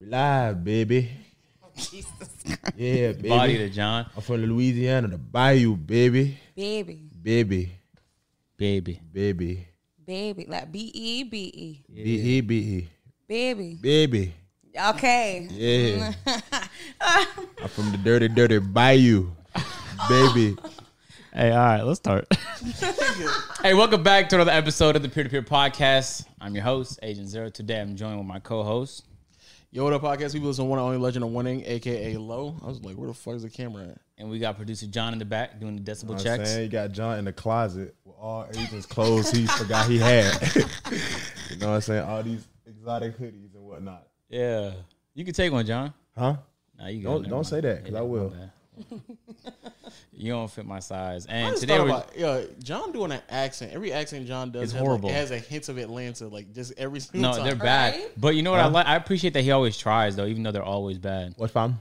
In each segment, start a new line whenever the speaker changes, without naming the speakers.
We live, baby.
Jesus.
Yeah, baby.
Body to John,
I'm from Louisiana, the Bayou, baby,
baby,
baby,
baby.
baby,
baby, like B E B E,
B E B E,
baby.
baby.
Okay.
Yeah. I'm from the dirty, dirty Bayou, baby.
Hey, all right, let's start. hey, welcome back to another episode of the Peer to Peer Podcast. I'm your host, Agent Zero. Today, I'm joined with my co-host.
Yo, what up, podcast people? It's the one and only legend of winning, aka Low. I was like, where the fuck is the camera at?
And we got producer John in the back doing the decibel
I'm
checks.
saying you got John in the closet with all Asians' clothes he forgot he had. you know what I'm saying? All these exotic hoodies and whatnot.
Yeah, you can take one, John.
Huh?
Nah, you
Don't- don't say that, 'cause I will.
you don't fit my size. And
I just
today,
thought
we're,
about yeah, John doing an accent. Every accent John does
It's
has, like-
horrible.
it has a hint of Atlanta, like just every single
no,
time.
they're bad.
Right?
But you know what I like? I appreciate that he always tries though, even though they're always bad.
What's fam?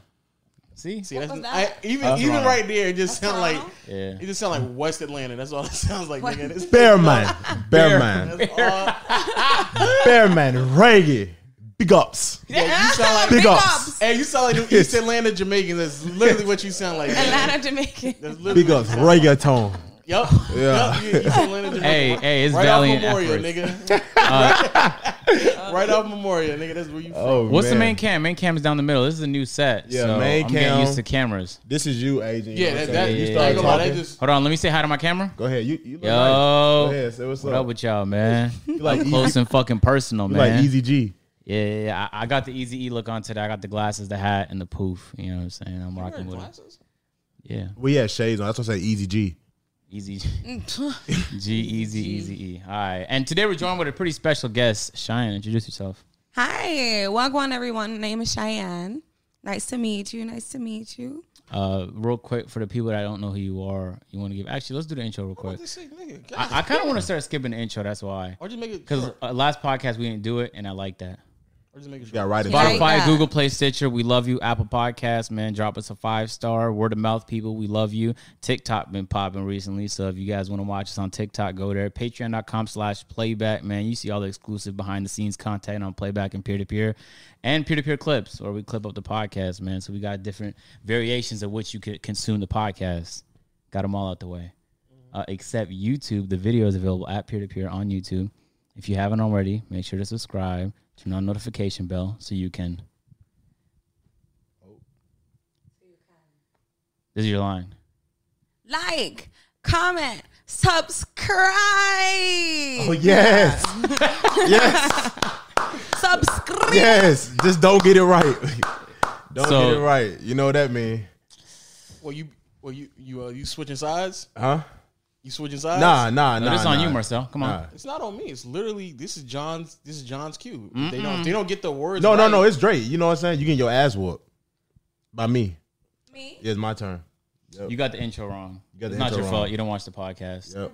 See,
See, that's,
was that?
I, even
That's
even
wrong.
right there, it just sound like
wrong.
yeah.
it just sound like West Atlanta. That's all it sounds like, nigga. It's-
Bearman, Bearman,
That's all.
Bearman, reggae, big ups.
Yeah, you sound like
Big ups.
Hey, you sound like the East Atlanta Jamaicans. That's literally what you sound like. man.
Atlanta, Jamaican.
That's literally
Big ups, reggaeton.
Yup.
Yeah.
Yup, you East Atlanta Jamaican.
Hey, hey, it's
right
valiant
off Memorial,
efforts. Uh,
nigga. right off Memorial, nigga. That's where you from.
Oh,
What's the
man.
main cam? Main cam's down the middle. This is a new set.
Yeah,
so
main
I'm getting
cam.
used to cameras.
This is you, agent. You
Yeah,
know what
that,
I'm
that,
saying?
you
you
start
start
talking about
talking.
that just
Hold on, let me say hi to my camera.
Go ahead. You, you look
Yo.
nice. Go ahead, say what's
What
up.
up with y'all, man?
you like,
I'm
easy,
close and fucking personal,
you
man.
like Easy G.
Yeah, yeah, yeah. I, I got the easy E look on today. I got the glasses, the hat, and the poof. You know what I'm saying? I'm rocking with it.
glasses?
Yeah,
We had shades on. That's why I say Easy G.
easy. G, Mm. easy, easy E. All right. And today we're joined with a pretty special guest. Cheyenne, introduce yourself.
Hi, wagwan everyone. Name is Cheyenne. Nice to meet you. Nice to meet you.
Uh, real quick, for the people that don't know who you are, you want to give. Actually, let's do the intro real quick.
This shit, nigga. God.
I, I kind of want to start skipping the intro. That's why.
or just make it
Because
short.
uh, last podcast we didn't do it, and I like that.
Or just make it
You got
short.
right in
Bottom
front.
Like
Spotify,
that.
Google Play, Stitcher, we love you. Apple Podcasts, man, drop us a five star. Word of mouth, people, we love you. TikTok been popping recently, so if you guys want to watch us on TikTok, go there. Patreon.com slash playback, man. You see all the exclusive behind the scenes content on playback and peer to peer and peer to peer clips, or we clip up the podcast, man. So we got different variations of which you could consume the podcast. Got them all out the way. Uh, except YouTube, the video is available at peer to peer on YouTube. If you haven't already, make sure to subscribe, turn on notification bell so you can. This is your line.
Like, comment, subscribe.
Oh, yes.
Subscribe.
yes. Just don't get it right. don't
So-
get it right. You know what that mean?
Well, you, well, you, you, uh, you switching sides?
Huh?
You switching sides?
Nah, nah,
No,
nah.
Oh, this is on
nah.
you, Marcel. Come on.
Nah.
It's not on me. It's literally this is John's. This is John's cue. They don't. They don't get the words.
No, no,
right.
no. It's Drake. You know what I'm saying? You getting your ass whooped by me.
Me?
Yeah, it's my turn.
You got the intro wrong.
got the
it's not
intro
your fault.
wrong.
You don't watch the podcast.
Yep.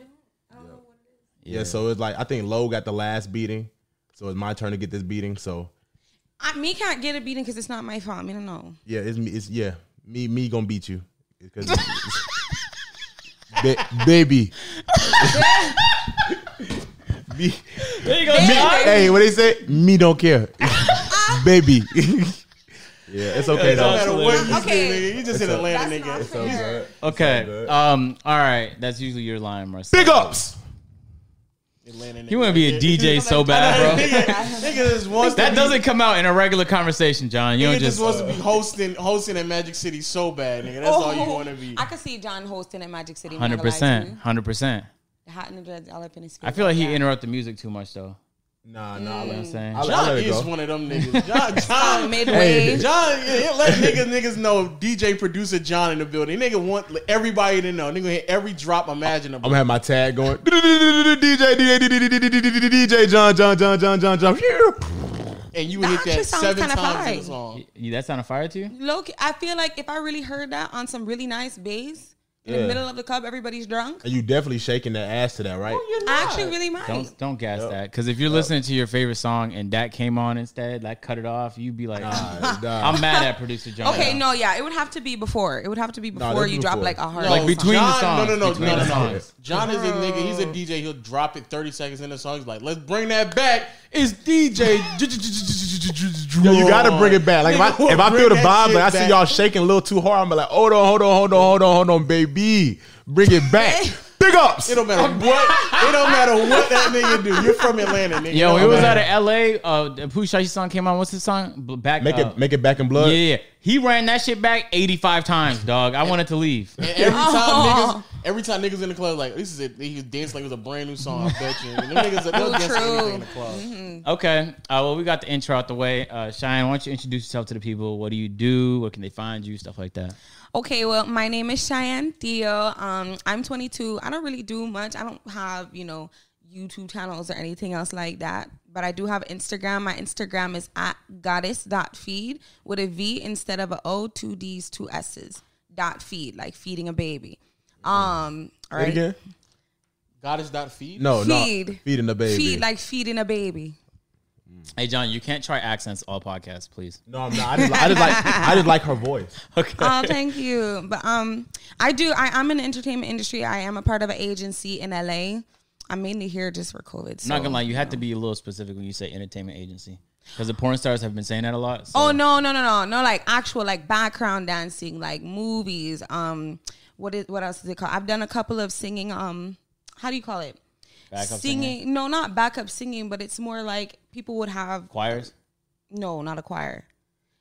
Yeah, so it's like I think Lowe got the last beating, so it's my turn to get this beating. So
I, me can't get a beating because it's not my fault. Me don't know.
yeah, it's me. It's yeah, me. Me gonna beat you because ba- baby. me,
There you go.
hey, what they say? Me don't care, baby. yeah, it's okay
It's
No
though.
matter what you
Okay.
do, nigga, you just in Atlanta,
That's not
nigga.
So,
fair.
Okay. Um. All right. That's usually your line, Marcel.
Big ups.
Atlanta, nigga.
You want to be a DJ so bad, bro.
nigga, nigga just wants to
That
be-
doesn't come out in a regular conversation, John. You
Nigga
don't
just,
just.
wants to be hosting, hosting at Magic City so bad, nigga. That's all you
Oh.
want to be.
I could see John hosting at Magic City. I'm not
Hundred
gonna lie to
percent.
you.
Hundred percent.
The Hot and the dreads all up in his face.
I feel like he
that.
interrupt the music too much, though.
Nah, nah.
You know what I'm saying.
Mm.
I'll, I'll
John
let it
is
go.
one of them niggas. John, John,
Oh, midway.
John, yeah, yeah, let niggas niggas know DJ producer John in the building. Nigga want everybody to know. Nigga hit every drop
I'm
imaginable.
gonna have my tag going. DJ, DJ, DJ, DJ, John, John, John, John, John, John.
and you would
That
hit
actually
that
sounds
seven
kinda
times in
fine.
the song.
You, that sound a fire to you?
Look, I feel like if I really heard that on some really nice bass in
Yeah.
the middle of the club, everybody's drunk.
And you definitely shaking that ass to that, right?
I actually really might.
Don't don't gas that because if you're listening to your favorite song and that came on instead, like cut it off, you'd be like,
Nah, nah.
I'm mad at producer John.
okay, no, yeah, it would have to be before. It would have to be before
that's
you drop
before.
like a hard.
No,
Like
song.
between the
John-
songs.
no, no, no,
between
no,
the
no, no.
songs.
John is a nigga. He's a DJ. He'll drop it 30 seconds in the song. He's like, let's bring that back. It's DJ.
Yo, you gotta bring it back. Like if
Nigga,
I if I
bring
feel the
that
vibe,
shit
like I see
back.
y'all shaking a little too hard, I'm like, hold on, hold on, hold on, hold on, hold on, baby, bring it back. Big ups.
It don't matter what. It don't matter what that nigga do. You're from Atlanta, nigga.
Yo,
It
it
don't
was
matter.
out of LA. Uh, the Pooh Shiesty song came out. What's his song? B- Back
Make
uh,
it make it back in blood.
Yeah, yeah. He ran that shit back 85 times, dog. I wanted to leave.
And every time
Oh.
niggas, every time niggas in the club like this is it. He was dancing like it was a brand new song. I bet you. And them niggas, they'll dance to
True. Mm-hmm.
anything in the club.
Mm.
Okay. Uh, well, we got the intro out the way. Uh, Cheyenne, why don't you introduce yourself to the people? What do you do? Where can they find you? Stuff like that.
Okay, well, my name is Cheyenne Theo. Um, I'm 22. I don't really do much. I don't have, you know, YouTube channels or anything else like that. But I do have Instagram. My Instagram is at goddess.feed with a V instead of a O, two D's, two S's. Dot feed, like feeding a baby. Um, all
Say it
right.
again? Oh,
Goddess dot feed.
No, no.
Feed.
Feeding the baby.
Feed like feeding a baby.
Hey, John, you can't try accents all podcasts, please.
no, I'm not. I just, I just like I just like her voice.
Okay.
oh, thank you. But um, I do. I, I'm in the entertainment industry. I am a part of an agency in LA. I'm mainly here just for COVID.
I'm not
so,
gonna lie, you have
know.
to be a little specific when you say entertainment agency because the porn stars have been saying that a lot. so-
Oh no, no, no, no, no! Like actual like background dancing, like movies. Um, what is what else is it called? I've done a couple of singing. Um, how do you call it?
Backup
singing.
singing?
No, not backup singing, but it's more like people would have.
choirs.
No, not a choir.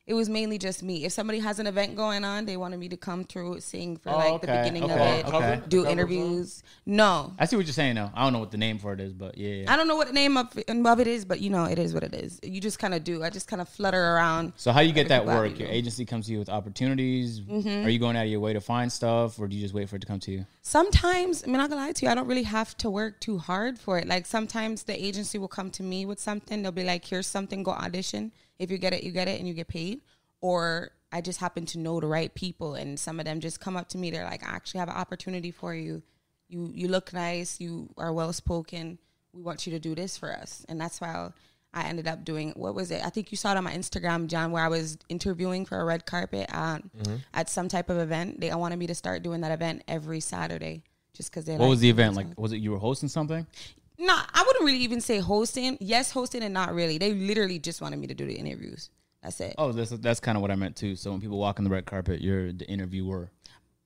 It was mainly just me. If somebody has an event going on, they wanted me to come through, sing for
Oh,
like the
okay,
beginning
okay,
of it,
okay.
do
Cover
interviews. No,
I see what you're saying though. I don't know what the name for it is, but yeah. yeah.
I don't know what the name of, of it is, but you know, it is what it is. You just kind of do. I just kind of flutter around.
So how you get that
people out,
work?
you
Your
know.
agency comes to you with opportunities.
Mm-hmm.
Are you going out of your way to find stuff, or do you just wait for it to come to you?
sometimes I'm not gonna lie to you, I don't really have to work too hard for it. Like sometimes the agency will come to me with something, they'll be like, Here's something, go audition. If you get it, you get it and you get paid. Or I just happen to know the right people and some of them just come up to me, they're like, I actually have an opportunity for you. You you look nice, you are well spoken, we want you to do this for us. And that's why I'll- I ended up doing what was it? I think you saw it on my Instagram, John, where I was interviewing for a red carpet at,
Mm-hmm.
at some type of event. They wanted me to start doing that event every Saturday, just because they.
What was the event like? Was it you were hosting something?
No, I wouldn't really even say hosting. Yes, hosting and not really. They literally just wanted me to do the interviews. That's it.
Oh, that's that's kind of what I meant too. So when people walk on the red carpet, you're the interviewer.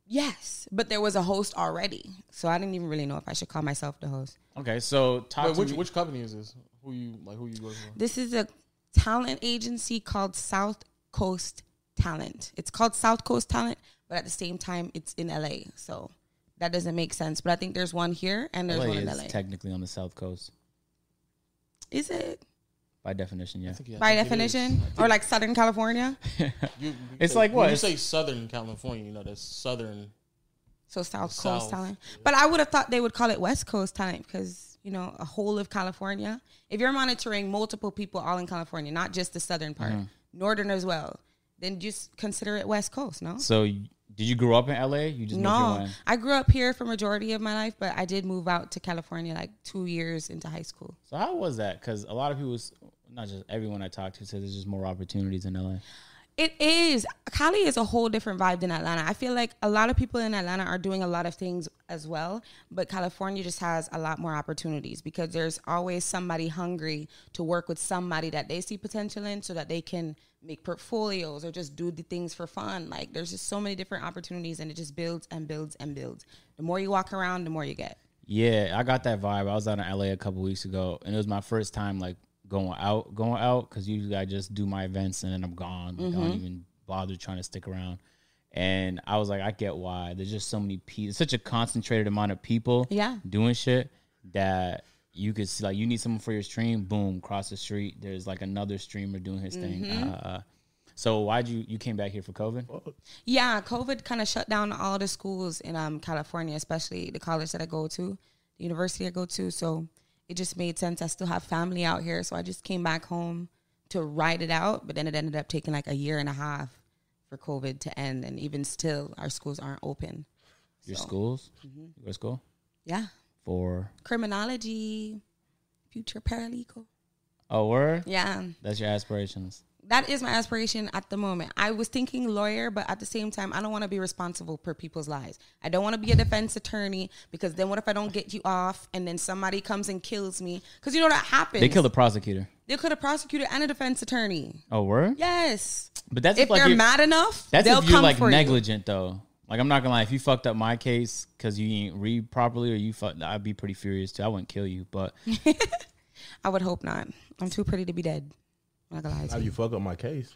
Yes, but there was a host already, so I didn't even really know if I should call myself the host.
Okay, so talk
Wait,
to
which
me-
which company is this? Who you like? Who you working for?
This is a talent agency called South Coast Talent. It's called South Coast Talent, but at the same time, it's in LA. So that doesn't make sense. But I think there's one here and there's
LA
one in
is
LA.
technically on the south coast
is it
by definition. Yeah,
think, yeah, I
by
think it is.
definition? Or like Southern California?
You, you
It's
say-
like what?
When you
It's-
say Southern California, you know that's Southern.
So South Coast
South,
Talent. But I would have thought they would call it West Coast Talent because, you know, a whole of California. If you're monitoring multiple people all in California, not just the Southern part,
Mm-hmm.
Northern as well, then just consider it West Coast, no?
So y- did you grow up in LA? You just moved your
No,
way.
I grew up here for majority of my life, but I did move out to California like two years into high school.
So how was that? Because a lot of people, s- not just everyone I talked to, says there's just more opportunities in LA.
It is Cali is a whole different vibe than Atlanta. I feel like a lot of people in Atlanta are doing a lot of things as well, but California just has a lot more opportunities because there's always somebody hungry to work with somebody that they see potential in, so that they can make portfolios or just do the things for fun. Like there's just so many different opportunities, and it just builds and builds and builds. The more you walk around, the more you get.
Yeah, I got that vibe. I was out in LA a couple weeks ago, and it was my first time like going out, going out. Because usually I just do my events and then I'm gone. Like, I don't even bother trying to stick around. And I was like, I get why. There's just so many people. Such a concentrated amount of people.
Yeah.
doing shit that you could see. Like you need someone for your stream. Boom, cross the street. There's like another streamer doing his thing. Uh, so why'd you you came back here for COVID?
Yeah, COVID kind of shut down all the schools in um, California, especially the college that I go to, the university I go to. So it just made sense. I still have family out here, so I just came back home to ride it out. But then it ended up taking like a year and a half for COVID to end, and even still, our schools aren't open.
Your
So, mm-hmm.
schools? You go to school
Yeah,
for
criminology, future paralegal.
a oh, word?
Yeah,
That's your aspirations.
that is my aspiration at the moment. I was thinking lawyer, but at the same time, I don't want to be responsible for people's lives. I don't want to be a defense attorney because then what if I don't get you off and then somebody comes and kills me? Because you know that happens.
They killed a prosecutor.
They could have prosecutor and a defense attorney.
Oh, word.
Yes.
But that's
if
like
they're
you're-
mad enough,
That's
they'll
if you're
come
like
for you.
negligent though. Like I'm not gonna lie, if you fucked up my case because you didn't read properly or you fucked, I'd be pretty furious too. I wouldn't kill you, but
I would hope not. I'm too pretty to be dead. I'm not gonna lie to
How
you.
you fuck up my case?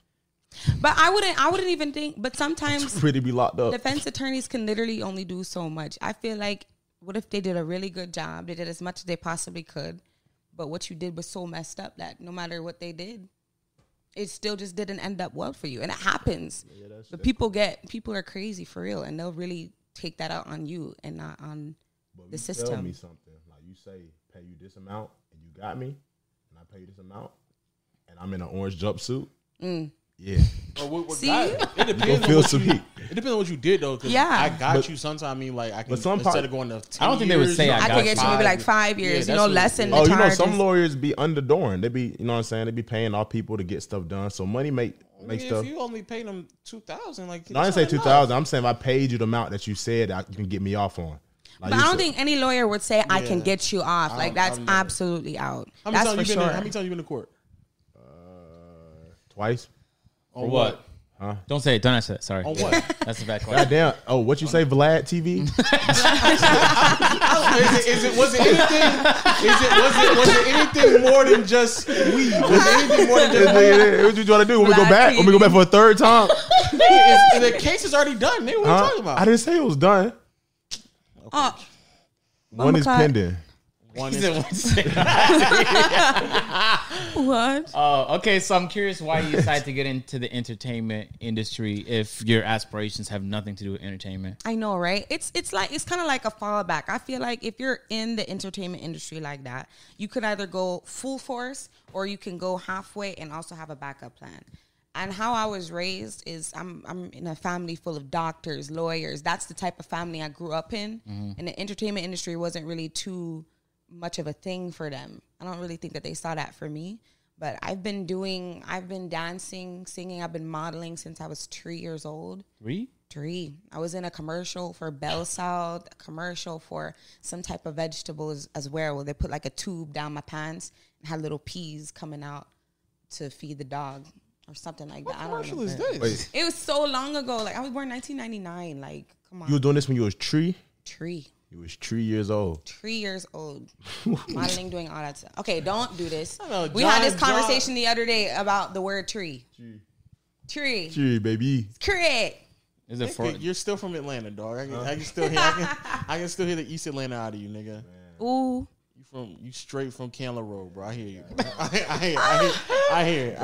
But I wouldn't. I wouldn't even think. But sometimes
Pretty be locked up.
defense attorneys can literally only do so much. I feel like what if they did a really good job? They did as much as they possibly could, but what you did was so messed up that no matter what they did, it still just didn't end up well for you, and it happens. but people get people are crazy for real, and they'll really take that out on you and not on
But
the
you Tell
system.
me something. Like you say, pay you this amount, and you got me, and I pay you this amount, and I'm in an orange jumpsuit.
Mm.
Yeah,
Or Oh, what- what
See?
got it. It
you
depends
gonna
on
feel
what
some
you,
heat.
It depends on what you did though. 'cause
Yeah.
I got
But-
you. Sometimes I mean, like I can
but some
instead
part-
of going to. 10
I don't think they would
years,
say
you
I
know,
I
got
think it should
five
be like five
Yeah,
years, you
that's
know,
what it
less
is.
than the
Oh, you know,
charges.
some lawyers be underdoing. They be, you know what I'm saying? They be paying off people to get stuff done. So money make
I mean,
make
if
stuff.
you only paid them two thousand, like
No, I didn't say two thousand. I'm saying if I paid you the amount that you said I, you can get me off on. Like
But
you
I don't
said-
think any lawyer would say I can
Yeah.
get you off. Like
I'm-
that's
I'm not-
absolutely out.
How
That's
many times
for
you been?
sure.
to- How many times you been to court?
twice.
On
Don't say it. Don't answer that. Sorry.
On what?
That's a bad question.
Goddamn. Oh, what you say, Vlad TV?
is, it, is it was it anything? Is it was it was it anything more than just weed? Was it anything more than just weed?
what you trying to do when we go
Vlad
back? When we go back
TV.
for a third time?
Is- is the case is already done. Nigga, what are you
Huh?
talking about?
I didn't say it was done.
Oh,
One is
o'clock.
pending.
One
He
is-
said one second.
Oh, what?
Uh, okay, so I'm curious why you decided to get into the entertainment industry if your aspirations have nothing to do with entertainment.
I know, right? It's it's like it's kind of like a fallback. I feel like if you're in the entertainment industry like that, you could either go full force or you can go halfway and also have a backup plan. And how I was raised is I'm I'm in a family full of doctors, lawyers. That's the type of family I grew up in. And the entertainment industry wasn't really too much of a thing for them. I don't really think that they saw that for me. But I've been doing I've been dancing, singing, I've been modeling since I was 3 years old
Three?
three. I was in a commercial for Bell South, a commercial for some type of vegetables as well, where they put like a tube down my pants and had little peas coming out to feed the dog or something like that. I don't
commercial is
remember.
this?
Wait.
It was so long ago. Like I was born 1999. Like come on,
You were doing this when you was three.
tree.
You was three years old.
Three years old, modeling, doing all that stuff. Okay, don't do this.
know,
we had this
John- John-
conversation the other day about the word tree. Tree. tree.
Three, baby.
Correct.
Is it four?
Nigga, You're still from Atlanta, dog. I can, I can still hear. I can, I can still hear the East Atlanta out of you, nigga.
Ooh.
You from you straight from Candler Road, bro. I hear you. Bro. I, I hear. I hear. I hear. it.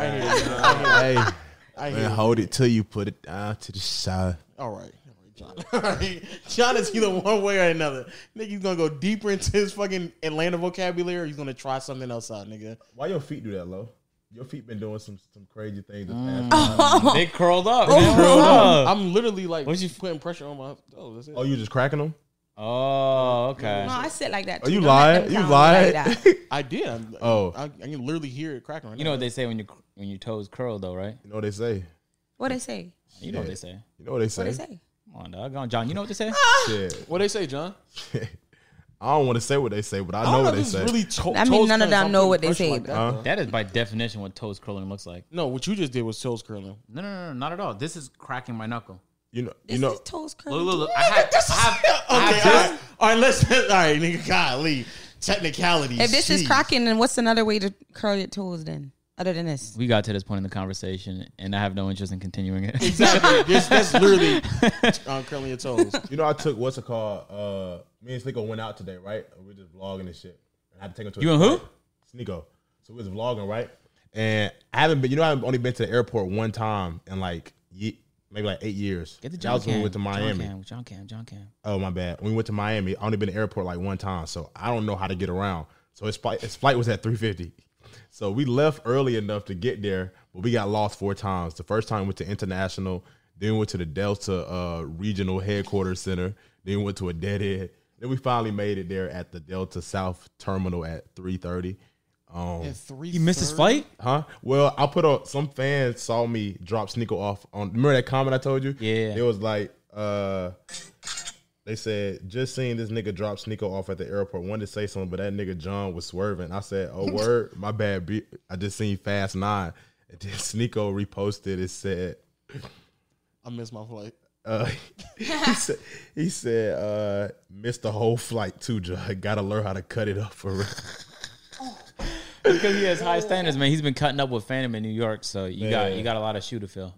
I hear. it.
Hey,
I hear.
man,
it.
hold it till you put it down to the side.
All right. All right, John. All right. John is either one way or another. Nigga, he's gonna go deeper into his fucking Atlanta vocabulary or he's gonna try something else out, nigga.
Why your feet do that, low? Your feet been doing some some crazy things. the past
They curled up.
Oh.
They curled up.
I'm literally like
What'd you-
putting pressure on my oh, that's it.
Oh, you just cracking them?
Oh, okay.
No, I sit like that.
Oh,
too.
you
Don't let
lied.
them
You
clown me like
lied.
that.
you
I did. I'm,
Oh.
I, I can literally hear it cracking right
You know
now.
what they say when your when your toes curl though, right?
know what they say.
What they say?
You know what they say.
You know what they say.
What they say?
Come on, dog. Go on, John. You know what they say?
Shit.
what they say, John?
I don't want to say what they say, but I,
I
know
don't
what
know
they
if
say.
it's really to-
I mean,
toes
none of them
curling, so I'm
know what
putting
they
pressure
say,
Like that,
huh?
though.
That is by definition what toes curling looks like.
No, what you just did was toes curling.
No, no, no, no, not at all. This is cracking my knuckle.
You know,
This
you know.
is toes curly.
Look, look, look. I have, I have, I have
Okay, all right. All right, let's all right, nigga. Golly. Technicalities.
If this is
Jeez.
cracking, then what's another way to curl your toes then? Other than this.
We got to this point in the conversation, and I have no interest in continuing it.
Exactly. this, that's literally um, curling your toes.
You know, I took what's it called? Uh, me and Sneeko went out today, right? We were just vlogging and shit. And I had to take him to
You
a
and who?
Sneeko. So we was vlogging, right? And I haven't been. You know, I've only been to the airport one time in like ye- maybe like eight years.
Get the
That
John
was when we
Cam.
went to Miami.
John Cam. John Cam. John Cam.
Oh my bad. When we went to Miami, I only been to the airport like one time, so I don't know how to get around. So his flight, his flight was at three fifty. So we left early enough to get there, but we got lost four times. The first time we went to international, then we went to the Delta uh, regional headquarters center, then we went to a dead end. Then we finally made it there at the Delta South terminal at three thirty. Um,
At three,
He missed his
thirty?
flight.
huh? Well, I put a. Some fans saw me drop Sneeko off on. Remember that comment I told you?
Yeah.
It was like, uh, they said just seeing this nigga drop Sneeko off at the airport. Wanted to say something, but that nigga John was swerving. I said, "Oh word, my bad. B- I just seen Fast Nine, and then Sneeko reposted. It said,
I missed my flight.
uh, he said, he said uh, missed the whole flight too. John, gotta learn how to cut it up for real.
Because he has high standards, man. He's been cutting up with Phantom in New York, so you got
Man.
you got a lot of shoe to fill.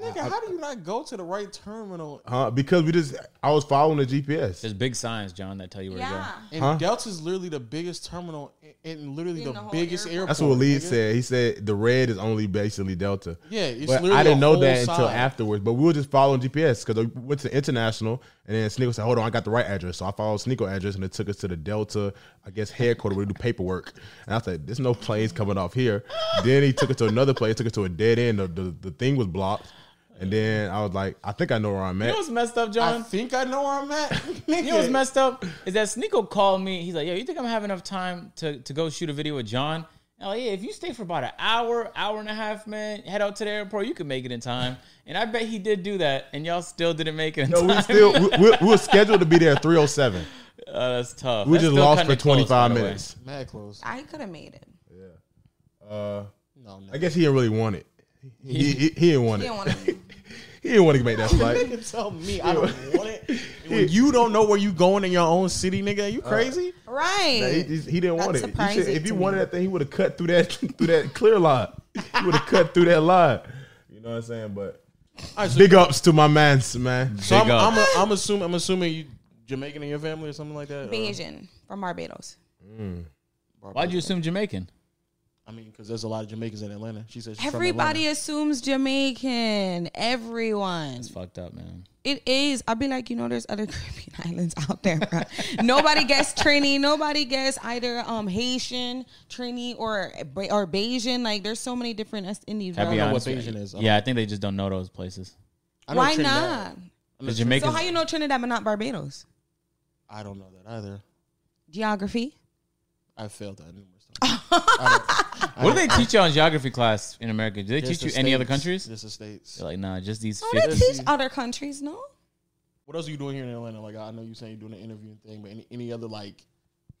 Nigga, how do you not go to the right terminal?
Huh? Because we just, I was following the GPS.
There's big signs, John, that tell you where
Yeah.
to
And Delta's literally the biggest terminal in- in literally
In
the,
the whole
biggest airport.
airport.
That's what Lead
nigga.
said. He said the red is only basically Delta.
Yeah, it's
but
literally
I didn't
a
know
whole
that until
side.
afterwards. But we were just following GPS because we went to international, and then Sneeko said, "Hold on, I got the right address." So I followed Sneeko address, and it took us to the Delta, I guess headquarters where we do paperwork. And I said, "There's no planes coming off here." then he took us to another place. Took us to a dead end. The, the, the thing was blocked, and then I was like, "I think I know where I'm
go. You
at."
know what's messed up,
I
John?
think I know where I'm at.
You know what's messed up is that Sneeko called me. He's like, "Yo, you think I'm having enough time to, to go shoot a video with John?" I'm like, "Yeah, if you stay for about an hour, hour and a half, man, head out to the airport, you can make it in time." And I bet he did do that, and y'all still didn't make it in
So
time.
we still we, we, we were scheduled to be there at 307.
Oh, that's tough.
We
That's
just
still
lost for
kinda close,
25
by the way.
minutes.
Mad close.
I could have made it.
Uh,
No, no.
I guess he didn't really want it. He he, he didn't want
He
it.
didn't want to.
He didn't want to make that flight.
Nigga tell me I don't want it. When you don't know where you going in your own city, nigga, you crazy?
right.
Nah, he, just- he didn't
That's
want it. He should-
surprising
if he
to
wanted
me.
that thing, he would have cut through that through that clear line. He would have cut through that line. You know what I'm saying? But
All right, so,
big ups to my mans, man.
so I'm,
Big up.
I'm, a, I'm assuming I'm assuming you Jamaican in your family or something like that.
uh,
Being
or-
Asian from Barbados.
Why'd you assume Jamaican?
I mean, because there's a lot of Jamaicans in Atlanta. She says
Everybody assumes Jamaican. Everyone.
It's fucked up, man.
It is. I'll be like, you know, there's other Caribbean islands out there, bro. nobody gets Trini. Nobody gets either um Haitian Trini or or Bayesian. Like, there's so many different us Indies.
Can I
bro.
be
know what
honest with
Bayesian
you?
is. I
Yeah, I think they just don't know those places.
I know
Why
Trinidad.
not?
I know
Because
Trinidad.
So
Jamaicans,
how you know Trinidad but not Barbados?
I don't know that either.
Geography.
I failed that numerous times. I don't- I
what do
don't-
they teach you on geography class in America? Do they
Just
teach you
the
any other
states.
countries?
Just the states.
They're like, nah, just these
Oh, they
50.
teach
see.
other countries, no?
What else are you doing here in Atlanta? Like I know you saying you're doing an interview and thing, but any, any other like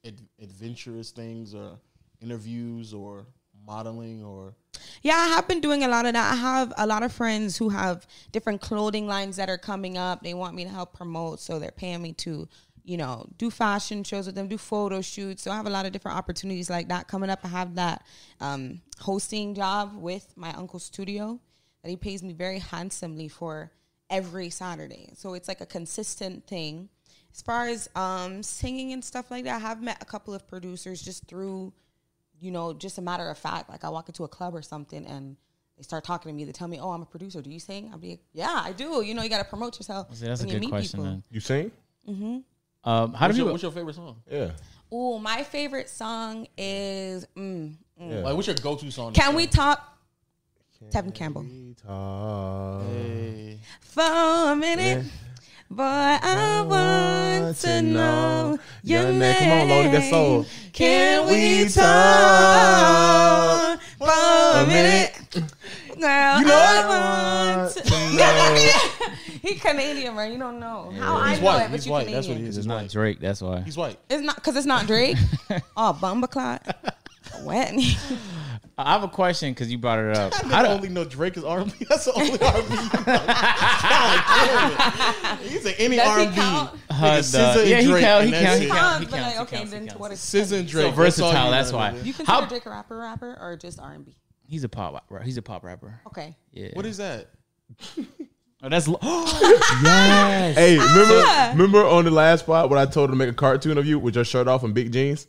ad- adventurous things or interviews or modeling or
Yeah, I have been doing a lot of that. I have a lot of friends who have different clothing lines that are coming up. They want me to help promote, so they're paying me to, you know, do fashion shows with them, do photo shoots. So I have a lot of different opportunities like that coming up. I have that um, hosting job with my uncle's studio that he pays me very handsomely for every Saturday. So it's like a consistent thing. As far as um, singing and stuff like that, I have met a couple of producers just through you know, just a matter of fact, like I walk into a club or something and they start talking to me. They tell me, "Oh, I'm a producer. Do you sing?" I'll be like, "Yeah, I do." You know, you got to promote yourself.
See, that's a
when you
good
meet
question,
people.
man.
You sing?
Um, how do
what's
people?
your, what's your favorite song?
Yeah.
Ooh, my favorite song is mm, mm.
yeah.
Like what's your go to song?
"Can We Talk." Tevin Campbell.
Hey.
For a minute, boy, I want to know your name.
Come on, Lodi, that's soul.
Can
We
we talk for a minute,
minute.
girl?
You know
I
I
want
want to
to.
know.
He Canadian, bro. You don't know. How I
He's
know
white.
it, but
He's
you
white.
Canadian.
That's what he is. He's
It's not
white.
Drake, that's why.
He's white.
It's not because it's not Drake. oh, Bumba Clot. What?
I have a question because you brought it up.
I only know Drake is R&B. That's the only R&B. God damn it. He's an any
Does he
R&B.
count?
Nigga,
Hud,
SZA
uh,
and
yeah, he
Drake,
count, he count,
and that's
he
it.
count. counts,
Fine, but like,
he
okay,
counts, he
then to
counts.
what extent?
SZA and Drake.
So versatile,
all you
that's
know,
why.
nigga.
You consider
How-
Drake a rapper, rapper, or just R and B?
He's a pop. He's a pop rapper.
Okay.
Yeah.
What is that?
Oh, that's lo- yes.
Hey,
Ah!
remember remember on the last spot when I told him to make a cartoon of you with your shirt off and big jeans?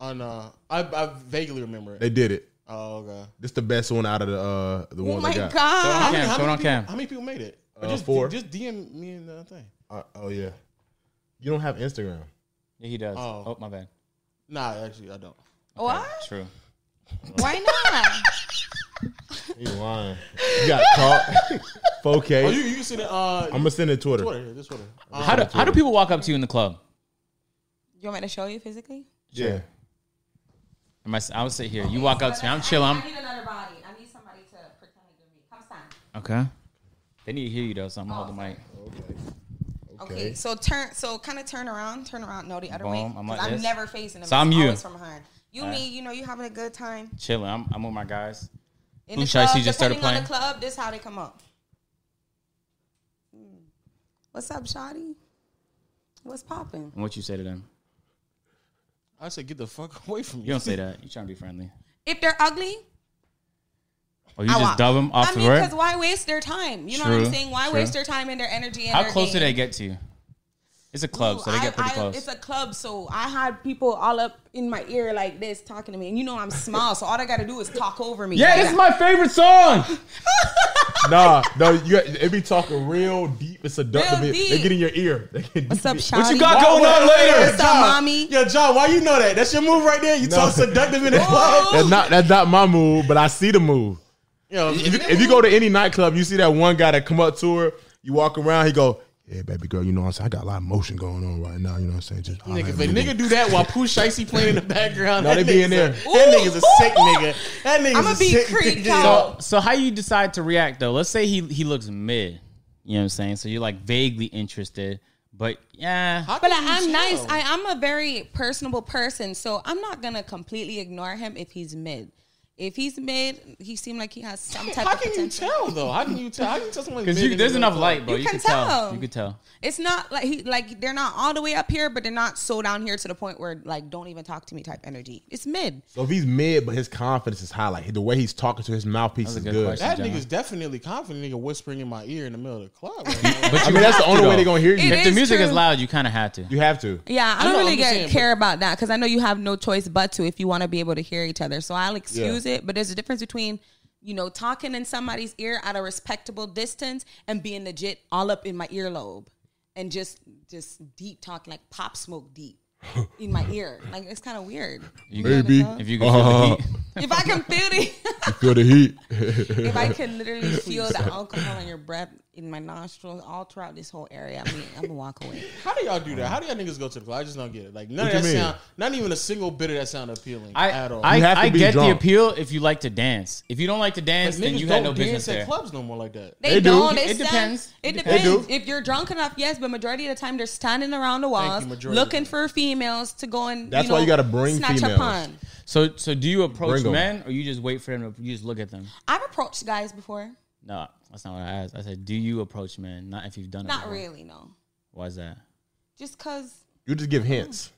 On uh, I, I vaguely remember it.
They did it.
Oh god.
This the best one out of the uh the
Oh
ones
my
I got.
Show
god.
it on cam. Show it on
many people,
cam.
how many people made it? But
Uh,
just
four.
just DM me and the thing.
Uh, oh yeah. You don't have Instagram.
Yeah, he does.
Oh.
Oh, my bad.
Nah, actually, I don't.
What?
True.
Why not?
You lying. You got caught. 4K.
Oh, you you see the uh
I'm gonna send it to Twitter.
Twitter? This Twitter. Um,
How do how do people walk up to you in the club?
You want me to show you physically?
Yeah.
Am I, I would sit here. You walk up to me. I'm chill. I'm
I need another body. I need somebody to pretend to do me. Come stand.
okay. They need to hear you though, so I'm gonna hold the mic.
Okay. so turn, so kind of turn around, turn around. No, the other way.
Boom, I'm like
'Cause I'm
this.
never facing them.
So I'm
It's
you.
always from behind. You,
Alright.
me, you know, you having a good time.
Chilling. I'm, I'm with my guys.
In
Who
the
should I
club,
see just started
depending on the
playing?
club, this how they come up. Hmm. What's up, Shotty? What's popping?
And what you say to them?
I said, get the fuck away from me.
You don't say that. You trying to be friendly.
If they're ugly,
Or you
I
just
walk.
dub them off
I
the
mean, because
rip?
why waste their time? You know what
True,
I'm saying? Why
true.
waste their time and their energy? And
How
their
close do
game?
they get to you? It's a club,
Ooh,
so they get
I-
pretty
I-
close.
It's a club, so I had people all up in my ear like this talking to me, and you know I'm small, so all I got to do is talk over me.
yeah,
like
this is
that.
my favorite song.
Nah, no, you got, it be talking real deep. It's seductive.
Real
They
deep.
get in your ear. They get
What's
deep
up,
in-
Shotty?
you got going on later?
What's up,
John?
mommy?
Yo, John, why you know that? That's your move right there. You
No.
talk seductive in the club.
That's not that's not my move, but I see the move.
Yo,
If you, if you go to any nightclub, you see that one guy that come up to her. You walk around, he go, "Yeah, baby girl, you know what I'm saying? I got a lot of motion going on right now. You know what I'm saying? Just
Oh,
holler at
Nigga, if
me."
a nigga do that while Pooh Shicey playing in the background,
No, they
that
be in
nigga's
there.
A, that nigga's a
Ooh.
sick nigga. That nigga's
I'ma
a
be
sick
creeped
nigga.
out.
So how you decide to react though? Let's say he he looks mid. You know what I'm saying? So you're like vaguely interested, but yeah.
How
But I,
can you
I'm
tell?
nice. I, I'm a very personable person, so I'm not gonna completely ignore him if he's mid. If he's mid, he seemed like he has some type
How
of
can
potential.
you tell though? How can you tell? How can you tell someone?
Because there's enough light, bro. You,
You
can
can
tell.
tell.
You can tell.
It's not like he like they're not all the way up here, but they're not so down here to the point where like don't even talk to me type energy. It's mid.
So if he's mid, but his confidence is high, like the way he's talking to his mouthpiece
That's a
is
good
good.
question.
That
John.
nigga's definitely confident. Nigga whispering in my ear in the middle of the club. Right now.
I mean, that's the only
to,
way
though.
they're gonna hear you.
It
If the
is
music is
true.
loud, you kind of have to.
You have to.
Yeah, I don't
know,
really
I'm
get
just saying,
care about that because I know you have no choice but to if you want to be able to hear each other. So I'll excuse it, but there's a difference between you know talking in somebody's ear at a respectable distance and being legit all up in my earlobe and just just deep talk like pop smoke deep in my ear. Like it's kind of weird. You know what I'm
Maybe.
saying?
If you can feel the heat.
if I can feel the
You feel the heat.
if I can literally feel the alcohol on your breath in my nostrils all throughout this whole area, I mean, I'm gonna walk away.
How do y'all do
Mm.
that? How do y'all niggas go to the club? I just don't get it. Like none
What
of that
you mean?
sound. Not even a single bit of that sound appealing
I,
at all.
I,
You have to
I
be
get the
drunk.
appeal if you like to dance. If you don't like to
Like,
dance, then
niggas
you
don't
had no business
dance
there.
at clubs no more like that.
They,
They do.
don't. They
It
stand-
depends.
It
It
depends.
do.
If you're drunk enough, yes, but majority of the time they're standing around the
you,
walls
majority
looking
of
for females to go and.
That's
you know,
why you gotta bring
snatch
females.
Upon.
So so do you approach
Bring 'em.
men or you just wait for them to you just look at them?
I've approached guys before.
Uh-huh.
No, that's not what I asked. I said, do you approach men? Not if you've done it.
Not
before.
really, no.
Why is that?
Just cause
You just give hints.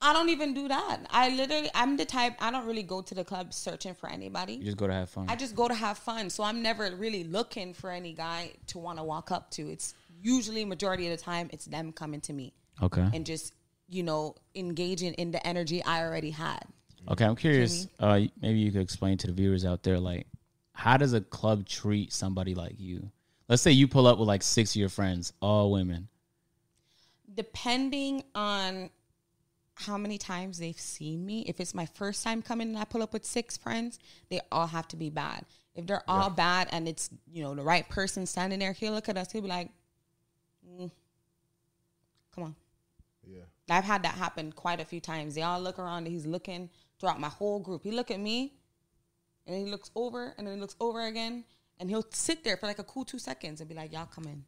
I don't even do that. I literally, I'm the type. I don't really go to the club searching for anybody.
You just go to have fun.
I just go to have fun. So I'm never really looking for any guy to want to walk up to. It's usually majority of the time it's them coming to me
okay.
and just you know engaging in the energy I already had.
Okay, I'm curious. Uh, maybe you could explain to the viewers out there, like, how does a club treat somebody like you? Let's say you pull up with like six of your friends, all women.
Depending on how many times they've seen me, if it's my first time coming and I pull up with six friends, they all have to be bad. If they're all bad and it's you know the right person standing there, he'll look at us. He'll be like, "Mm, "Come on."
Yeah.
I've had that happen quite a few times. They all look around and he's looking throughout my whole group. He look at me and he looks over and then he looks over again and he'll sit there for like a cool two seconds and be like, Y'all come in.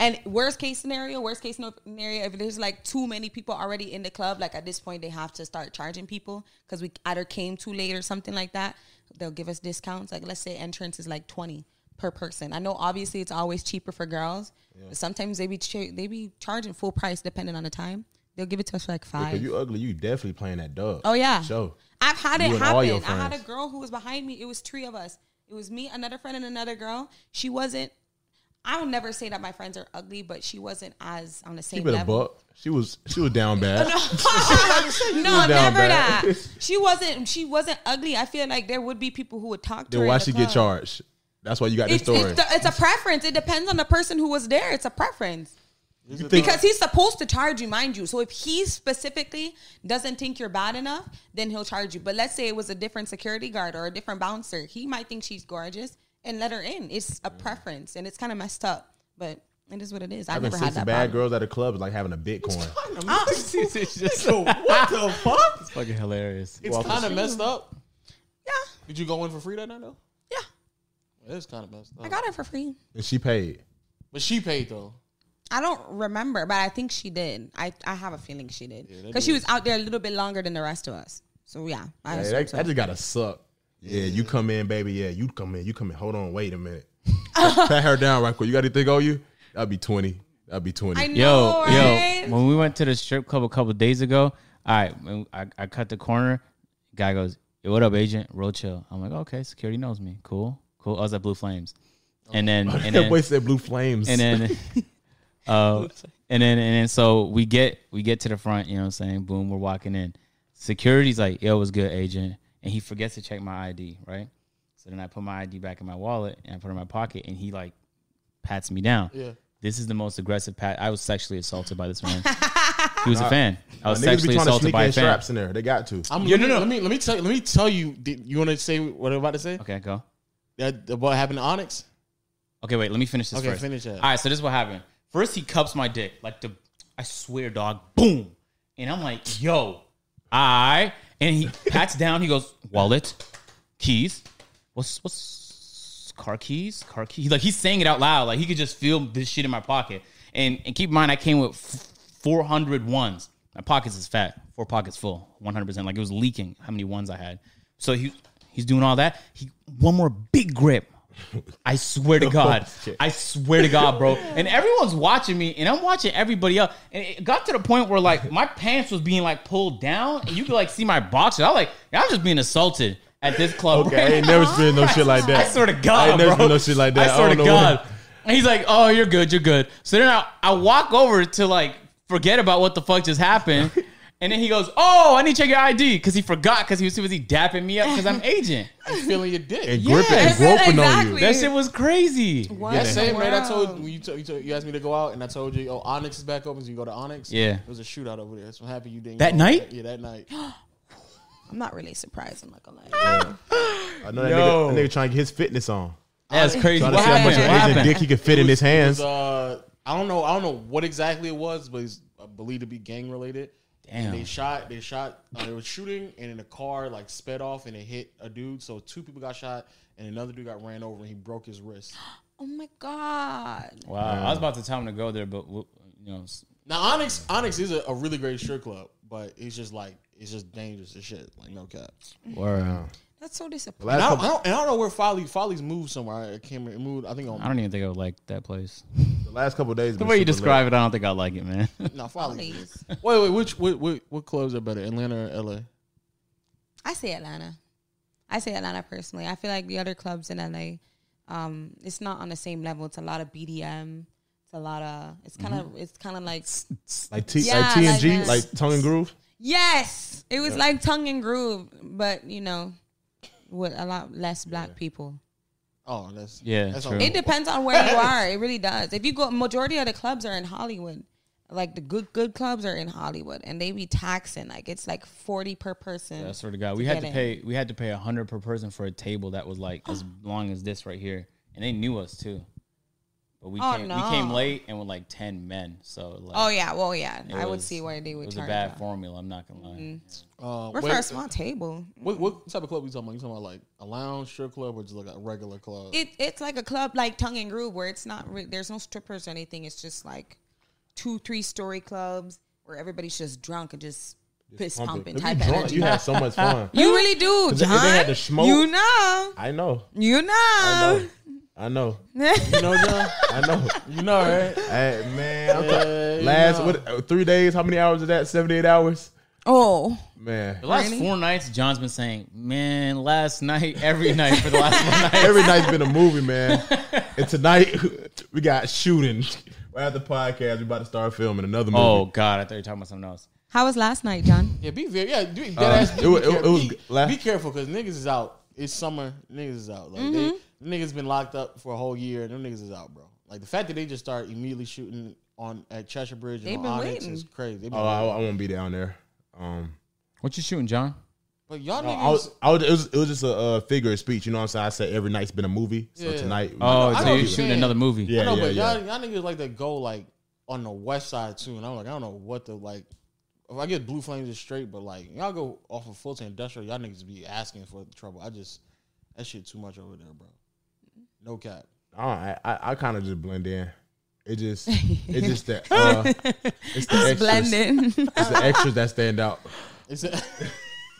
And worst case scenario, worst case scenario, if there's like too many people already in the club, like at this point they have to start charging people because we either came too late or something like that. They'll give us discounts. Like let's say entrance is like twenty per person. I know obviously it's always cheaper for girls. But sometimes they be cha- they be charging full price depending on the time. They'll give it to us for like
If
five.
you ugly, you definitely playing that dub.
Oh yeah.
So
I've had it
You and all your
happen. I had a
friends.
girl who was behind me. It was three of us. It was me, another friend, and another girl. She wasn't. I will never say that my friends are ugly, but she wasn't as on the same
keep it a
level.
buck. She was she was down bad.
no,
down
never
bad.
that. She wasn't. She wasn't ugly. I feel like there would be people who would talk to
Then
her.
why
in the
she get
club.
charged? That's why you got this
It's,
story.
it's, the- it's a preference. It depends on the person who was there. It's a preference.
you think
Because he's supposed to charge you, mind you. So if he specifically doesn't think you're bad enough, then he'll charge you. But let's say it was a different security guard or a different bouncer. He might think she's gorgeous and let her in. It's a preference and it's kind of messed up. But It is what it is.
I've
I've
been
never
seeing
had
some
that.
bad
problem.
girls at a club is like having a Bitcoin.
Ah!
it's just
Yo, what the fuck?
fucking hilarious.
It's kind of messed up.
Yeah,
Did you go in for free that night though?
yeah.
It is kind of messed up.
I got it for free.
and she paid.
but she paid though.
I don't remember, but I think she did. I, I have a feeling she did
that
because she was out there a little bit longer than the rest of us. So yeah, I
Hey,
assume
that,
so.
that just gotta suck. Yeah, you come in, baby. Yeah, you come in. You come in. Hold on. Wait a minute. Pat her down right quick. You got anything on you? That'd be twenty. That'd be twenty.
I
Yo,
know, right?
yo, when we went to the strip club a couple days ago, all right, when I, I cut the corner. Guy goes, "Yo, what up, agent? Real chill." I'm like, "Okay, security knows me. Cool, cool." I was at Blue Flames, and then and
that
then
boy said blue flames.
and then uh, and then and then so we get we get to the front, you know what I'm saying? Boom, we're walking in. Security's like, yo, what's good, agent? And he forgets to check my ID, right? So then I put my ID back in my wallet and I put it in my pocket and he like pats me down.
Yeah.
This is the most aggressive pat. I was sexually assaulted by this man. he was a
Nah,
fan. I was
Niggas be
uh, sexually
trying to
assaulted
sneak
by
in
a fan.
straps in there. They got to.
I'm,
Yeah, no,
let, me,
no.
let me let me tell let me tell you. Did, you want to say what I'm about to say?
Okay, go.
That about what happened to Onyx?
Okay, wait. Let me finish this
Okay,
first.
finish that.
All right, so this is what happened. First, he cups my dick like the, I swear, dog, boom, and I'm like, yo, I, and he pats down. He goes, wallet, keys, what's what's car keys, car keys. Like he's saying it out loud. Like he could just feel this shit in my pocket. And and keep in mind, I came with f- 400 ones. My pockets is fat. Four pockets full, 100. percent Like it was leaking how many ones I had. So he he's doing all that. He one more big grip. I swear
Oh,
to God. I swear to God, bro. And everyone's watching me, and I'm watching everybody else. And it got to the point where like my pants was being like pulled down, and you could like see my boxers. I like I'm just being assaulted at this club.
Okay, I ain't never spending no shit like that.
I swear to God,
I ain't never
bro.
spending no shit like that.
I
I
swear
don't
to
know why.
God. And he's like, "Oh, you're good, you're good." So then I, I walk over to like forget about what the fuck just happened, and then he goes, "Oh, I need to check your ID," because he forgot because he was too busy dapping me up because I'm agent.
Feeling your dick.
and gripping
Yes,
and groping on
exactly.
you.
That shit was crazy.
What
That
in
same
the
night I
world?
told when you, told you told- you asked me to go out and I told you, oh Onyx is back open, so you go to Onyx.
Yeah.
it was a shootout over there. So I'm happy you didn't.
That
go.
night?
Yeah, that night.
I'm not really surprised. I'm not gonna lie.
I know that
Yo.
nigga, that nigga trying to get his fitness on.
That's crazy.
Trying
What
to see how much
happened?
of
What
Asian
happened?
dick he could fit in his
It
hands.
was, uh, I don't know. I don't know what exactly it was, but it's uh, believed to be gang related. And
Damn.
they shot. They shot. Uh, they were shooting, and in a car like sped off, and it hit a dude. So two people got shot, and another dude got ran over, and he broke his wrist.
Oh my god.
Wow, I was about to tell him to go there, but w- you know, s-
Now Onyx, Onyx is a, a really great strip club, but it's just like it's just dangerous as shit. Like no cap.
That's so disappointing.
And I,
Last
don't,
couple,
I don't, and I don't know where Folly Folly's moved somewhere. I can't remember. It moved, I think
I
on
don't even think I would like that place.
the last couple of days.
The way you describe it, I don't think I like it, man.
no Folly.
Please.
Wait, wait, which what, what what clubs are better, Atlanta or LA?
I say Atlanta. I say Atlanta personally. I feel like the other clubs in LA, um, it's not on the same level. It's a lot of BDM. It's a lot of. It's kind of. It's kind of like.
like T,
Yeah,
like T and
like
G,
that.
like tongue and groove.
Yes, it was like tongue and groove, but you know, with a lot less black people.
Oh, that's
Yeah,
That's
true.
all-
It depends on where you are. It really does. If you go, majority of the clubs are in Hollywood. Like the good good clubs are in Hollywood, and they be taxing. Like it's like forty per person.
I swear to God, we
To
had to
get
pay we had to pay a hundred per person for a table that was like as long as this right here, and they knew us too. But we
Oh,
came we came
no.
late and were like ten men, so like
oh yeah, well yeah,
it
I would
was-
see where they would. Mm.
It was a
charge
bad
us.
formula. I'm not gonna lie.
Uh,
We're
wait,
for a small table.
What, what type of club are you talking about? You talking about like a lounge, strip club, or just like a regular club?
It it's like a club like Tongue and Groove where it's not re- there's no strippers or anything. It's just like two three story clubs where everybody's just drunk and just, piss pumping
If
type
you drunk,
energy.
you had so much fun.
You really do,
they- if they
John.
had the smoke-
You know,
I know.
you
I
know.
know. I know.
you know, John.
I know.
You know, right?
Hey, man, I'm
Yeah,
talking-
you
last
know.
what uh, three days? How many hours is that? Seventy eight hours,
oh,
man.
The last
Really?
four nights, John's been saying, "Man, last night, every night for the last four nights."
Every night's been a movie, man. And tonight we got shooting. Right after the podcast, we about to start filming another movie.
Oh God, I thought you were talking about something else.
how was last night, John?
Yeah, be very yeah. Do, dead ass,
Uh, it
be,
wa- it
care-
wa- it was
be-
g- la-
be careful because niggas is out. It's summer. Niggas is out. Like
Mm-hmm.
they, niggas been locked up for a whole year. Them niggas is out, bro. Like the fact that they just start immediately shooting on at Cheshire Bridge
They
and on
been
Onyx
waiting.
is crazy. They been
Oh, I,
waiting.
I won't be down there. Um,
What you shooting, John?
But y'all
No,
niggas,
I was, I was, it was, it was just a uh, figure of speech. You know what I'm saying? I said every night's been a movie. So
Yeah.
tonight,
Oh, so
I
you're
don't
shooting
understand.
another movie.
yeah,
I know,
yeah,
but
yeah.
y'all, y'all niggas like to go like on the west side too, and I'm like, I don't know what the like. If I get blue flames is straight, but like y'all go off of Fulton Industrial, y'all niggas be asking for trouble. I just that shit too much over there, bro. No cap.
I, don't- I, I, I kind of just blend in. It just, it's just that, uh, it's the extras,
Blending.
it's the extras that stand out.
It's a,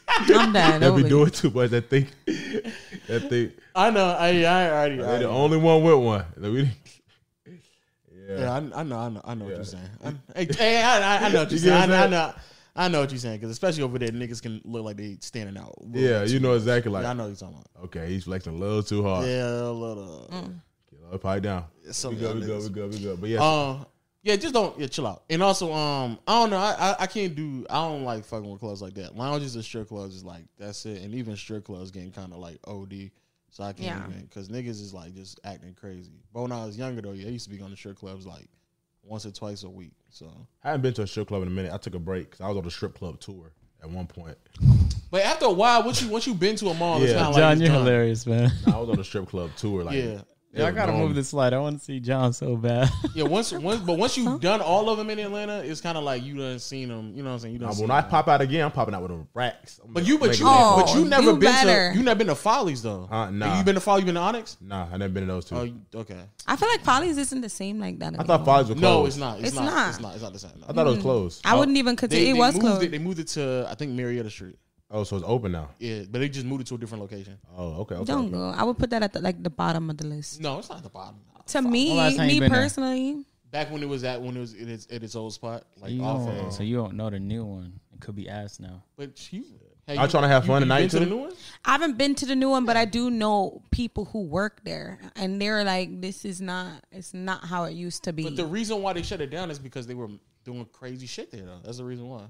I'm done.
They be
Over.
doing too much. That think, that think
I know. I I already.
they
I,
the only one with one. Like, we didn't-
yeah, I, I know. I know. I know what
Yeah.
you're saying. I, hey, hey, I, I- I know what
You
you're
get what
saying. I,
I'm
know- I
saying?
know. I know what you're saying because especially over there, niggas can look like they standing out. a little
yeah,
bit
you
too
know
much.
exactly. Like,
yeah, I know what you're talking about.
okay, he's flexing a little too hard.
Yeah, a little.
Get up, high down.
It's some
we go,
of
we
y'all
go,
niggas.
we go, we go. But yeah,
Um, yeah, just don't yeah, chill out. And also, um, I don't know, I, I I can't do I don't like fucking with clubs like that. Lounges and strip clubs is like that's it, and even strip clubs getting kind of like OD. So I can't
Yeah.
even because niggas is like just acting crazy. But when I was younger though, yeah, I used to be going to strip clubs like once or twice a week. So,
I haven't been to a strip club in a minute. I took a break because I was on a strip club tour at one point.
but after a while, once you once you been to a mall, it's
Yeah.
kind of like
John,
it's
you're
done.
hilarious, man.
I was on a strip club tour. Like,
Yeah,
it
I
was
gotta
normal.
move this slide. I want to see John so bad.
yeah. Once, once, but once you've done all of them in Atlanta, it's kind of like you done seen them. You know what I'm saying? You done
Nah,
seen
when I
them.
pop out again, I'm popping out with them racks. I'm
But you, but
making
you,
that-
Oh,
but you never
you
been
better.
to you never been to Follies though.
Uh, nah. Mm.
Have you been to Follies? You been to Onyx?
nah, I never been to those two.
Oh, you- okay.
I feel like Polly's isn't the same like that.
I thought
anymore.
Follies were closed.
No, it's not. It's,
It's
not,
not.
It's not. It's not the same. No.
I thought it was closed.
Mm. I wouldn't even consider
They-
it
they
was
moved
closed.
It, they moved it to I think Marietta Street.
Oh, so it's open now.
Yeah, but they just moved it to a different location.
Oh, okay. okay,
Don't
okay.
go. I would put that at the, like the bottom of the list.
No, it's not the bottom.
To me,
Well, that's how you
me
been there.
personally,
Back when it was at when it was at its, at its old spot, like
You
off.
don't-
of-
so you don't know the new one. It could be ass now.
but you, hey,
Y'all
you-
trying to have
you-
fun
you
tonight,
been to the
too?
new one?
I haven't been to the new one, but I do know people who work there, and they're like, "This is not. It's not how it used to be."
But the reason why they shut it down is because they were doing crazy shit there. Though. That's the reason why.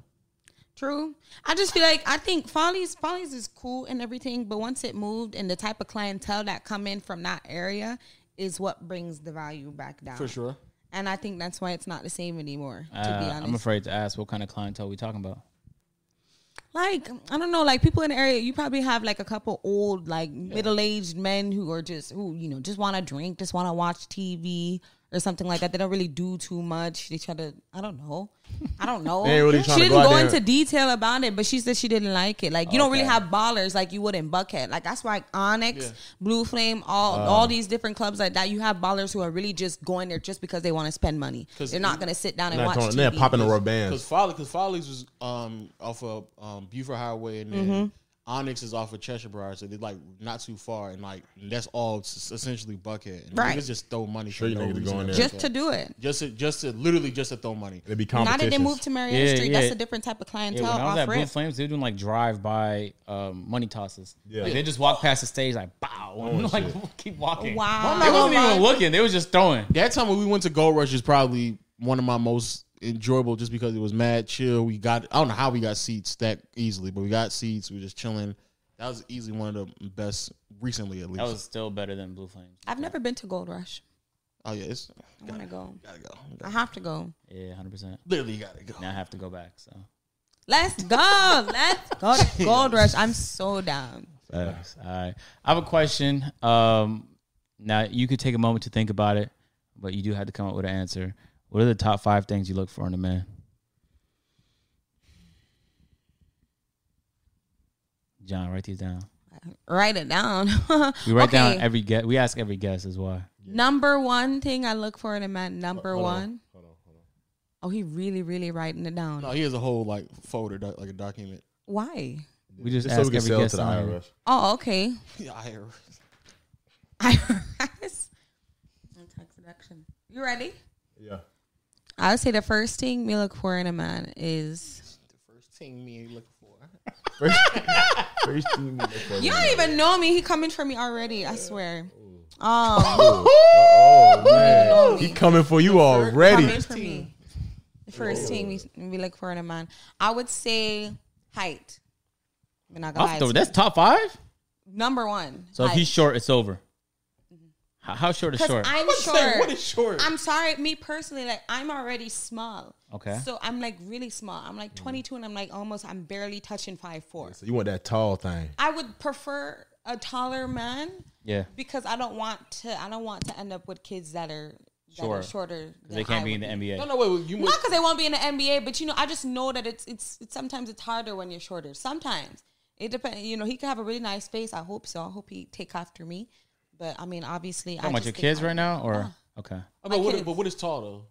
True. I just feel like I think Follies Follies is cool and everything, but once it moved and the type of clientele that come in from that area is what brings the value back down.
For sure.
And I think that's why it's not the same anymore. To be
Uh,
honest,
I'm afraid to ask what kind of clientele we talking about.
like I don't know, like people in the area, you probably have like a couple old, like middle aged men who are just who you know just want to drink, just want to watch TV or something like that. They don't really do too much. They try to, I don't know, I don't know.
They ain't really
she
tryna
didn't
go out
go,
there.
into detail about it, but she said she didn't like it. Like you don't really
Okay.
have ballers like you would in Buckhead. Like that's why Onyx,
Yeah.
Blue Flame, all
Um,
all these different clubs like that. You have ballers who are really just going there just because they want to spend money.
'Cause
They're not going to sit down and
Not
watch
throwing-
TV.
they're popping the rubber
Because
bands.
Follies, because Follies was um, off of um, Buford Highway, and then Onyx is off of Cheshire Broad, so they're like not too far, and like that's all s- essentially bucket. And
Right.
niggas just throw money.
Sure
for
you
no
niggas
reason
going
at
there.
just
Buckhead.
to do it.
just to, just to literally just to throw money.
It'd be
Now that
competition.
they moved to Marietta
Yeah,
Street,
yeah.
that's a different type of
Yeah,
clientele
when I was at
off
Blue
rip.
Flames, they were doing like drive by um, money tosses.
Yeah.
Like, they just walk past the stage like bow,
Oh,
and like keep walking.
Wow.
they wasn't even looking. They was just throwing.
That time when we went to Gold Rush is probably one of my most enjoyable, just because it was mad chill. We got I don't know how we got seats that easily, but we got seats. We were just chilling. That was easily one of the best recently, at least.
That was still better than Blue Flames.
I've never been to Gold Rush.
oh yeah, it's
I want to go.
gotta go.
I have to go.
Yeah, hundred percent.
Literally gotta go.
Now I have to go back. So
Let's go. Let's go to Gold Rush. I'm so down.
Facts. All right. I have a question. Um, now you could take a moment to think about it, but you do have to come up with an answer. What are the top five things you look for in a man? John, write these down.
Write it down.
We write down every guest. We ask every guest is why.
number one thing I look for in a man. Number
Hold on,
one.
hold on, hold on.
Oh, he really, really writing it down.
No, he has a whole like folder, doc- like a document.
Why?
We just,
Just so
ask
we can
every
sell
guest
to the
on here.
IRS.
Oh, okay.
Yeah, I hear.
IRS. Tax deduction. You ready?
Yeah.
I would say the first thing we look for in a man is
The first thing me looking for.
First, first team. okay.
You don't even know me. He coming for me already. I swear. Um,
Oh man, he coming for you already.
coming for me. The first thing we, we look for in a man, I would say height. We're not gonna
Off
lie
the-
to you.
that's top five.
number one.
So if he's short, it's over. How, how short is
Mm-hmm. because
short?
I'm
What
short.
is short?
I'm sorry, me personally, like I'm already small.
Okay.
So I'm like really small. I'm like 22 and I'm like almost, I'm barely touching five four.
So you want that tall thing?
I would prefer a taller man
yeah.
because I don't want to, I don't want to end up with kids that are, that
Sure.
are shorter.
They
than
can't
I
be
would
in the NBA.
No, no, wait, wait you
not
must,
because they won't be in the NBA, but you know, I just know that it's it's, it's sometimes it's harder when you're shorter. Sometimes it depends. You know, he could have a really nice face. I hope so. I hope he take after me. But I mean, obviously,
How
I
much your
just
kids
think
right
I'm-
now, or okay?
Oh, but, what,
kids.
but what is tall though?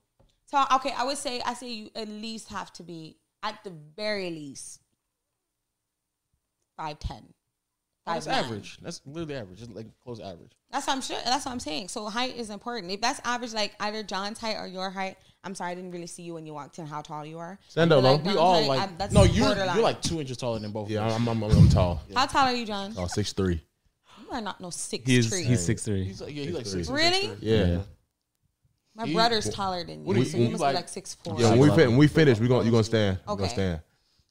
So okay, I would say I say you at least have to be at the very least five ten.
That's average. That's literally average. Just like close to average.
That's what I'm sure. That's what I'm saying. So height is important. If that's average, like either John's height or your height. I'm sorry, I didn't really see you when you walked in. How tall you are?
Stand up,
But,
though.
like,
We
We
John's
all
height,
like
I'm- that's
no, you
borderline.
you're like two inches taller than both.
Yeah,
of us.
I'm, I'm, I'm, I'm tall.
How tall are you, John?
Oh, six three.
You are not no six
He's
three. Mm-hmm.
he's six three.
He's like yeah, he's like
Six three.
six.
Really?
Yeah. yeah.
My
He-
brother's taller than
What are
you,
you-
so you
you
must
like-
be like six four.
when we
Six
fin- when we finish, we gonna you gonna stand. You
Okay.
gonna stand.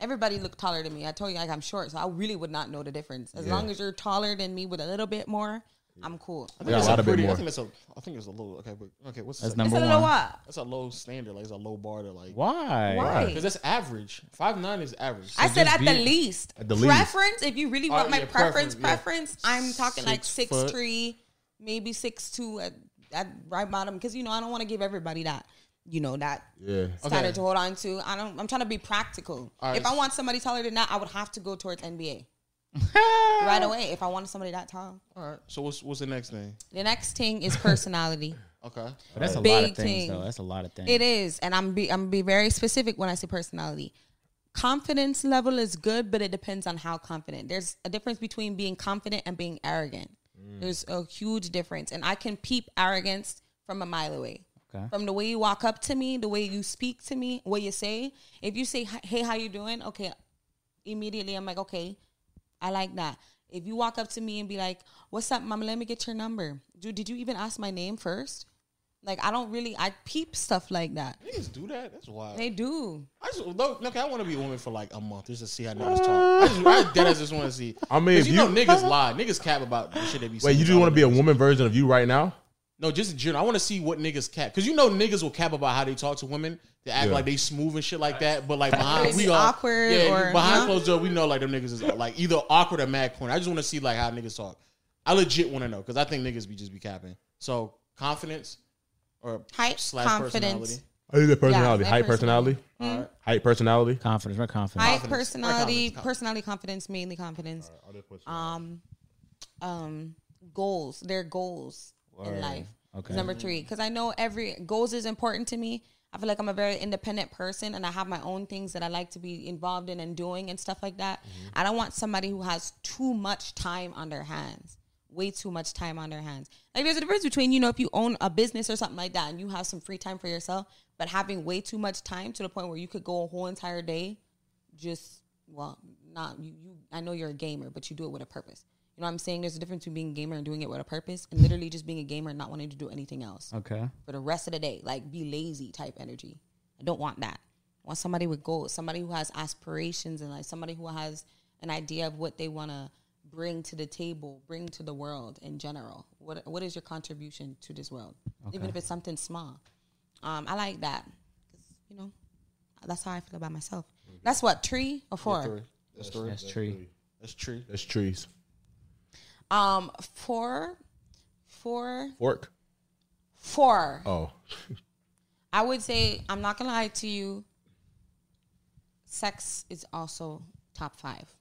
Everybody looked taller than me. I told you, like I'm short, so I really would not know the difference. As
Yeah.
long as you're taller than me with a little bit more, I'm cool.
I
We
think
got
that's
a lot of bit
pretty- I
more.
think that's a. I think it's a low. Okay, but okay, what's
That's
that's,
number
It's a
one.
little what?
that's a low standard. Like it's a low bar to like.
Why?
Why?
Because that's average. Five nine is average.
I said
just
at the
be-
least.
At the least.
preference, if you really want
Oh,
my
yeah,
preference,
preference, yeah.
preference, I'm talking like six
Six foot.
three, maybe six two at, at right bottom. Because you know, I don't want to give everybody that, you know, that
Yeah.
standard
Okay.
to hold on to. I don't I'm trying to be practical.
All right.
If I want somebody taller than that, I would have to go towards NBA. right away if I wanted somebody that tall.
All right. So what's what's the next thing?
The next thing is personality.
Okay.
But that's a
Big
lot of things,
thing.
though. That's a lot of things.
It is, and I'm be I'm be very specific when I say personality. Confidence level is good, but it depends on how confident. There's a difference between being confident and being arrogant. There's a huge difference, and I can peep arrogance from a mile away.
Okay.
From the way you walk up to me, the way you speak to me, what you say. If you say, "Hey, how you doing?" Okay, immediately I'm like, "Okay, I like that." If you walk up to me and be like, "What's up, mama? Let me get your number." Dude, did you even ask my name first? Like I don't really I peep stuff like that.
Niggas do that. That's wild.
They do.
I just no, okay. I want to be a woman for like a month just to see how niggas talk. I just, I dead ass just want to see.
I mean,
'Cause
if
you know
you-
niggas lie, niggas cap about the shit they be.
Wait,
saying
you just
about
want to be a
niggas.
woman version of you right now?
No, just in general. I want to see what niggas cap because you know niggas will cap about how they talk to women. They act
Yeah.
like they smooth and shit like that, but like behind
Is
we
it
all
awkward
yeah,
or-
behind
huh?
closed door, we know like them niggas is like either awkward or mad corny. I just want to see like how niggas talk. I legit want to know because I think niggas be just be capping. So confidence or
Height,
slash
confidence.
personality.
I need that Oh, personality.
that
Height personality.
All right.
Height personality.
confidence, right? Confidence.
High
Confidence.
personality,
Right, confidence.
personality confidence, mainly confidence. Um um goals, their goals in life.
Okay.
Number 3 cuz I know every goals is important to me. I feel like I'm a very independent person and I have my own things that I like to be involved in and doing and stuff like that.
Mm-hmm.
I don't want somebody who has too much time on their hands. Way too much time on their hands. Like there's a difference between, you know, if you own a business or something like that and you have some free time for yourself, but having way too much time to the point where you could go a whole entire day just well not you, you i know you're a gamer but you do it with a purpose you know what i'm saying there's a difference between being a gamer and doing it with a purpose and literally just being a gamer and not wanting to do anything else
Okay.
for the rest of the day like be lazy type energy i don't want that i want somebody with goals somebody who has aspirations and like somebody who has an idea of what they want to bring to the table bring to the world in general what what is your contribution to this world even if it's something small um i like that 'Cause, you know that's how i feel about myself that's what three or four
Three. That's three.
That's true.
That's tree.
That's trees.
Um, four, four,
Fork.
four.
Oh,
I would say I'm not gonna lie to you. Sex is also top five.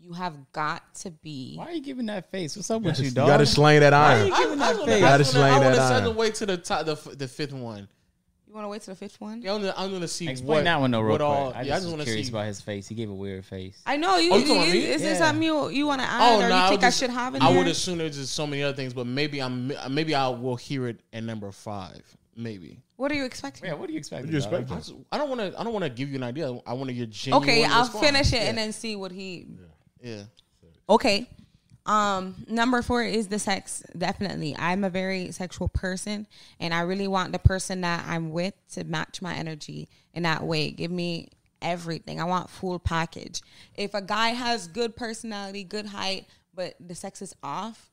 You have got to be.
Why are you giving that face? What's up with you,
you
dog?
gotta slang that iron.
I, I, just wanna-
face. Gotta
I just wanna- I
slang
want
that
to send
iron.
the way to the top, the, f- the fifth one.
You want to wait to the fifth one?
Yeah, I'm gonna, I'm gonna see
Explain
what
that one though, real
what
quick.
all-
I just,
yeah, I just
was
want to
curious
see.
about his face. He gave a weird face.
I know you.
Oh, you
you,
talking about me?
is
Yeah.
this something you you want to add
Oh
or
no!
you
I,
think
was-
I should have in
I
there?
would assume there's just so many other things, but maybe I'm maybe I will hear it at number five. Maybe
What are you expecting?
Yeah, what do you expect?
What do you expect?
I, just- I don't want to. I don't want to give you an idea. I want to your genuine.
okay, I'll
response.
finish it
Yeah.
and then see what he.
yeah.
Okay. Um, number four is the sex. Definitely. I'm a very sexual person and I really want the person that I'm with to match my energy in that way. Give me everything. I want full package. If a guy has good personality, good height, but the sex is off,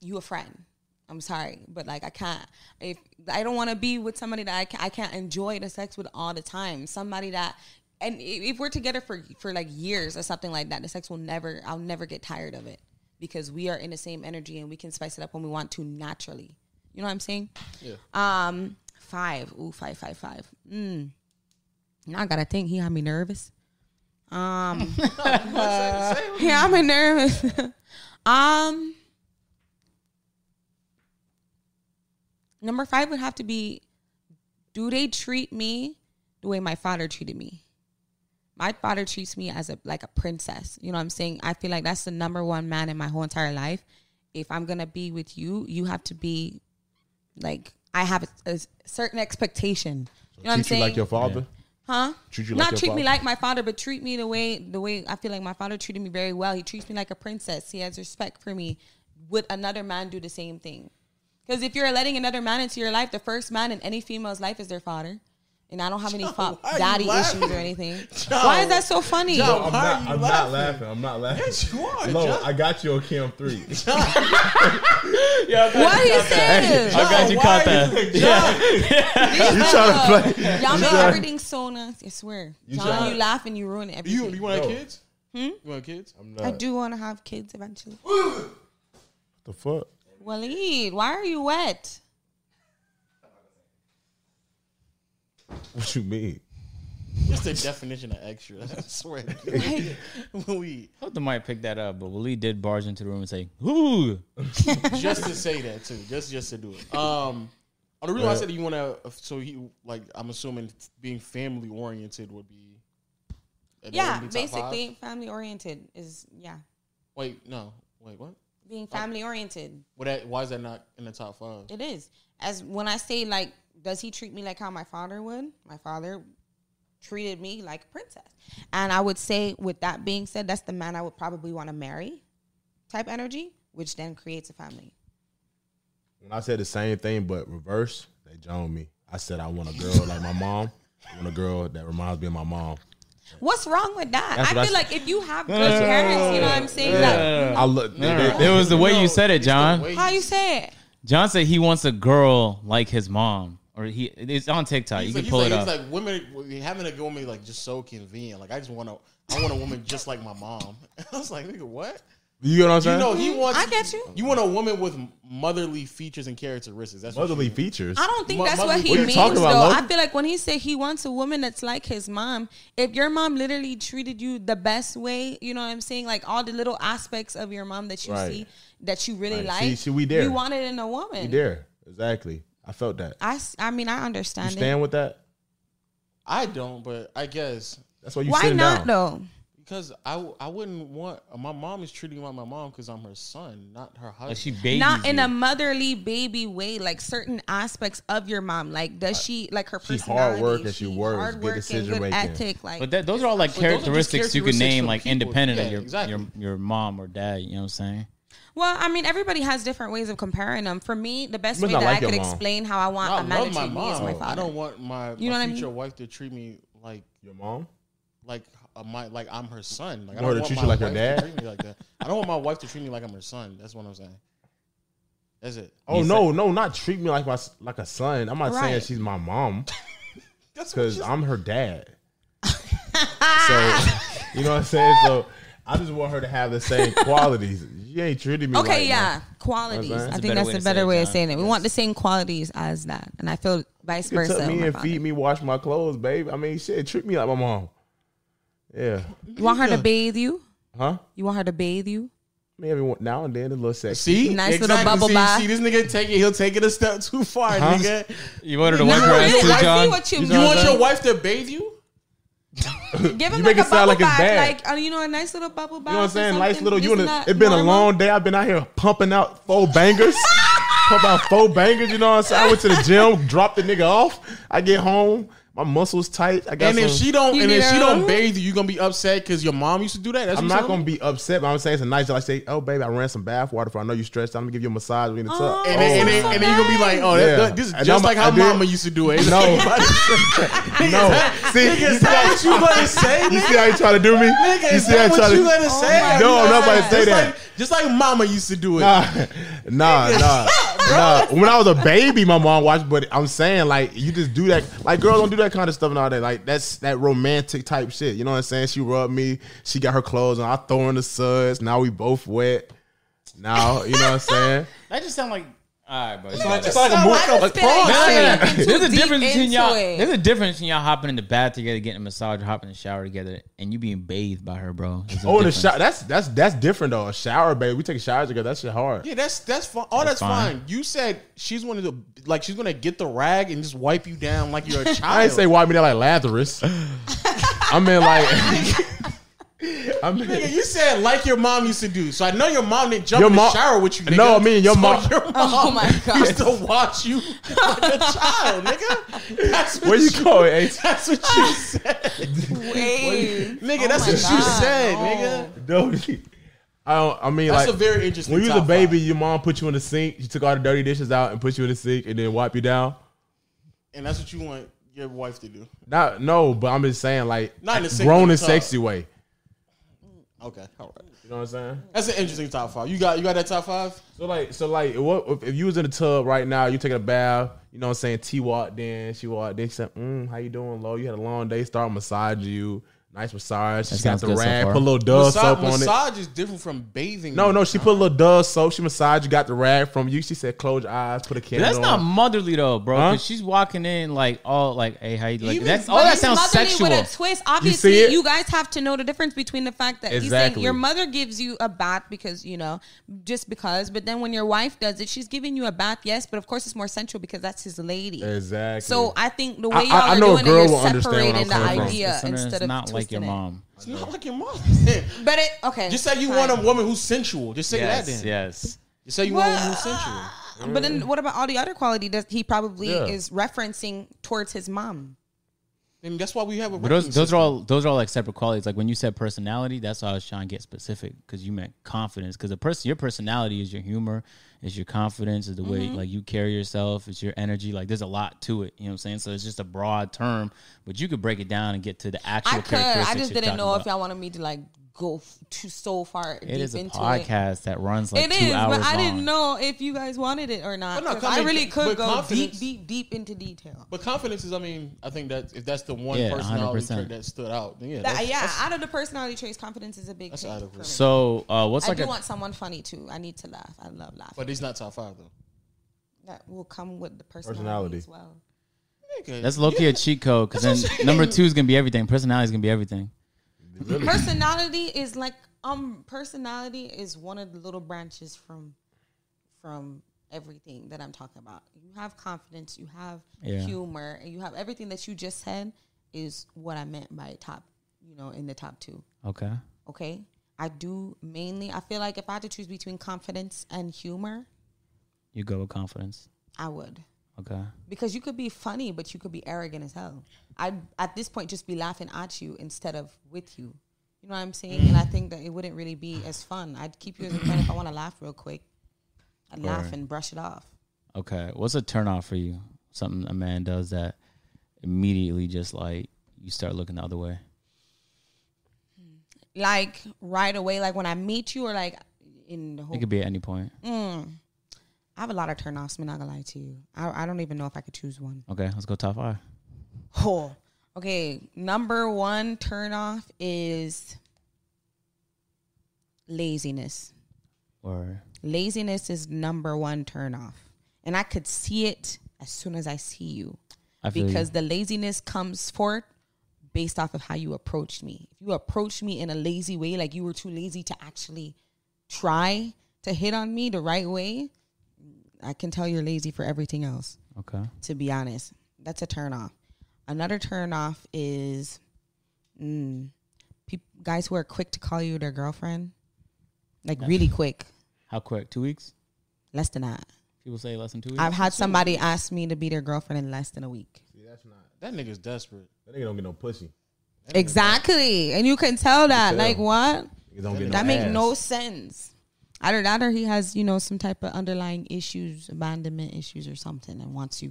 you a friend. I'm sorry, but like I can't. If I don't want to be with somebody that I can't, I can't enjoy the sex with all the time. Somebody that, and i- if we're together for for like years or something like that, the sex will never. I'll never get tired of it because we are in the same energy and we can spice it up when we want to naturally. You know what I'm saying?
Yeah.
Um, five. Ooh, five, five, five. Mm. Now I gotta think. He had me nervous. Um, yeah, I'm nervous. um, number five would have to be: Do they treat me the way my father treated me? My father treats me as a like a princess. You know what I'm saying? I feel like that's the number one man in my whole entire life. If I'm gonna be with you, you have to be like I have a, a certain expectation. You know what
Treat
I'm
you
saying?
like your father.
huh?
Treat you like
Not
your
treat me
father.
like my father, but treat me the way the way I feel like my father treated me very well. He treats me like a princess. He has respect for me. Would another man do the same thing? Because if you're letting another man into your life, the first man in any female's life is their father. And I don't have any fa-
why are you
daddy
laughing?
issues or anything.
Child.
Why is that so funny?
Child.
I'm,
Why
not,
are you
I'm not laughing. I'm not laughing.
Yes, you are,
Lo,
John.
I got you on Cam three.
What is this?
I'm glad you
Why
caught
are you-
that.
you trying to play?
Y'all make everything so nice. I swear. John,
tryna-
you laugh and you ruin
You
everything.
you want
No.
kids? You want kids?
I'm
I
not.
do want to have kids eventually.
The fuck?
Waleed, why are you wet?
What you mean?
Just the definition of extra. I swear. we
I hope they might pick that up, but Willie did barge into the room and say, "Ooh,
just to say that too. Just just to do it. Um, on the reason why I said you want to. So he like I'm assuming being family oriented would be. that
Yeah,
wouldn't be top five?
basically family oriented is yeah.
Wait, no, wait, what?
Being family oriented.
What? That, why is that not in the top five?
It is. As when I say like does he treat me like how my father would? My father treated me like a princess. And I would say with that being said, that's the man I would probably want to marry type energy, which then creates a family.
When I said the same thing but reverse, they joned me. I said I want a girl like my mom. I want a girl that reminds me of my mom.
What's wrong with that?
That's what
I
I
feel
s-
like if you have good parents, you know what I'm saying? Like,
I look. They, they,
it was the way you said it, John."
how you say it?
John said he wants a girl like his mom, or he it's on TikTok. You
He's
can
like,
pull
he's
it
like,
up.
he's like women having a go with me like just so convenient. Like I just want to, I want a woman just like my mom. I was like, nigga, what?
you get what I'm
You
saying?
know, he wants.
I get you.
You want a woman with motherly features and characteristics. That's
motherly
What you-
features.
I don't think
Mo-
that's
mother-
what he
what you
means.
talking about,
though.
Lo?
I feel like when he said he wants a woman that's like his mom, if your mom literally treated you the best way, you know what I'm saying? Like all the little aspects of your mom that you
Right.
see that you really
Right.
like.
See- see, we there.
You want it in a woman.
You there exactly. I felt that.
I, s- I mean, I
You
understand it.
stand with that?
I don't, but I guess
That's why you.
Why
sitting
not,
down.
though?
because I w- I wouldn't want my mom is treating me like my mom because I'm her son, not her husband.
Like she babies
Not in
you.
a motherly baby way, like certain aspects of your mom. Like, does she, like her
She hard
personality?
work and she works, good
hardworking,
decision making.
ethic, like,
But that, those are all like
But those are just
characteristics you can
characteristics
name
of
like
people.
independent of
Yeah,
your,
exactly.
your your mom or dad. You know what I'm saying?
Well, I mean, everybody has different ways of comparing them. For me, the best
You must
way
not
that
like
I could
your mom.
explain how I want
I
a man
love
to
my
treat me is
mom.
my father.
I don't want my,
You know what
my
I
future
mean?
wife to treat me like
Your mom.
like uh, my like I'm her son. Like I
You want
don't
her to
want
treat
my
you like her
wife
dad?
to treat me like that. I don't want my wife to treat me like I'm her son. That's what I'm saying. That's it.
Oh no, no, not treat me like my s- like a son. I'm not saying
Right.
she's my mom
That's what
because
she-
I'm her dad. so you know what I'm saying. So I just want her to have the same qualities. She ain't treating me.
Okay,
like
yeah,
my-
qualities.
That's a
I
better
think that's
way
a
to say
better
it,
way of
John.
saying it. We want the same qualities as that, and I feel vice
You
versa.
tuck
with
me
my
and
father.
feed me, wash my clothes, babe. I mean, shit, treat me like my mom. Yeah,
You want her to bathe you?
huh?
You want her to bathe you?
I mean, every now and then a little sex.
See,
Nice little bubble
see,
bath.
See, this nigga take it. He'll take it a step too far,
Huh?
nigga.
You wanted to work
No,
around
you-
too,
I see
John.
what you
You
mean.
know what I'm
Want
saying?
your wife to bathe you?
Give him
You make
like a
it sound
bubble
like it's
bath,
bad.
like uh, you know, a nice little bubble bath.
You know what I'm saying? Nice little. You
It's
in a,
not
it's been a
normal.
long day. I've been out here pumping out four bangers, pump out four bangers. You know what I'm saying? I went to the gym, dropped the nigga off. I get home, my muscles tight. I got
And if
some-
she don't,
You
and if
need
she
a-
don't bathe you, you gonna be upset because your mom used to do that. That's
I'm
what
not gonna be upset, but I'm saying it's a nice. I say, oh baby, I ran some bath water for. I know you stressed. I'm gonna give you a massage. We in the tub.
Oh,
Oh,
And then, and then, and then you gonna be like, oh, that,
Yeah.
that- this is
And
just
I'm-
like how
I did-
mama used to do it.
No. no. See, you
Nigga,
see,
is that
how,
what you gonna say?
you see how you try to do me?
Nigga,
you
is
see how
that
you try
what you
to?
gonna say?
Oh my
No, I'm not about to
God.
say
just
that.
Like, just like mama used to do it.
Nah, nah, nah. Nah, when I was a baby, my mom watched. But I'm saying, like, you just do that. Like, girls don't do that kind of stuff and all that. Like, that's that romantic type shit. You know what I'm saying? She rubbed me. She got her clothes on. I throw her in the suds. Now we both wet. Now, you know what I'm saying?
That just sound like all right, bro.
It's like a
So I
movie.
just feel like
No,
you're
no, no.
getting too
There's a
deep
difference between
into
y'all.
it.
There's a difference between y'all hopping in the bath together, getting a massage, or hopping in the shower together, and you being bathed by her, bro. There's a
Oh, in the
difference.
shower. That's that's that's different though. A shower, baby. We take showers together. That shit hard.
Yeah, that's that's fine. All
That's
that's, fine.
fine.
You said she's one of the like she's gonna get the rag and just wipe you down like you're a child.
I ain't say wipe me down like Lazarus. I mean, like, I mean,
Nigga, you said like your mom used to do. So I know your mom didn't jump
Your
in the
mom-
shower with you. Nigga.
No, I mean, your
So
mom-
Your mom
Oh my
used
god.
to watch you like a child, nigga. That's what
where you
go?
going, Ace?
That's what you said,
Wait.
nigga.
Oh
that's
my
what you
God,
said,
no.
nigga.
No, I don't. I mean,
That's
like,
a very interesting.
when you was a
top
baby,
five.
your mom put you in the sink. She took all the dirty dishes out and put you in the sink, and then wipe you down.
and that's what you want your wife to do.
Not no, but I'm just saying, like,
Not in the sink, in
grown
the
and
tub.
sexy way.
Okay, all right.
You know what I'm saying?
That's an interesting top five. You got you got that top five.
So like, so like, what if- if you was in the tub right now? You taking a bath. You know what I'm saying? T walked in. She walked in. She said, mm, "How you doing, low? You had a long day. Start massaging you. Nice massage. She got
sounds
the
good so
rag.
far.
put a little dove
Massa-
Uh, soap on it.
massage is different from bathing.
No, no, she put a little dove soap. She massaged you. Got the rag from you. She said, "Close your eyes. Put a candle."
That's not
on.
motherly though, bro. 'cause
Huh?
she's walking in like all like, hey, how you like?
Even-
that's
but
all that
It's
sounds
motherly
sexual.
With a twist. Obviously,
it?
you, guys have to know the difference between the fact that he's saying
Exactly.
your mother gives you a bath because you know just because, but then when your wife does it, she's giving you a bath, yes, but of course it's more sensual because that's his lady.
exactly.
So I think the
I-
way y'all
I- I
are
know a
doing
girl
it,
will
you're
understand where I'm
separating the
coming from.
idea
It's
instead of
not like your
twisting it.
mom.
it's not like your mom.
But it okay.
Just say you
fine.
want a woman who's sensual. Just say that
Yes,
then.
yes.
Just say you want a woman who's sensual.
But then what about all the other quality that he probably
Yeah.
is referencing towards his mom?
And that's why we have a.
But those those are all those are all like separate qualities. Like when you said personality, that's why I was trying to get specific because you meant confidence. Because the person, your personality is your humor, is your confidence, is the way
Mm-hmm.
like you carry yourself, is your energy. Like there's a lot to it. You know what I'm saying? So it's just a broad term, but you could break it down and get to the actual.
I could. I just didn't know if
y'all.
y'all wanted me to like go f- too so far deep
It is a
into it.
podcast that runs like
It
two
is,
hours
but I
long.
didn't know if you guys wanted it or not.
But no,
'cause
come
I
in-
really
but
could go deep,
confidence-
deep, deep into detail.
But confidence is. I mean, I think that if that's the one
Yeah,
personality trait
100%.
that stood out, then yeah,
That-
that's,
yeah,
that's-
out of the personality traits, confidence is a big
That's
thing
adequate.
for me.
So uh, what's
I
like
do
a
want someone funny too. I need to laugh. I love laughing.
but he's not top five though.
that will come with the personality,
Personality.
as well.
Nigga,
that's low key a cheat code because
That's
then
what I'm
number
saying.
two is gonna be everything. Personality is gonna be everything.
personality is like um personality is one of the little branches from from everything that I'm talking about. You have confidence, you have
Yeah.
humor, and you have everything that you just said is what I meant by top, you know, in the top two.
Okay.
Okay. I do mainly I feel like if I had to choose between confidence and humor,
You go with confidence.
I would.
Okay.
Because you could be funny, but you could be arrogant as hell. I'd at this point just be laughing at you instead of with you. You know what I'm saying? And I think that it wouldn't really be as fun. I'd keep you as a friend if I want to laugh real quick. I'd laugh
Right.
and brush it off.
Okay. What's a turnoff for you? Something a man does that immediately just like you start looking the other way.
Like right away, like when I meet you or like in the whole
It could be at any point.
I have a lot of turnoffs, I'm not gonna lie to you. I, I don't even know if I could choose one.
Okay, let's go top five.
Oh. Okay. Number one turnoff is laziness.
Or
laziness is number one turnoff. And I could see it as soon as I see you
I feel
because the laziness comes forth based off of how you approached me. If you approached me in a lazy way, like you were too lazy to actually try to hit on me the right way, I can tell you're lazy for everything else,
you. okay.
to be honest. That's a turnoff. Another turnoff is mm, peop guys who are quick to call you their girlfriend, like really quick,
How quick? Two weeks?
less than that.
People say less than two weeks.
I've had somebody ask me to be their girlfriend in less than a week.
that nigga's desperate.
That nigga don't get no pussy.
Exactly. And you can tell that. Like what?
Niggas don't get no
That make
ass.
no sense. Either that or he has, you know, some type of underlying issues, abandonment issues or something and wants you,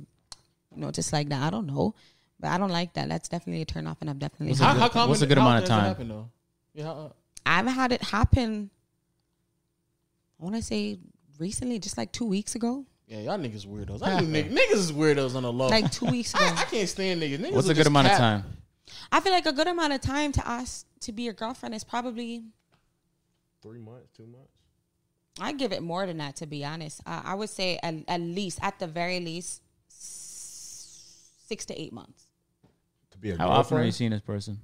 you know, just like that. I don't know. But I don't like that. That's definitely a turn off and I've definitely
Was
had-
it- good- what's a good
how
amount of time?
often does that Happen, though? Yeah, how- uh,
I've had it happen I wanna say recently, just like two weeks ago.
Yeah, y'all niggas weirdos. I knew niggas, niggas is weirdos on the low.
Like two weeks ago.
I, I can't stand niggas. niggas
What's
will
a good
just
amount of
cap.
time?
I feel like a good amount of time to ask to be your girlfriend is probably
Three months, two months.
I give it more than that, to be honest. Uh, I would say at, at least, at the very least, s- six to eight months.
To be a
How often are you
girlfriend.
seeing this person?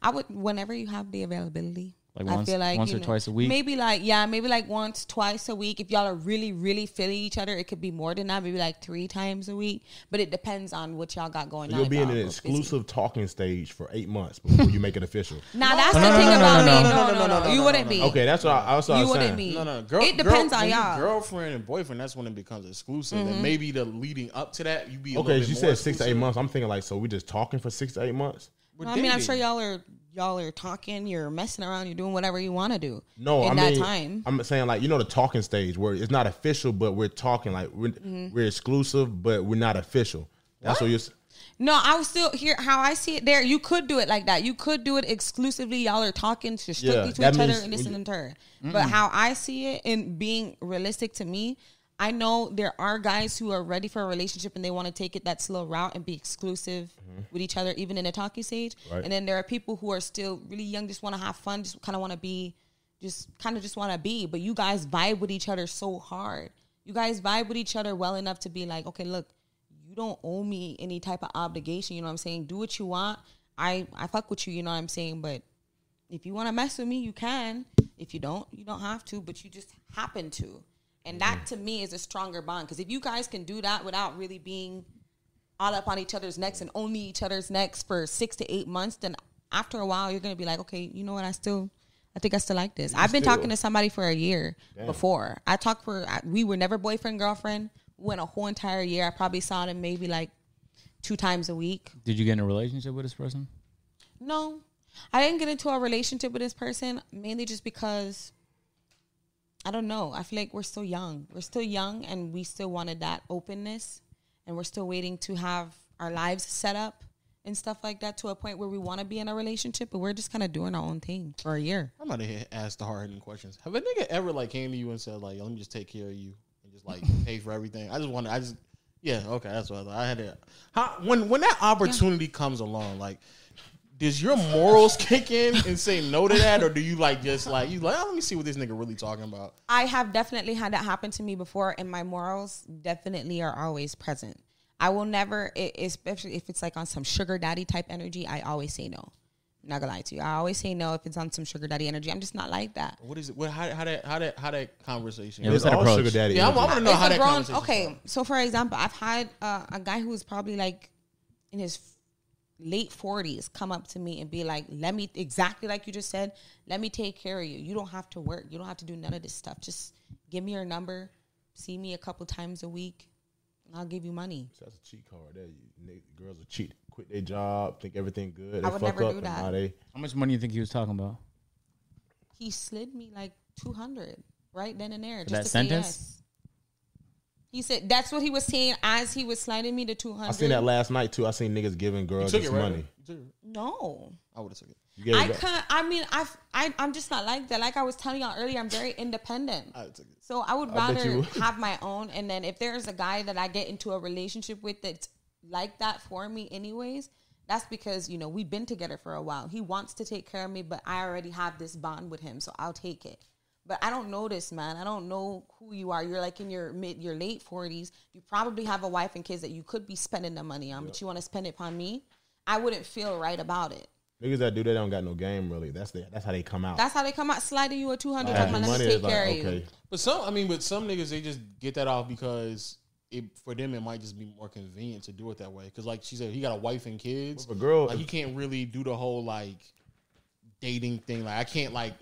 I would whenever you have the availability.
Like
I
once- once
you
or twice a week?
Maybe like yeah, maybe like once, twice a week. If y'all are really, really feeling each other, it could be more than that. Maybe like three times a week. But it depends on what y'all got going on.
You'll
if
be in
y'all
an
are busy.
exclusive talking stage for eight months before you make it official.
Now that's
No,
the
no,
thing
no, no,
about
no,
me.
no,
No, no, no,
no,
You
no,
wouldn't
no.
be.
Okay, that's what I, that's what I
You
was
wouldn't
saying.
be.
No, no, no. Girl,
It depends
girl,
on
when you
y'all.
Girlfriend and boyfriend. That's when it becomes exclusive. And maybe the leading up to that, you be a
Mm-hmm. Okay,
Little bit
you
more
said six to eight
exclusive.
months. I'm thinking like, so we just talking for six to eight months?
We're
No, I mean, I'm
dating.
sure y'all are y'all are talking, you're messing around, you're doing whatever you want to do.
No,
in
I
that
mean,
time.
I'm saying like you know the talking stage where it's not official, but we're talking like we're,
Mm-hmm.
we're exclusive, but we're not official. That's what you're. s-
No, I was still here. How I see it, there you could do it like that. You could do it exclusively. Y'all are talking to strictly
Yeah,
to
that
each other
means-
and this and that. But how I see it, and being realistic to me, I know there are guys who are ready for a relationship and they want to take it that slow route and be exclusive with each other, even in a talking stage.
Mm-hmm. Right.
And then there are people who are still really young, just want to have fun, just kind of want to be, just kind of just want to be. But you guys vibe with each other so hard. You guys vibe with each other well enough to be like, okay, look, you don't owe me any type of obligation. You know what I'm saying? Do what you want. I I fuck with you. You know what I'm saying? But if you want to mess with me, you can. If you don't, you don't have to. But you just happen to, and that to me is a stronger bond. Because if you guys can do that without really being all up on each other's necks and only each other's necks for six to eight months, then after a while you're gonna be like, okay, you know what? I still, I think I still like this. I've been
still-
talking to somebody for a year before. I talked for I, we were never boyfriend girlfriend. Went a whole entire year. I probably saw them maybe like two times a week.
Did you get in a relationship with this person?
No, I didn't get into a relationship with this person mainly just because I don't know. I feel like we're still young. We're still young, and we still wanted that openness, and we're still waiting to have our lives set up and stuff like that to a point where we want to be in a relationship, but we're just kind of doing our own thing for a year.
I'm gonna hit- ask the hard hitting questions. Have a nigga ever like came to you and said like, "Let me just take care of you and just like pay for everything"? I just want to. I just yeah, okay, that's what I thought. I had to. How, when when that opportunity comes along, like, does your morals kick in and say no to that, or do you like just like you like? "Oh, let me see what this nigga really talking about.
I have definitely had that happen to me before, and my morals definitely are always present. I will never, e- especially if it's like on some sugar daddy type energy, I always say no. I'm not gonna lie to you. I always say no if it's on some sugar daddy energy. I'm just not like that.
What is it? What how, how that how that how that conversation?
Yeah,
Yeah,
what's that
all
approach?
sugar daddy.
I'm, I'm
energy.
gonna know
It's
how
a
that
grown-
conversation.
Okay, so for example, I've had uh, a guy who was probably like in his late forties come up to me and be like, "Let me exactly like you just said. Let me take care of you. You don't have to work. You don't have to do none of this stuff. Just give me your number. See me a couple times a week, and I'll give you money."
That's a cheat card. That you, nigg- girls are cheat. Quit their job, think everything good. They
I would
fuck
never
up
do
and
that.
now they
How much money do you think he was talking about?
He slid me like two hundred right then and there. Just
that
to
sentence?
Say yes. He said that's what he was saying as he was sliding me to two
I seen that
hundred.
last night too. I seen niggas giving
You
girls
took
this
it right.
Oh, money.
You took it.
No.
I would have took it.
You gave
I
it back.
can't. I mean, I've, I, I'm just not like that. Like I was telling y'all earlier, I'm very independent.
I would took it.
So I would
I bet you
rather
would.
have my own. And then if there's a guy that I get into a relationship with that's like that for me, anyways, that's because you know we've been together for a while. He wants to take care of me, but I already have this bond with him, so I'll take it. But I don't know this man. I don't know who you are. You're like in your mid, your late forties. You probably have a wife and kids that you could be spending the money on, but you want to spend it on me. I wouldn't feel right about it.
Niggas that do that don't got no game really. That's the, that's how they come out.
That's how they come out sliding you a 200
They
oh,
have
talking
the
about, let
money
me take
is like,
care of you.
okay.
But some, I mean, but some niggas they just get that off because it for them it might just be more convenient to do it that way. Because like she said, he got a wife and kids.
But if a girl-
like, he can't really do the whole like dating thing. Like I can't like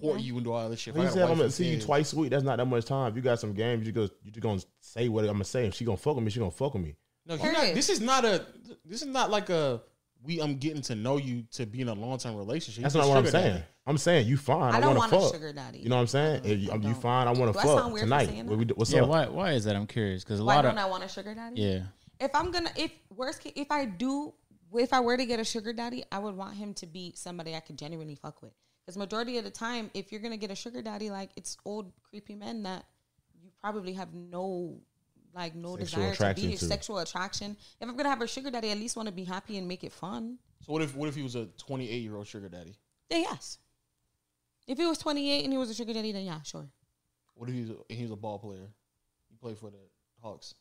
court you and do all this shit. If I
He
got a
said,
wife
I'm gonna
and
see you
kids-
twice a week. That's not that much time. If you got some games, you go you just gonna say what I'm gonna say. If she gonna fuck with me, she gonna fuck with me.
No, he not,
Period.
this is not a. This is not like a. We I'm getting to know you to be in a long term relationship.
That's
You
not
just
what I'm
sugar
saying.
daddy.
I'm saying you fine.
I
I,
don't
want
want a
to fuck.
sugar daddy.
You know what I'm saying? If you, I'm, you
don't.
fine. I want
Do
to
I sound
fuck
weird for
tonight.
saying
What we do- what's
yeah,
up?
why why is that? I'm curious because a
Why
lot of
don't I want a sugar daddy?
yeah.
If I'm gonna, if worst case, if I do, if I were to get a sugar daddy, I would want him to be somebody I could genuinely fuck with. Because majority of the time, if you're gonna get a sugar daddy, like it's old creepy men that you probably have no like no
Sexual
desire to
attraction
be
too.
sexual attraction. If I'm gonna have a sugar daddy, I at least want to be happy and make it fun.
So what if what if he was a 28 year old sugar daddy?
Then yes. If he was 28 and he was a sugar daddy, then yeah, sure.
What if he was a, he was a ball player? He played for the Hawks.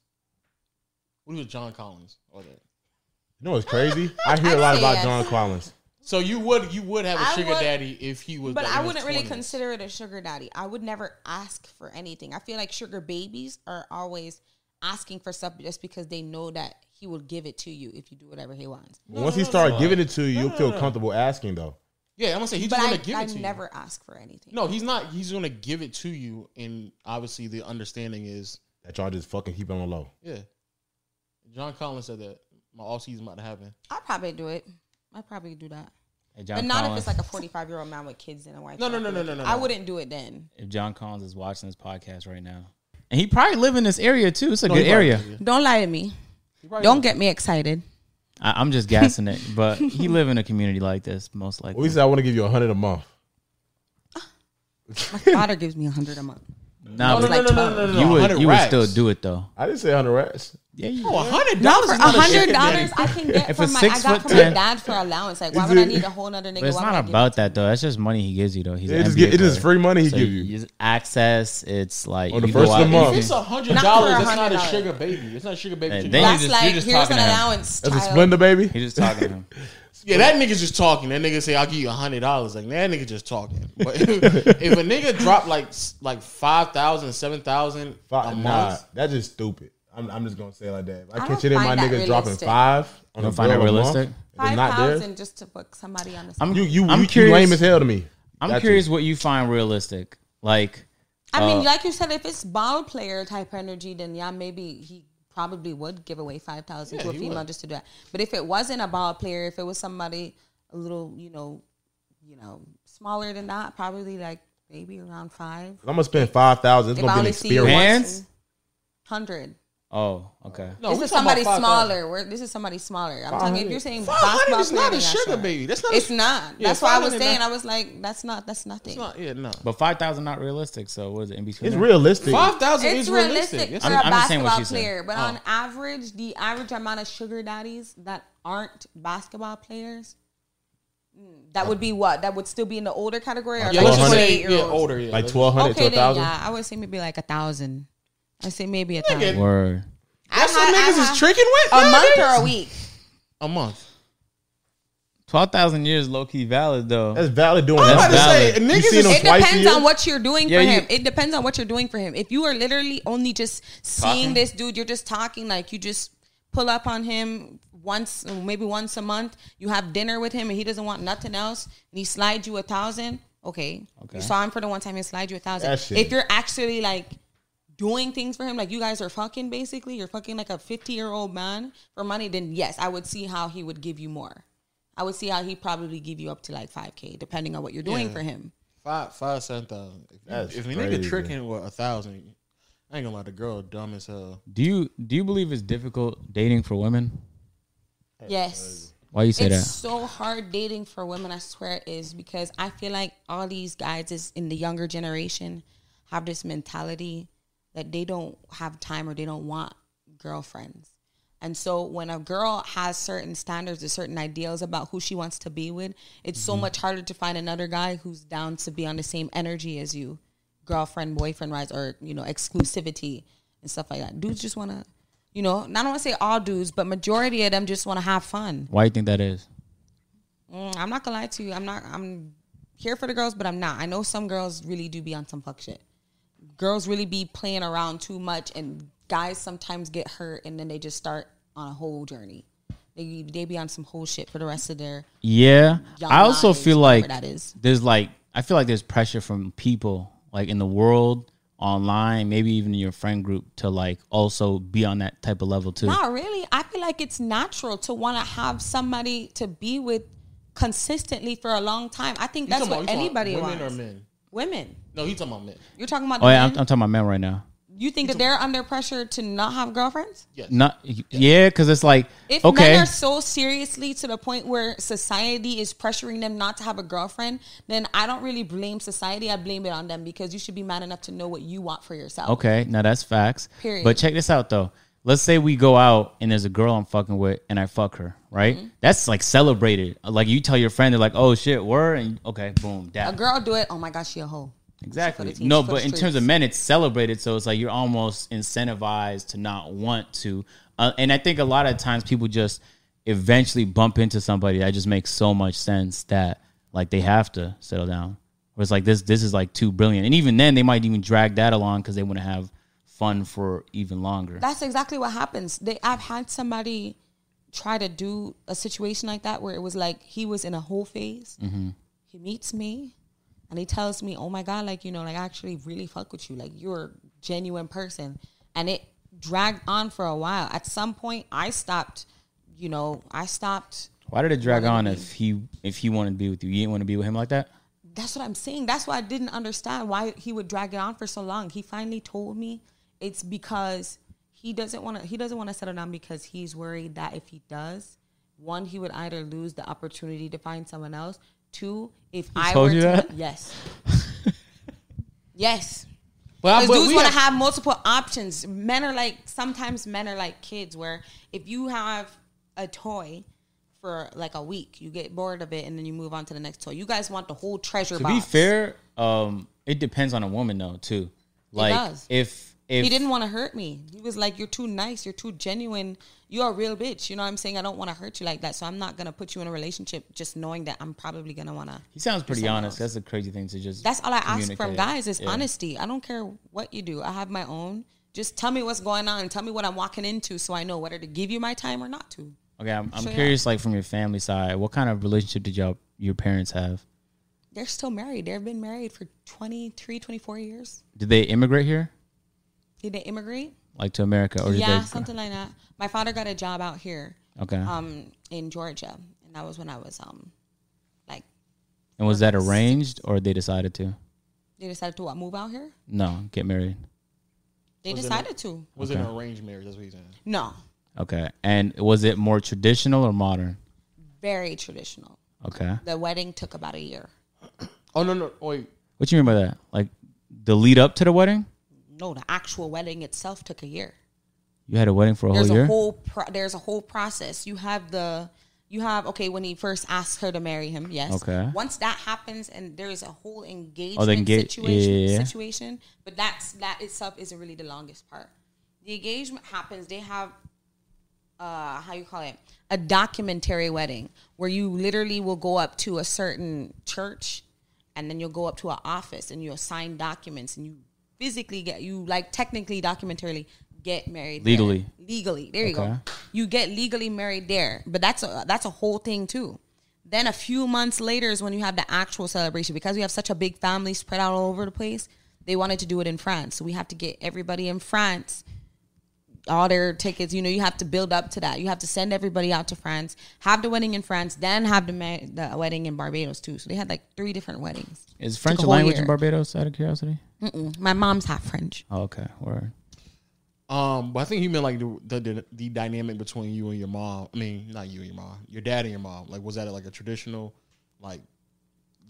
What if he was John Collins or that?
You know what's crazy? I hear a
I'd
lot
say
about
yes.
John Collins.
So you would you would have a
I
sugar
would-
daddy if he was,
But
like, in
I
his
wouldn't really
20s.
consider it a sugar daddy. I would never ask for anything. I feel like sugar babies are always asking for stuff just because they know that he will give it to you if you do whatever he wants.
But once he started giving it to you, you feel comfortable asking though.
Yeah, I'm gonna say he's
But
just gonna
I,
give
I
it to
never ask for anything.
you. No, he's not. He's gonna give it to you, and obviously the understanding is
That y'all just fucking keep it on the low.
yeah. John Collins said that my off season about to happen.
I'll probably do it. I probably do that.
Hey, John
But not
Collins,
if it's like a 45 year old man with kids and a wife.
No, no,
and a
no, no,
family.
no, no,
I
no.
wouldn't do it then.
if John Collins is watching this podcast right now, and he probably live in this area too. It's a good
he probably
area.
does, yeah.
Don't lie to me. Don't get me excited.
I, I'm just gassing it, but he live in a community like this most
Well,
likely.
he said, I want to give you a hundred a month.
My father gives me a hundred a month.
Nah,
no,
but
no, no, no,
Oh, no,
you would
100
you would
racks.
still do it though.
I didn't say hundred rats.
Yeah, you,
Oh, hundred
No,
dollars.
for a hundred dollars I can get
If
from
it's
my
six
I got
foot
from
ten.
my dad for allowance. Like, why would I need a whole other nigga?
but it's
Why would I
not
give-
about that though. That's just money he gives you though. He's
It
an
just
NBA
get, it just
player.
free money he
So
give
you-
you.
it's access. It's like
On the
you go
first of the
out-
month.
If it's a hundred
Not for
dollars, it's not a
$100.
sugar baby. It's not a sugar baby.
Hey,
to you.
then you
That's
just-
like
you're just
here's
talking
an
to him.
allowance.
That's a
child.
splendor, baby.
He just talking to him.
Yeah, that nigga's just talking. That nigga say, "I'll give you a hundred dollars." Like nah, that nigga just talking. But if, if a nigga drop like s- like five thousand, seven thousand a
Five,
month,
nah, that's just stupid. I'm, I'm just gonna say it like that. If I,
I
catch it
don't
in my
find that
niggas dropping
realistic.
five on
don't
a
find
bill a
that
month,
realistic?
and they're
Five
not there.
thousand just to book somebody on the side.
You you
I'm
you,
curious-
you lame as hell to me.
I'm
Got you.
curious what you find realistic. Like,
I mean, like you said, if it's ball player type energy, then yeah, maybe he probably would give away five thousand to
Yeah,
a
he
female
would.
just to do that. But if it wasn't a ball player, if it was somebody a little, you know, you know, smaller than that, probably like maybe around five.
I'm gonna spend five thousand. It's
If
gonna
I
be an
only see you
experience.
Hands?
once, hundred.
oh, okay.
no,
this
we
is
talking about
somebody
5,000.
smaller. We're, this is somebody smaller. I'm telling you, if
500.
you're saying
500
basketball
is not
player,
a
yeah,
sugar
sure.
baby. That's not.
It's
a,
not.
Yeah,
that's why I was
500
saying.
not-
I was like, that's not. That's nothing.
It's not. Yeah, no.
But five thousand not realistic. So what is it? NBC?
It's realistic.
Five thousand
It's
is realistic.
realistic
It's
for
I'm-
a
not-
I'm just saying what
basketball
she said.
player, but
Oh.
on average, the average amount of sugar daddies that aren't basketball players, mm, that would be what? That would still be in the older category, or
yeah,
like
let's just
100.
say yeah,
28-year-olds?
older. Yeah,
Like
let's-
twelve hundred
Okay,
to a
then
thousand.
yeah, I would say maybe like a thousand. I say maybe a
Nigga,
thousand.
Word.
That's what
I- I-
niggas
I-
is tricking with.
A month
nowadays?
or a week.
a month.
Twelve thousand years low key valid though.
That's valid doing
I'm
that.
about to say
valid.
You
niggas
seen
is
them
It
twice a
depends
year?
on what you're doing
Yeah,
for
you-
him. It depends on what you're doing for him. If you are literally only just
Talking?
seeing this dude, you're just talking like you just pull up on him once, maybe once a month. You have dinner with him, and he doesn't want nothing else, and he slides you a thousand. Okay,
Okay.
you saw him for the one time, he slide you a thousand.
That shit.
If you're actually like doing things for him, like you guys are fucking basically, you're fucking like a 50 year old man for money, then yes, I would see how he would give you more. I would see how he probably give you up to like 5K, depending on what you're doing
Yeah.
for him.
Five, five, seven thousand. If,
That's
you- if a
crazy.
nigga tricking with a thousand, I ain't gonna lie. The girl dumb as hell.
Do you do you believe it's difficult dating for women?
Yes.
Why you say
It's
that?
so hard dating for women, I swear it is, because I feel like all these guys is in the younger generation have this mentality that they don't have time or they don't want girlfriends. And so when a girl has certain standards or certain ideals about who she wants to be with, it's
Mm-hmm.
so much harder to find another guy who's down to be on the same energy as you. Girlfriend, boyfriend wise or, you know, exclusivity and stuff like that. Dudes just wanna you know, and I don't want to say all dudes, but majority of them just want to have fun.
Why you think that is?
Mm, I'm not gonna lie to you. I'm not. I'm here for the girls, but I'm not. I know some girls really do be on some fuck shit. Girls really be playing around too much, and guys sometimes get hurt, and then they just start on a whole journey. They they be on some whole shit for the rest of their.
Yeah,
Young
I also
minds,
feel
whatever
like
that is.
there's like I feel like there's pressure from people like in the world, online, maybe even in your friend group to like also be on that type of level too.
Not really. I feel like it's natural to want to have somebody to be with consistently for a long time. I think
You
that's
talking
what
about- you talking
anybody
about
wants.
Women or men?
Women.
No, he talking about men.
You're talking about.
oh yeah, I'm,
men?
I'm talking about men right now.
You think that they're under pressure to not have girlfriends?
Not yeah, because it's like
If
okay,
men are so seriously to the point where society is pressuring them not to have a girlfriend, then I don't really blame society. I blame it on them because you should be man enough to know what you want for yourself.
okay. Now that's facts.
Period.
But check this out though. Let's say we go out and there's a girl I'm fucking with and I fuck her, right?
Mm-hmm.
That's like celebrated. Like you tell your friend, they're like, "Oh shit, we're and okay, boom,
A
dab.
girl do it. Oh my gosh, she a hoe.
Exactly.
teens,
No,
for the
but in terms of
streets.
men, it's celebrated. So it's like you're almost incentivized to not want to. Uh, and I think a lot of times people just eventually bump into somebody that just makes so much sense that like they have to settle down. Where it's like this, this is like too brilliant. And even then, they might even drag that along because they want to have fun for even longer.
That's exactly what happens. They, I've had somebody try to do a situation like that where it was like he was in a whole phase. He meets me, and he tells me, "Oh my god, like you know, like I actually really fuck with you. Like you're a genuine person." And it dragged on for a while. At some point, I stopped. You know, I stopped.
Why did it drag on if he if he wanted to be with you? You didn't want to be with him like that.
That's what I'm saying. That's why I didn't understand why he would drag it on for so long. He finally told me it's because he doesn't want to. He doesn't want to settle down because he's worried that if he does, one, he would either lose the opportunity to find someone else. Two, if I
told
were
you
to,
that?
yes, yes,
But,
because dudes
we
want to
have-
have multiple options. Men are like sometimes men are like kids, where if you have a toy for like a week, you get bored of it and then you move on to the next toy. You guys want the whole treasure
To
box.
be fair, um, it depends on a woman though too. Like
does.
if if
he didn't want to hurt me. He was like, "You're too nice. You're too genuine. You're a real bitch." You know what I'm saying? I don't want to hurt you like that, so I'm not gonna put you in a relationship just knowing that I'm probably gonna wanna.
He sounds pretty
someone
honest. That's a crazy thing to just.
That's all I ask from
communicate.
guys is
Yeah.
honesty. I don't care what you do. I have my own. Just tell me what's going on. Tell me what I'm walking into, so I know whether to give you my time or not to.
Okay, I'm, I'm
So, yeah.
curious. Like from your family side, what kind of relationship did y'all your parents have?
They're still married. They've been married for 23, 24 years.
Did they immigrate here,
Did they immigrate?
like to America, or did
Yeah,
they?
something like that. My father got a job out here
Okay,
um, in Georgia, and that was when I was um, like
and was that arranged or they decided to?
They decided to what, move out here?
No, get married.
They
Was it
decided to.
Was it an arranged marriage? That's what he's saying.
No,
Okay, and was it more traditional or modern?
very traditional.
Okay,
The wedding took about a year.
Oh no no wait.
what you mean by that? Like the lead up to the wedding,
No, the actual wedding itself took a year.
you had a wedding for a
There's
whole year.
a whole pro- there's a whole process. You have the you have okay when he first asked her to marry him. Yes.
Okay. Oh,
Once that happens, and there's a whole engagement
enga-
situation.
yeah, yeah, yeah.
Situation, but that's that itself isn't really the longest part. The engagement happens. They have uh, how you call it a documentary wedding where you literally will go up to a certain church and then you'll go up to an office and you'll sign documents and you physically get you like technically documentarily get married there.
Legally.
legally there you
Okay.
go you get legally married there but that's a that's a whole thing too then a few months later is when you have the actual celebration because we have such a big family spread out all over the place they wanted to do it in france so we have to get everybody in france all their tickets. You know, you have to build up to that. You have to send everybody out to France, have the wedding in France, then have the ma- the wedding in Barbados too. So they had like three different weddings.
Is French a
took a whole
language
year.
in Barbados? Out of curiosity.
My mom's half French.
Oh, okay, word.
Um, but I think he meant like the, the the the dynamic between you and your mom. I mean, not you and your mom, your dad and your mom. Like, was that like a traditional, like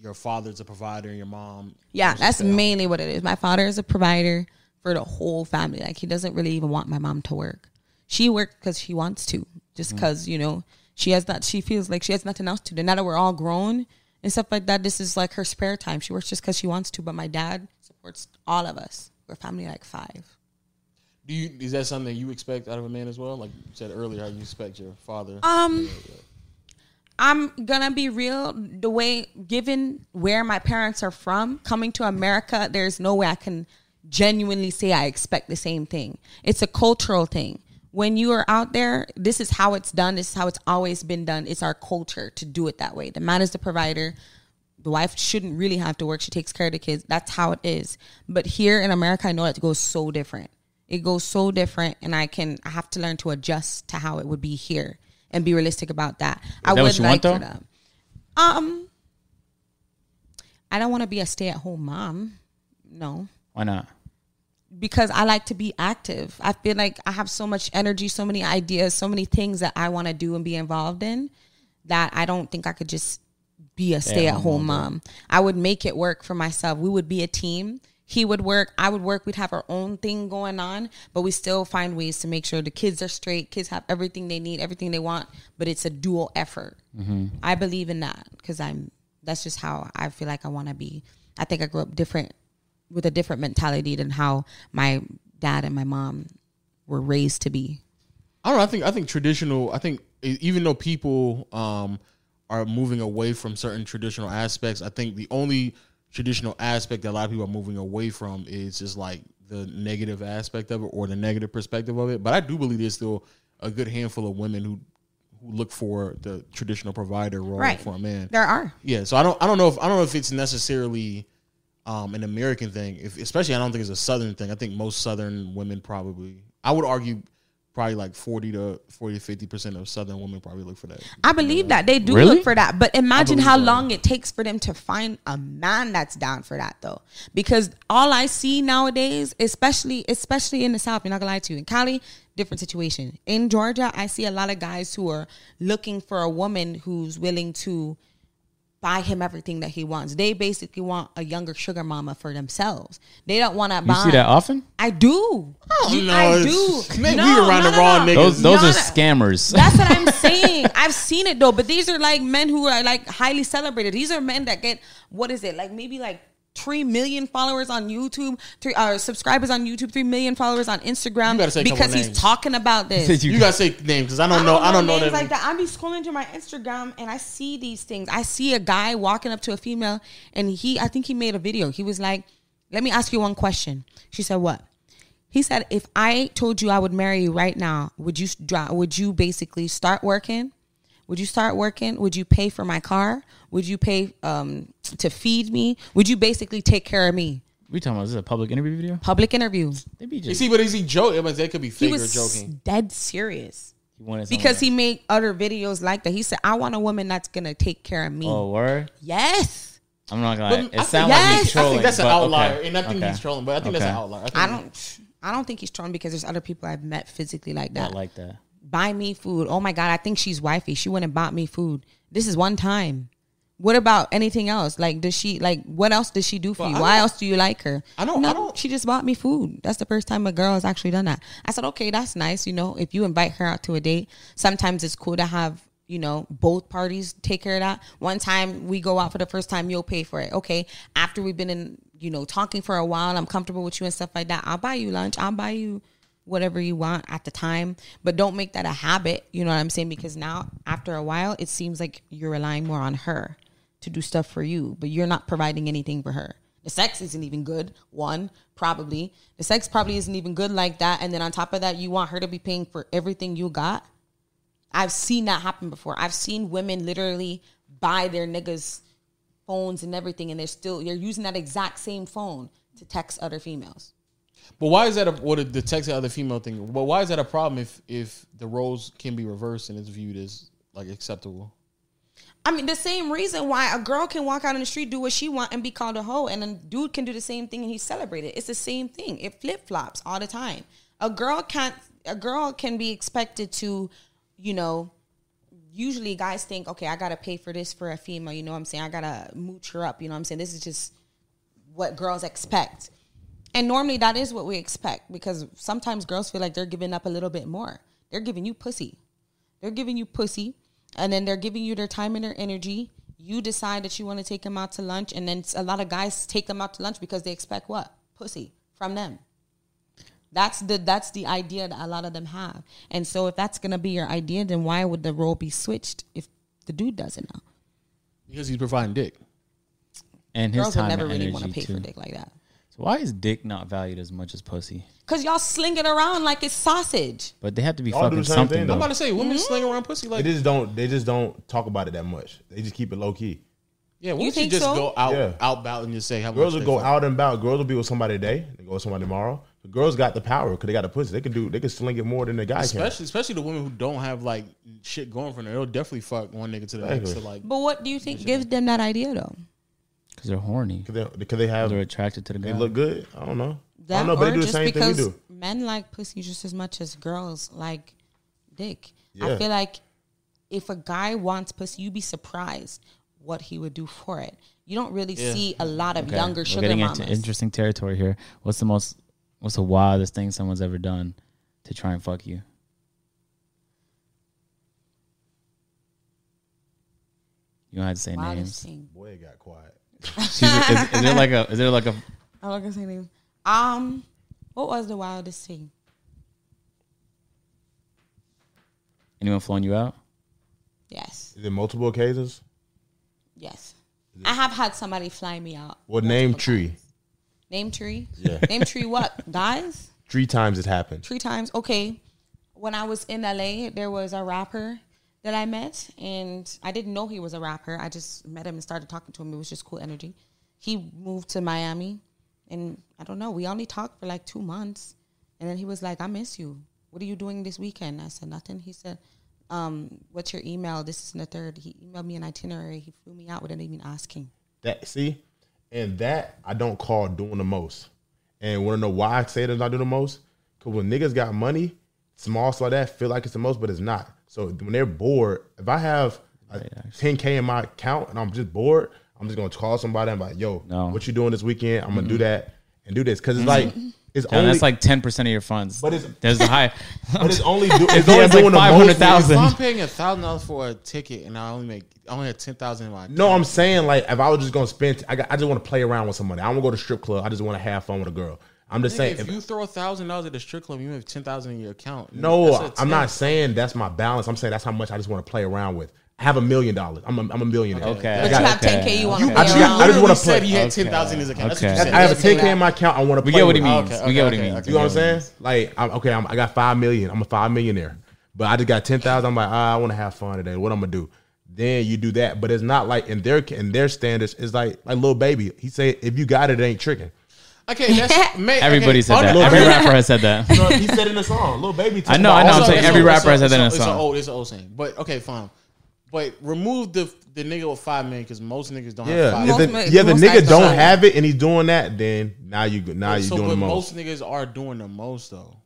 your father's a provider and your mom?
Yeah,
was
that's
just that-
mainly what it is. My father is a provider for the whole family. Like he doesn't really even want my mom to work. She works because she wants to, just because you know she has not. She feels like she has nothing else to do. Now that we're all grown and stuff like that, this is like her spare time. She works just because she wants to. But my dad supports all of us. We're family like five.
Do you is that something you expect out of a man as well? Like you said earlier, how you expect your father.
Um, I'm gonna be real. The way, given where my parents are from, coming to America, there's no way I can genuinely say I expect the same thing. It's a cultural thing. When you are out there, this is how it's done. This is how it's always been done. It's our culture to do it that way. The man is the provider. The wife shouldn't really have to work. She takes care of the kids. That's how it is. But here in America, I know it goes so different. It goes so different, and I can I have to learn to adjust to how it would be here and be realistic about that. I
that
would
what you want,
like for
though?
them. Um, I don't want to be a stay at home mom. No,
Why not?
because I like to be active. I feel like I have so much energy, so many ideas, so many things that I want to do and be involved in that I don't think I could just be a stay at home mom. I would make it work for myself. We would be a team. He would work, I would work, we'd have our own thing going on, but we still find ways to make sure the kids are straight, kids have everything they need, everything they want, but it's a dual effort. I believe in that because I'm that's just how I feel like I want to be. I think I grew up different with a different mentality than how my dad and my mom were raised to be.
I don't know. I think I think traditional. I think e- even though people um, are moving away from certain traditional aspects, I think the only traditional aspect that a lot of people are moving away from is just like the negative aspect of it or the negative perspective of it. But I do believe there's still a good handful of women who who look for the traditional provider role
Right.
for a man.
There are.
Yeah, so I don't I don't know if I don't know if it's necessarily um, an American thing. If especially I don't think it's a Southern thing. I think most Southern women probably I would argue probably like forty to forty to fifty percent of Southern women probably look for that.
I believe that they do
Really?
look for that, but imagine how long it takes for them to find a man that's down for that, though. Because all I see nowadays, especially especially in the South, you're not gonna lie to you, in Cali, different situation. In Georgia, I see a lot of guys who are looking for a woman who's willing to buy him everything that he wants. They basically want a younger sugar mama for themselves. They don't want to
You
buy.
see that often?
I do.
Oh,
You-
no,
I
it's-
do.
Man, we around the wrong niggas.
Those those
No,
are
no.
scammers.
That's what I'm saying. I've seen it though, but these are like men who are like highly celebrated. These are men that get what is it like maybe like three million followers on YouTube, three uh, subscribers on YouTube, three million followers on Instagram
You gotta say a couple
because he's
names.
talking about this.
You gotta say names because I don't know I don't know
names
that.
like that. I be scrolling through my Instagram and I see these things. I see a guy walking up to a female and he, I think he made a video. He was like, "Let me ask you one question." She said, "What?" He said, "If I told you I would marry you right now, would you dri- would you basically start working? Would you start working? Would you pay for my car? Would you pay um, to feed me? Would you basically take care of me?"
we talking about this is a public interview video?
Public interview.
They be
You
just
see, but is he joking? But that could be
He
fake or
was
joking.
dead serious.
he wanted someone
because
to-
he made other videos like that. He said, "I want a woman that's gonna take care of me."
Oh word.
Yes,
I'm not
But
gonna.
I
Lie. It
think-
sounds like
Yes! I
he's
think
trolling.
I think that's an
but
outlier,
okay.
and I think
Okay.
he's trolling. But I think that's
Okay.
an outlier. think
I don't. I don't think he's trolling because there's other people I've met physically like
I
that.
like that.
Buy me food. Oh my god, I think she's wifey. She wouldn't bought me food. This is one time. What about anything else? Like, does she like? What else does she do for
But
you?
I
Why
don't-
else do you like her?
I don't- I don't-
She just bought me food. That's the first time a girl has actually done that. I said, okay, that's nice. You know, if you invite her out to a date, sometimes it's cool to have, you know, both parties take care of that. One time we go out for the first time, you'll pay for it. Okay. After we've been in, you know, talking for a while, I'm comfortable with you and stuff like that. I'll buy you lunch. I'll buy you whatever you want at the time, but don't make that a habit. You know what I'm saying? Because now after a while, it seems like you're relying more on her to do stuff for you, but you're not providing anything for her. The sex isn't even good. One, probably. The sex probably isn't even good like that. And then on top of that, you want her to be paying for everything you got. I've seen that happen before. I've seen women literally buy their niggas phones and everything, and they're still they're using that exact same phone to text other females.
But why is that a what a, the text of other female thing? But why is that a problem if if the roles can be reversed and it's viewed as like acceptable?
I mean, the same reason why a girl can walk out in the street, do what she want, and be called a hoe, and a dude can do the same thing and he's celebrated. It's the same thing. It flip flops all the time. A girl can't. A girl can be expected to, you know. Usually, guys think, okay, I gotta pay for this for a female. You know what I'm saying? I gotta mooch her up. You know what I'm saying? This is just what girls expect. And normally that is what we expect because sometimes girls feel like they're giving up a little bit more. They're giving you pussy. They're giving you pussy and then they're giving you their time and their energy. You decide that you want to take them out to lunch and then a lot of guys take them out to lunch because they expect what? Pussy from them. That's the that's the idea that a lot of them have. And so if that's going to be your idea then why would the role be switched if the dude doesn't know?
Because he's providing dick.
And his
Girls will
time
never
and
really want to
energy
pay
too.
for dick like that.
So why is dick not valued as much as pussy?
Cause y'all sling it around like it's sausage.
But they have to be
Y'all do
fucking
the same
something.
thing, though.
though.
I'm about to say women sling around pussy
They
like
just don't. They just don't talk about it that much. They just keep it low key.
yeah.
You
Why don't you
think
just
so?
go out
Yeah.
out about and just say how
Girls will
much they
go
fuck?
out and about. Girls will be with somebody today. They go with somebody tomorrow. The girls got the power because they got the pussy. They can do. They can sling it more than the guy can.
especially especially the women who don't have like shit going for them. They'll definitely fuck one nigga to the next.
Exactly.
To, like
But what do you think gives them that idea though?
Because they're horny.
Because they, 'cause they have.
They're attracted to the guy.
They look good. I don't know.
That,
know, but they
or
do the
just
same thing we
because
do.
Men like pussy just as much as girls like dick.
Yeah.
I feel like if a guy wants pussy, you'd be surprised what he would do for it. You don't really see a lot of younger
We're
sugar
getting
mamas.
into interesting territory here. What's the most? What's the wildest thing someone's ever done to try and fuck you? You don't have to say
Wildest
names.
thing.
Boy, it got quiet.
She's, is, is there like a? Is there like a?
I'm not gonna say names. Um, what was the wildest thing?
Anyone flowing you out?
Yes,
Is it multiple occasions?
yes. I have had somebody fly me out.
Well, name tree.
Name tree.
Yeah.
Name tree. What guys?
Three times it happened.
three times. Okay, when I was in LA, there was a rapper that I met, and I didn't know he was a rapper. I just met him and started talking to him. It was just cool energy. He moved to Miami, and I don't know. We only talked for like two months, and then he was like, "I miss you. What are you doing this weekend?" I said nothing. He said. Um, what's your email? This is in the third. He emailed me an itinerary. He flew me out without even asking.
That see, and that I don't call doing the most. And want to know why I say that I do the most? Cause when niggas got money, small stuff like that feel like it's the most, but it's not. So when they're bored, if I have a 10k in my account and I'm just bored, I'm just gonna call somebody and be like, "Yo,
No.
what you doing this weekend? I'm gonna do that and do this." Cause it's like it's
John,
only
that's like ten percent of your funds.
But it's-
there's the high.
but it's only do, it's
Yeah,
only
it's like
doing the most. when
500,000.
it's
If I'm
Thousand.
paying a thousand dollars for a ticket and I only make, I only have ten thousand in my.
No, I'm saying like if I was just gonna spend, I, got, I just want to play around with somebody. I don't want to go to strip club. I just want to have fun with a girl. I'm just saying.
If,
if-
you throw a thousand dollars at a strip club, you have ten thousand in your account.
no,
That's a
I'm
10.
not saying that's my balance. I'm saying that's how much I just want to play around with. I have a million dollars. I'm a, I'm a millionaire.
okay.
I,
But
got-
you have 10K you want to
I just
play
got-
around.
I just wanna
Literally said
play.
he had
Okay.
ten thousand in his account. That's
Okay.
what you said.
I have a
just say
10k in
that.
my account. I want to.
We get what he
with. it.
means.
okay,
we get
okay,
what he
okay,
means.
okay.
You know what I'm
We get
saying? Like, I'm, okay, I'm, I got five million. I'm a five millionaire, but I just got ten thousand. I'm like, ah, I want to have fun today. What I'm gonna do? Then you do that, but it's not like in their in their standards. It's like like little baby. He said, if you got it, it ain't tricking.
Okay, that's man,
Everybody
okay.
said
Oh,
that.
no,
Every
every-
rapper has said that.
No, he said in the song, little baby.
I know, I know, I'm
Also,
saying
it's
every
a-
rapper has
it's a-
had that in a
it's It's
song.
an old, it's an old saying. But okay, fine. But remove the the nigga with five million because most niggas don't have
Yeah,
five.
if
Most
the,
ma-
yeah. The
most
nigga
actors
don't
are.
have it, and he's doing that. Then now you go- now you
so,
doing
but
the most.
niggas are doing the most though.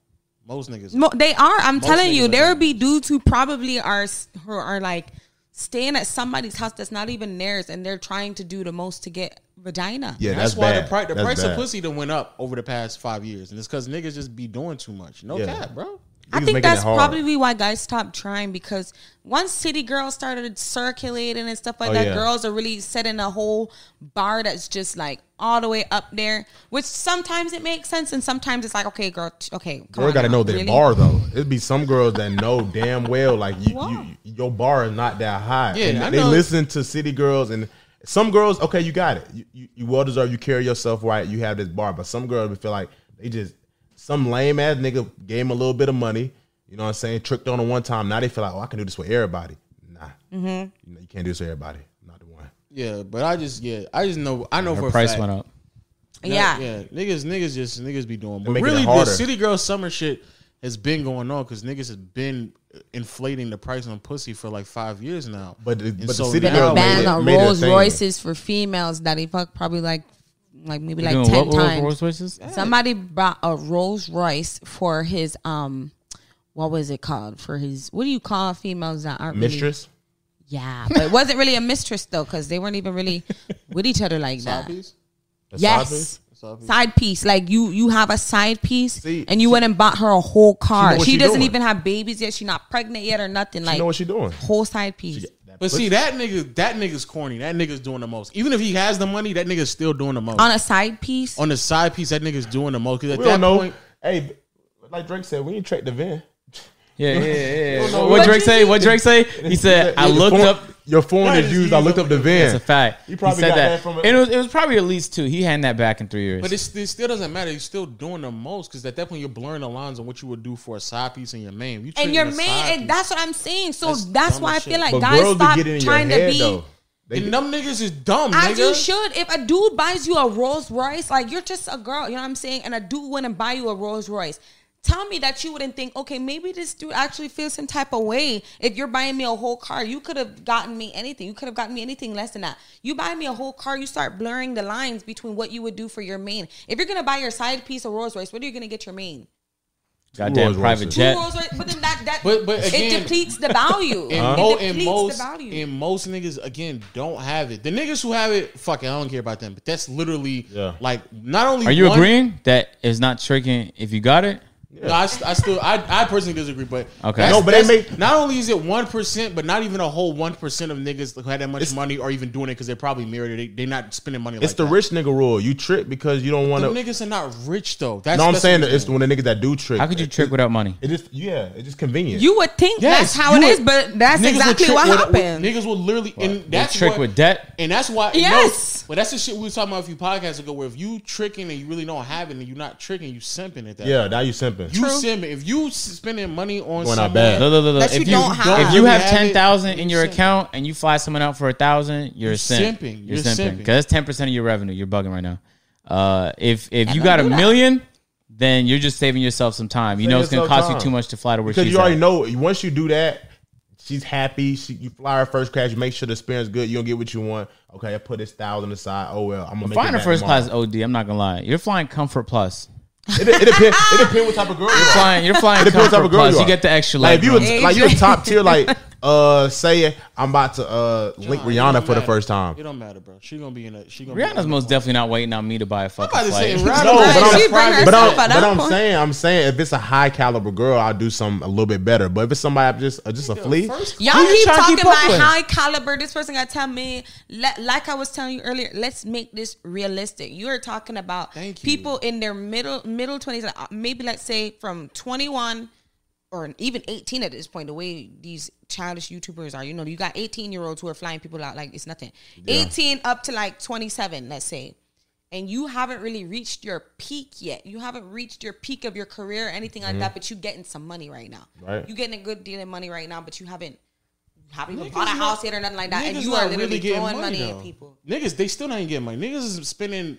Most niggas.
Mo- they are. I'm telling
niggas
you,
are
there
doing
will be dudes who probably are s- who are like staying at somebody's house that's not even theirs, and they're trying to do the most to get vagina.
Yeah, that's,
that's, why
bad.
the, pri- the
That's
price
bad.
of pussy done went up over the past five years, and it's because niggas just be doing too much. No
Yeah.
cap, bro.
Niggas
I
making it
think that's
hard.
probably why guys stopped trying because once City Girls started circulating and stuff like
Oh,
that,
yeah.
girls are really setting a whole bar that's just like all the way up there, which sometimes it makes sense and sometimes it's like, okay, girl, t- okay. Come
Girl
on
gotta
now,
know their
really?
bar though. It'd be some girls that know damn well like you,
Wow.
you your bar is not that high.
Yeah,
And
I
they
know.
listen to city girls and some girls. Okay, you got it. You, you, you well deserve. You carry yourself right. You have this bar, but some girls would feel like they just some lame ass nigga gave him a little bit of money. You know what I'm saying? Tricked on him one time. Now they feel like oh I can do this with everybody. Nah, you, know, you can't do this with everybody. Not the one.
Yeah, but I just yeah, I just know I know for
Her
a
price
fact-
went up.
No,
Yeah.
yeah. Niggas, niggas just niggas be doing. But
making it
really, the
harder.
city girl summer shit has been going on because niggas has been inflating the price on pussy for like five years now.
But the-
And
but the city
now-
girl made it-
ban on
made it a
Rolls
thing.
Royces for females that he fucked probably like like maybe like
Doing
ten
what,
times.
Rolls Royces?
Somebody bought a Rolls Royce for his um what was it called? For his what do you call females that aren't really-
Mistress.
yeah, but it wasn't really a mistress though, because they weren't even really with each other like that.
Side piece?
That's what
Yes.
I think.
Side piece?
Side piece, like you, you have a side piece,
See,
and you went and bought her a whole car.
know what
She,
she
doesn't
doing.
even have babies yet. She's not pregnant yet or nothing. Like
You know what she doing?
whole side piece.
But see that nigga, that nigga's corny. That nigga's doing the most. Even if he has the money, that nigga's still doing the most.
On a side piece,
On the side piece, that nigga's doing the most. 'Cause at
We
that
don't know.
point,
hey, like Drake said, we ain't track the van.
Yeah, yeah, yeah. yeah.
know
What
what
Drake
you
say?
mean.
What Drake say? He said, "I
Your
looked
phone-
up."
Your phone
Why
is
does
used.
he
I
use
looked
up
up the
your-
van.
That's a fact.
He probably
said
got
that.
that from a-
and it was, it was probably at least two. He hadn't that back in three years.
but it's, it still doesn't matter. He's still doing the most because at that point, you're blurring the lines on what you would do for a side piece and your main. You
and
treating
your
the
man,
side
and
piece-
that's what I'm saying. So
That's
that's,
dumb
why I
as
feel
shit.
like
But
guys
girls
stop
be getting in your
trying to
head
be.
though. They
and them niggas is dumb.
As you
nigga.
should. If a dude buys you a Rolls Royce, like you're just a girl, you know what I'm saying? And a dude went and buy you a Rolls Royce. Tell me that you wouldn't think, okay, maybe this dude actually feels some type of way. If you're buying me a whole car, you could have gotten me anything. You could have gotten me anything less than that. You buy me a whole car, you start blurring the lines between what you would do for your main. If you're gonna buy your side piece of Rolls Royce, what are you gonna get your main?
Goddamn
Rolls
private
Royces.
Two
jet.
Rolls Royce, but then that that
But- but again-
it depletes the value.
And,
It
mo-
depletes
and
the
most
value.
and most niggas again don't have it. The niggas who have it, fuck it, I don't care about them. But that's literally
Yeah.
like not only
Are you
one-
agreeing that it's not tricking if you got it?
No, I, st- I still I, I personally disagree, but
Okay.
that's-
No,
but they
that's-
make-
not only is it one percent, but not even a whole one percent of niggas who had that much
It's-
money are even doing it because they're probably married. Or they they're not spending money.
It's
like
the
that.
rich nigga rule. You trip because you don't want
Them
to.
niggas are not rich though. That's
No, I'm
that's
saying
what
that it's
I'm
when the niggas that do trick.
How could you trick without money?
It just yeah, it's just convenient.
You would think
Yes,
that's how
you
it
would-
is, but that's
Niggas will
exactly
trick
what
with-
happened.
Niggas will literally and
They
that's
trick
what,
with debt.
And that's why
Yes.
no, but that's the shit we was talking about a few podcasts ago. Where if you tricking and you really don't have it, and you're not tricking, you simping at that.
yeah, now you simping.
you
True.
simping. If you s- spending money on
Going out
someone,
bad.
Look, look, look, look.
That
If
you
you,
don't have.
if you have
Have it,
ten thousand in your
you're simping.
account and you fly someone out for a thousand, you're a simp.
simping.
You're,
You're
simping
simping.
because that's ten percent of your revenue. You're bugging right now. Uh, if if you
don't
got a
do that.
million, then you're just saving yourself some time. You
Save
know it's gonna
yourself
cost you
time.
too much to fly to where
Because
she's
you already
at.
know once you do that, she's happy. She, you fly her first class. You make sure the experience good. You don't get what you want. Okay, I put this thousand aside. Oh well, I'm gonna make
Flying
it
a
back
first
tomorrow.
class OD. I'm not gonna lie. You're flying comfort plus.
It, it depends. It depends what type of girl. You're
Flying. You're flying
It depends what
comfort
type of girl
plus.
you
You,
are.
get the extra
Like
leg.
if you
room.
was like you were top tier, like uh, say I'm about to uh link
Nah, it
Rihanna
don't
for the
matter.
first time.
It don't matter, bro. She gonna be in a. She gonna be
Rihanna's
in a-
most definitely not waiting on me to buy a fucking
about to say,
flight.
Rihanna-
No,
Right,
but
she
I'm,
bring
but
herself
I'm-
at
but
that
I'm
point.
saying, I'm saying, if it's a high caliber girl, I'll do some a little bit better. But if it's somebody just uh, just a flea,
First
Y'all
Who you
keep
tryna
talking
keep up
about
with?
high caliber. This person got to tell me, le- like I was telling you earlier, let's make this realistic. You are talking about
Thank you.
people in their middle middle twenties, uh, maybe let's say from twenty one or even eighteen at this point. The way these childish YouTubers are, you know, you got eighteen year olds who are flying people out like it's nothing. Eighteen up to like twenty seven, let's say. And you haven't really reached your peak yet. You haven't reached your peak of your career or anything like that, but you getting some money right now.
Right.
You getting a good deal of money right now, but you haven't haven't even
Niggas
bought a
not-
house yet or nothing like that, and
Niggas
you
not
are literally
getting
throwing money,
though.
at people.
Niggas, they still ain't getting money. Niggas is spending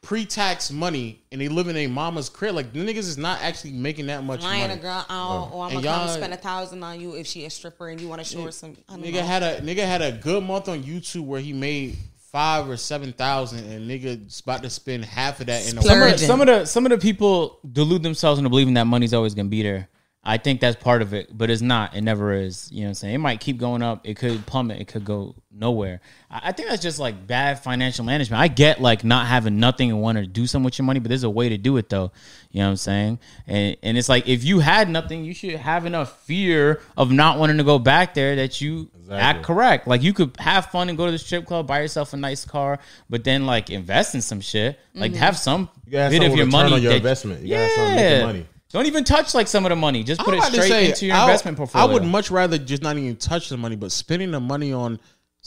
pre-tax money and they live in their mama's crib. Like the niggas is not actually making that much
Lying a
money.
girl out, or I'm
And
gonna come
y'all-
spend a thousand on you if she a stripper and you want to show her some. I don't
Nigga
know.
had a nigga had a good month on YouTube where he made five or seven thousand, and nigga's about to spend half of that in a
Splurge.
week.
But some of the some of the people delude themselves into believing that money's always gonna be there. I think that's part of it, but it's not. It never is. You know what I'm saying? It might keep going up. It could plummet. It could go nowhere. I, I think that's just like bad financial management. I get like not having nothing and wanting to do something with your money, but there's a way to do it though. You know what I'm saying? And and it's like if you had nothing, you should have enough fear of not wanting to go back there that you act correct. Like you could have fun and go to the strip club, buy yourself a nice car, but then like invest in some shit. Like have some
You gotta have
bit
some
of your
return
money
on your
that-
investment. You gotta have something to make the money.
Don't even touch like some of the money. Just put
I'm
it
about to
straight
say,
into your
I-
investment portfolio.
I would much rather just not even touch the money, but spending the money on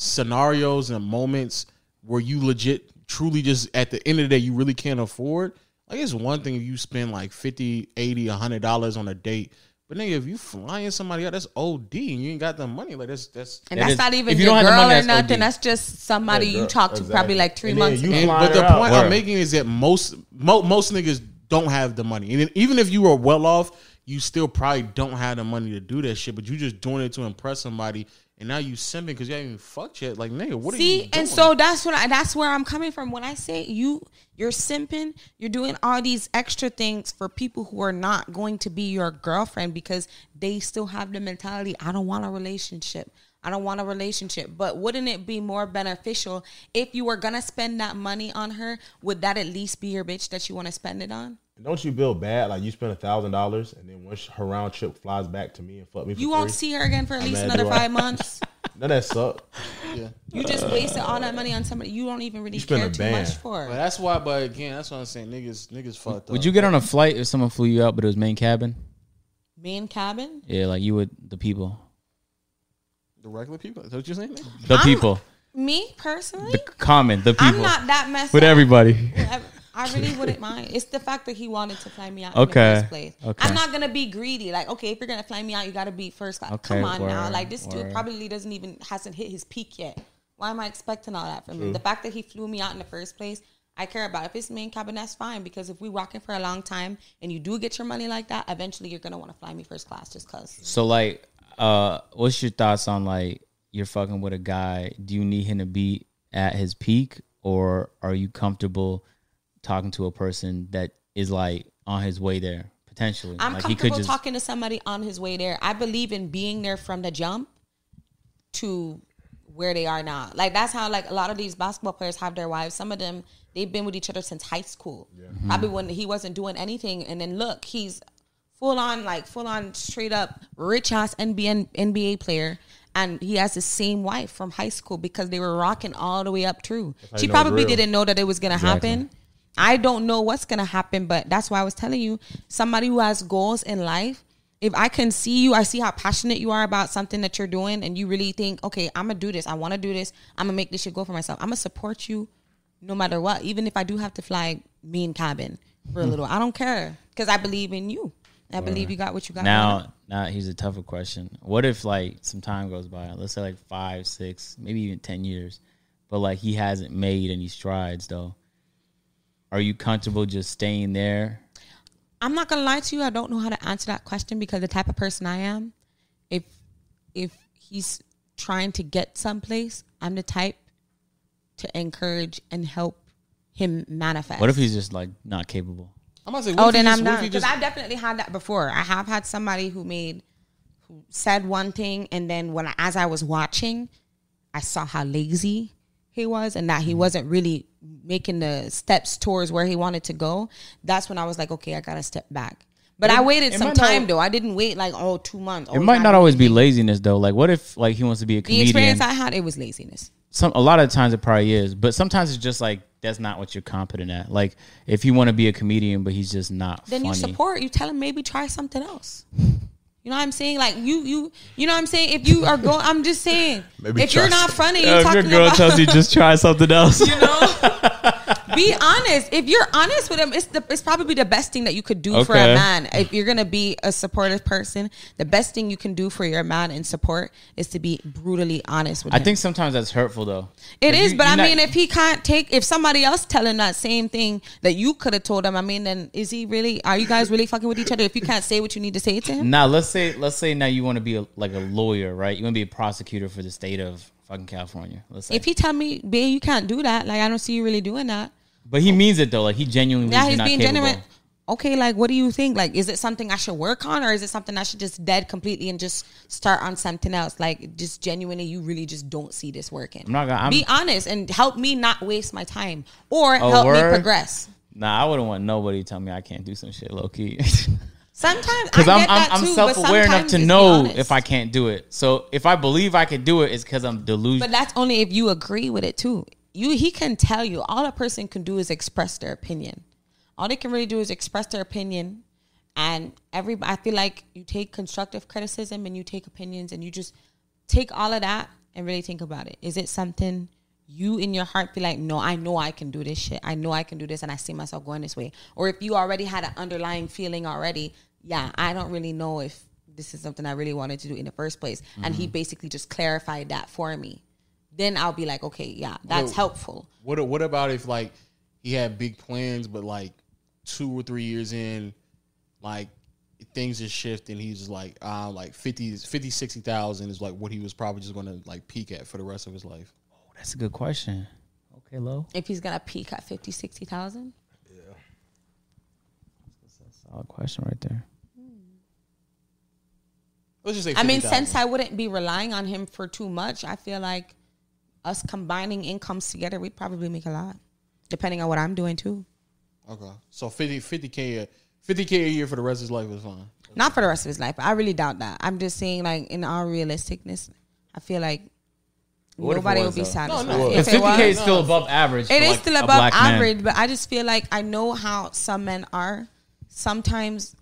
scenarios and moments where you legit, truly just at the end of the day, you really can't afford. Like it's one thing if you spend like 50, 80, 100 dollars on a date. But nigga, if you flying somebody out, that's OD and you ain't got the money. Like that's that's
and
That
that's
is-
not even
if you
your
don't have the
girl
money,
or
that's
nothing.
OD.
That's just somebody
Yeah,
you
girl,
talk to probably
exactly.
like three
And then
months.
you
ago.
And-
flying
but the
her out.
point I'm
Word.
making is that most mo- most niggas don't have the money, and then even if you are well off, you still probably don't have the money to do that shit. But you just doing it to impress somebody, and now you simping because you ain't even fucked yet. Like nigga, what are you
See,
doing?
and so that's what I, that's where I'm coming from when I say you you're simping, you're doing all these extra things for people who are not going to be your girlfriend because they still have the mentality I don't want a relationship. I don't want a relationship. But wouldn't it be more beneficial if you were going to spend that money on her, would that at least be your bitch that you want to spend it on?
Don't you feel bad? Like you spend a thousand dollars, and then once her round trip flies back to me and fuck me. For
You won't
free?
see her again for at least
mad
another
do I.
5 months.
None of that suck.
You just wasted all that money on somebody you don't even really
You spend
care
a
too much
band.
for.
But that's why. But again, that's what I'm saying. Niggas, niggas fucked
Would
up.
you get on a flight if someone flew you out, but it was main cabin?
Main cabin?
Yeah, like you would the people,
the regular people? Is that what you saying? nigga?
the
I'm-
people,
Me personally?
the common, the people
I'm not that messed
with
up.
everybody.
I, I really wouldn't mind. It's the fact that he wanted to fly me out
Okay.
in the first place.
Okay.
I'm not gonna be greedy. Like, okay, if you're gonna fly me out, you gotta be first class.
Okay,
Come on now.
word,
Like this
word.
dude probably doesn't even hasn't hit his peak yet. Why am I expecting all that from him? The fact that he flew me out in the first place, I care about. If it's main cabin, that's fine because if we rocking for a long time and you do get your money like that, eventually you're gonna want to fly me first class just cause.
So like, uh, what's your thoughts on like you're fucking with a guy? Do you need him to be at his peak, or are you comfortable talking to a person that is like on his way there potentially?
I'm
like
comfortable talking to somebody on his way there. I believe in being there from the jump to where they are now. Like that's how like a lot of these basketball players have their wives. Some of them they've been with each other since high school. Probably when he wasn't doing anything, and then look, he's full on like full on straight up rich ass NBA NBA player. And he has the same wife from high school because they were rocking all the way up through.
how you
She
know it's
probably
real.
didn't didn't know that it was gonna happen. I don't know what's gonna happen, but that's why I was telling you, somebody who has goals in life, if I can see you, I see how passionate you are about something that you're doing, and you really think, okay, I'm gonna do this, I wanna do this, I'm gonna make this shit go for myself. I'm gonna support you no matter what, even if I do have to fly me and cabin for a little. I don't care. Cause I believe in you. I believe you got what you got. going on.
Now, now here's a tougher question. What if like some time goes by, let's say like five, six, maybe even ten years, but like he hasn't made any strides though. Are you comfortable just staying there?
I'm not gonna lie to you. I don't know how to answer that question because the type of person I am, if if he's trying to get someplace, I'm the type to encourage and help him manifest.
What if he's just like not capable?
I'm about to say, what
Oh,
if he
then
just,
I'm
what if
done.
he
Because
just-
I've definitely had that before. I have had somebody who made, who said one thing, and then when I, as I was watching, I saw how lazy he was, and that he
Mm-hmm.
wasn't really making the steps towards where he wanted to go. That's when I was like, okay, I gotta step back. But I waited
it
some
might not-
time though. I didn't wait like oh two months.
It might not always be laziness though. Like what if like he wants to be a
The
comedian?
experience I had, it was laziness.
Some a lot of times it probably is, but sometimes it's just like that's not what you're competent at. Like if you want to be a comedian but he's just not
then
funny.
you support. You tell him maybe try something else. You know what I'm saying? Like you, you, you know what I'm saying? If you are going, I'm just saying.
Maybe
if you're
try
not funny,
Yeah,
you're
if your
talking
girl
about.
tells you just try something else.
you know, be honest. If you're honest with him, it's the it's probably the best thing that you could do for
Okay.
a man. If you're gonna be a supportive person, the best thing you can do for your man in support is to be brutally honest with
I
him.
think sometimes that's hurtful though.
It
If
is,
you-
but
you're
I
not-
mean, if he can't take, if somebody else telling that same thing that you could have told him, I mean, then is he really? Are you guys really fucking with each other? If you can't say what you need to say to him,
Now let's say let's say now you want to be a, like a lawyer, right? You want to be a prosecutor for the state of fucking California. Let's say,
if he tell me, babe, you can't do that. Like I don't see you really doing that.
but he means it though. Like he genuinely,
Yeah,
yeah,
he's
not
being
capable.
generous. Okay, like what do you think? Like, is it something I should work on, or is it something I should just dead completely and just start on something else? Like, just genuinely, you really just don't see this working.
I'm not gonna- I'm-
be honest and help me not waste my time, or
Oh,
help
word?
me progress.
Nah, I wouldn't want nobody to tell me I can't do some shit low key.
Sometimes
Because
I
I'm
get
I'm,
that
I'm
too, but
self aware enough
sometimes
to
just be
know
honest.
if I can't do it. So if I believe I can do it, it's because I'm
But
delusional.
that's only if you agree with it too. You he can tell you all a person can do is express their opinion. All they can really do is express their opinion and every I feel like you take constructive criticism and you take opinions and you just take all of that and really think about it. Is it something you in your heart feel like, no, I know I can do this shit. I know I can do this and I see myself going this way. Or if you already had an underlying feeling already, yeah, I don't really know if this is something I really wanted to do in the first place. And he basically just clarified that for me. Then I'll be like, okay, yeah, that's
Well-
helpful.
What what about if like he had big plans, but like two or three years in, like things just shift and he's just like uh like 50 50 60,000 is like what he was probably just going to like peak at for the rest of his life.
That's a good question. Okay, low.
If he's gonna peak at 50, 60,000,
Solid question right there.
Let's just say
I mean,
50,000.
since I wouldn't be relying on him for too much, I feel like us combining incomes together, we probably make a lot, depending on what I'm doing too.
Okay. So 50 50k a- 50k a year for the rest of his life is fine.
Not for the rest of his life. but I really doubt that. I'm just saying, like, in all realisticness, I feel like
What if it
nobody
was, uh,
would be
though?
satisfied.
No, no.
If
If
it
50k is
was-
still above average,
It
for,
is
like,
still
a
above
black man.
average, but I just feel like I know how some men are. Sometimes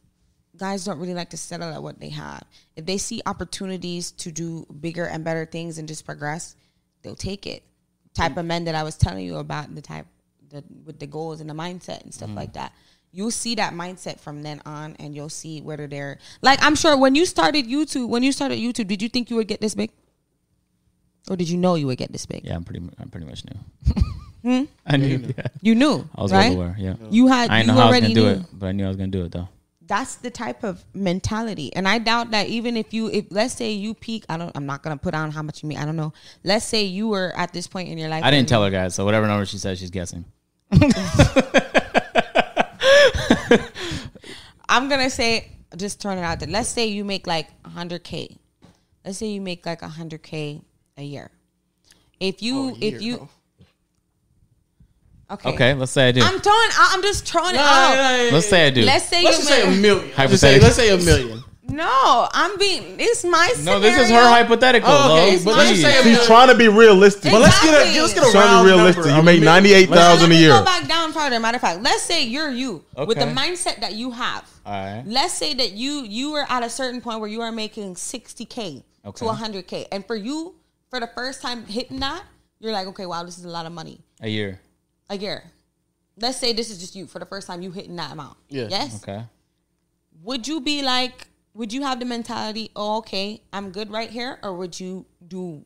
guys don't really like to settle at what they have. If they see opportunities to do bigger and better things and just progress, they'll take it. Type of men that I was telling you about, the type the, with the goals and the mindset and stuff
Mm.
like that. You'll see that mindset from then on, and you'll see whether they're like. I'm sure when you started YouTube, when you started YouTube, did you think you would get this big, or did you know you would get this big?
Yeah, I'm pretty. mu- I'm pretty much new. I knew. Yeah.
You knew,
I was
Hmm? right?
well aware. Yeah.
You had
I didn't
you
know how I was
already
gonna do
knew.
it, but I knew I was gonna do it though.
That's the type of mentality, and I doubt that even if you, if let's say you peak, I don't, I'm not gonna put on how much you make. I don't know. Let's say you were at this point in your life.
I didn't tell her guys, so whatever number she said, she's guessing.
I'm gonna say just turn it out there. Let's say you make like 100k. Let's say you make like 100k a year. If you if you okay
Okay, let's say I do.
I'm throwing out. I'm just throwing it out.
let's say I do.
Let's say
let's
Oh, you
just say a
make,
million. Let's just say,
Hypothetically.
let's say a million.
no. I'm being. It's my
no, this is her hypothetical.
Oh, okay,
though.
but let's
Jeez.
just say a
She's
million.
trying to be realistic.
But let's
Let's get a, let's get a
She's trying to
round
be realistic.
number.
You make ninety eight thousand a
Let me
year.
Go back down further. Matter of fact, let's say you're you with the
Okay.
mindset that you have.
All right.
Let's say that you you were at a certain point where you are making 60k
Okay.
to 100k, and for you, for the first time hitting that, you're like, okay, wow, this is a lot of money
a year.
a year. Let's say this is just you for the first time you hitting that amount.
Yeah.
Yes.
Okay.
Would you be like? Would you have the mentality? Oh, okay, I'm good right here, or would you do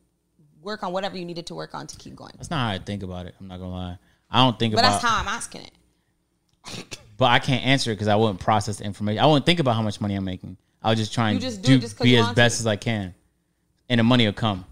work on whatever you needed to work on to keep going?
That's not how I think about it. I'm not gonna lie. I don't think
But
about.
that's how I'm asking it.
but I can't answer it because I wouldn't process the information. I wouldn't think about how much money I'm making. I'll just try and
just do
do,
it just 'cause
be
you
as
want
best
to.
as I can, and the money will come.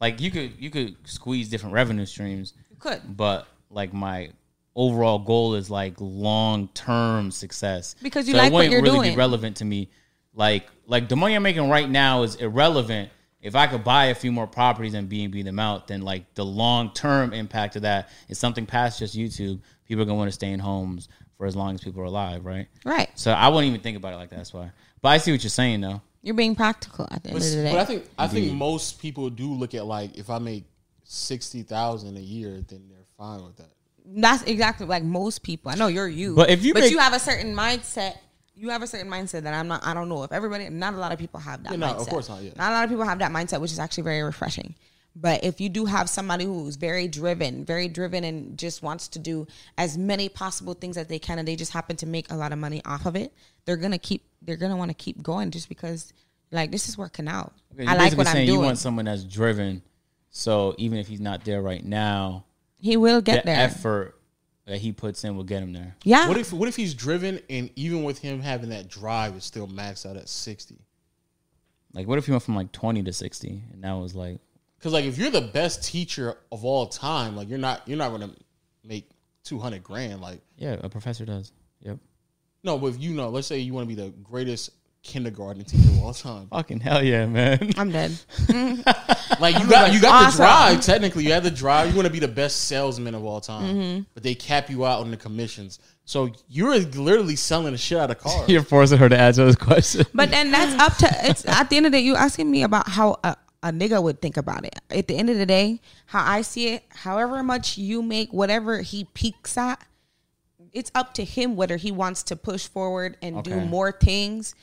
Like you could you could squeeze different revenue streams,
You could.
but like my overall goal is like long term success
Because you
it
like what
wouldn't
you're
really Be
doing.
relevant to me, like like the money I'm making right now is irrelevant. If I could buy a few more properties and B and B them out, then like the long term impact of that is something past just YouTube. People are gonna want to stay in homes for as long as people are alive, right?
Right.
So I wouldn't even think about it like that. That's why. But I see what you're saying though.
You're being practical at the end
But,
of the day.
but I think I think most people do look at like if I make sixty thousand a year, then they're fine with that.
That's exactly like most people. I know you're you.
But if you
but
make-
you have a certain mindset. You have a certain mindset that I'm not. I don't know if everybody. Not a lot of people have that.
Yeah, no,
mindset.
of course not, yeah.
Not a lot of people have that mindset, which is actually very refreshing. But if you do have somebody who's very driven, very driven, and just wants to do as many possible things that they can, and they just happen to make a lot of money off of it, they're gonna keep. They're gonna want to keep going just because, like, this is working out.
Okay, you're
I like
basically
what I'm
saying
doing.
You want someone that's driven. So even if he's not there right now,
he will
the
get there.
effort that he puts in will get him there.
Yeah.
What if what if he's driven and even with him having that drive, it's still maxed out at sixty?
Like what if he went from like twenty to sixty and that was like
Because like if you're the best teacher of all time, like you're not you're not gonna make two hundred grand. Like
Yeah, a professor does. Yep.
no, but if you know, let's say you want to be the greatest kindergarten teacher of all time.
Fucking hell yeah, man.
I'm dead.
Like you got you got
Awesome.
the drive. Technically, you have the drive. You want to be the best salesman of all time,
Mm-hmm.
but they cap you out on the commissions. So you're literally selling the shit out of cars.
You're forcing her to answer this question.
But then that's up to it's at the end of the day, you asking me about how a, a nigga would think about it. At the end of the day, how I see it, however much you make, whatever he peaks at, it's up to him whether he wants to push forward and do
Okay.
more things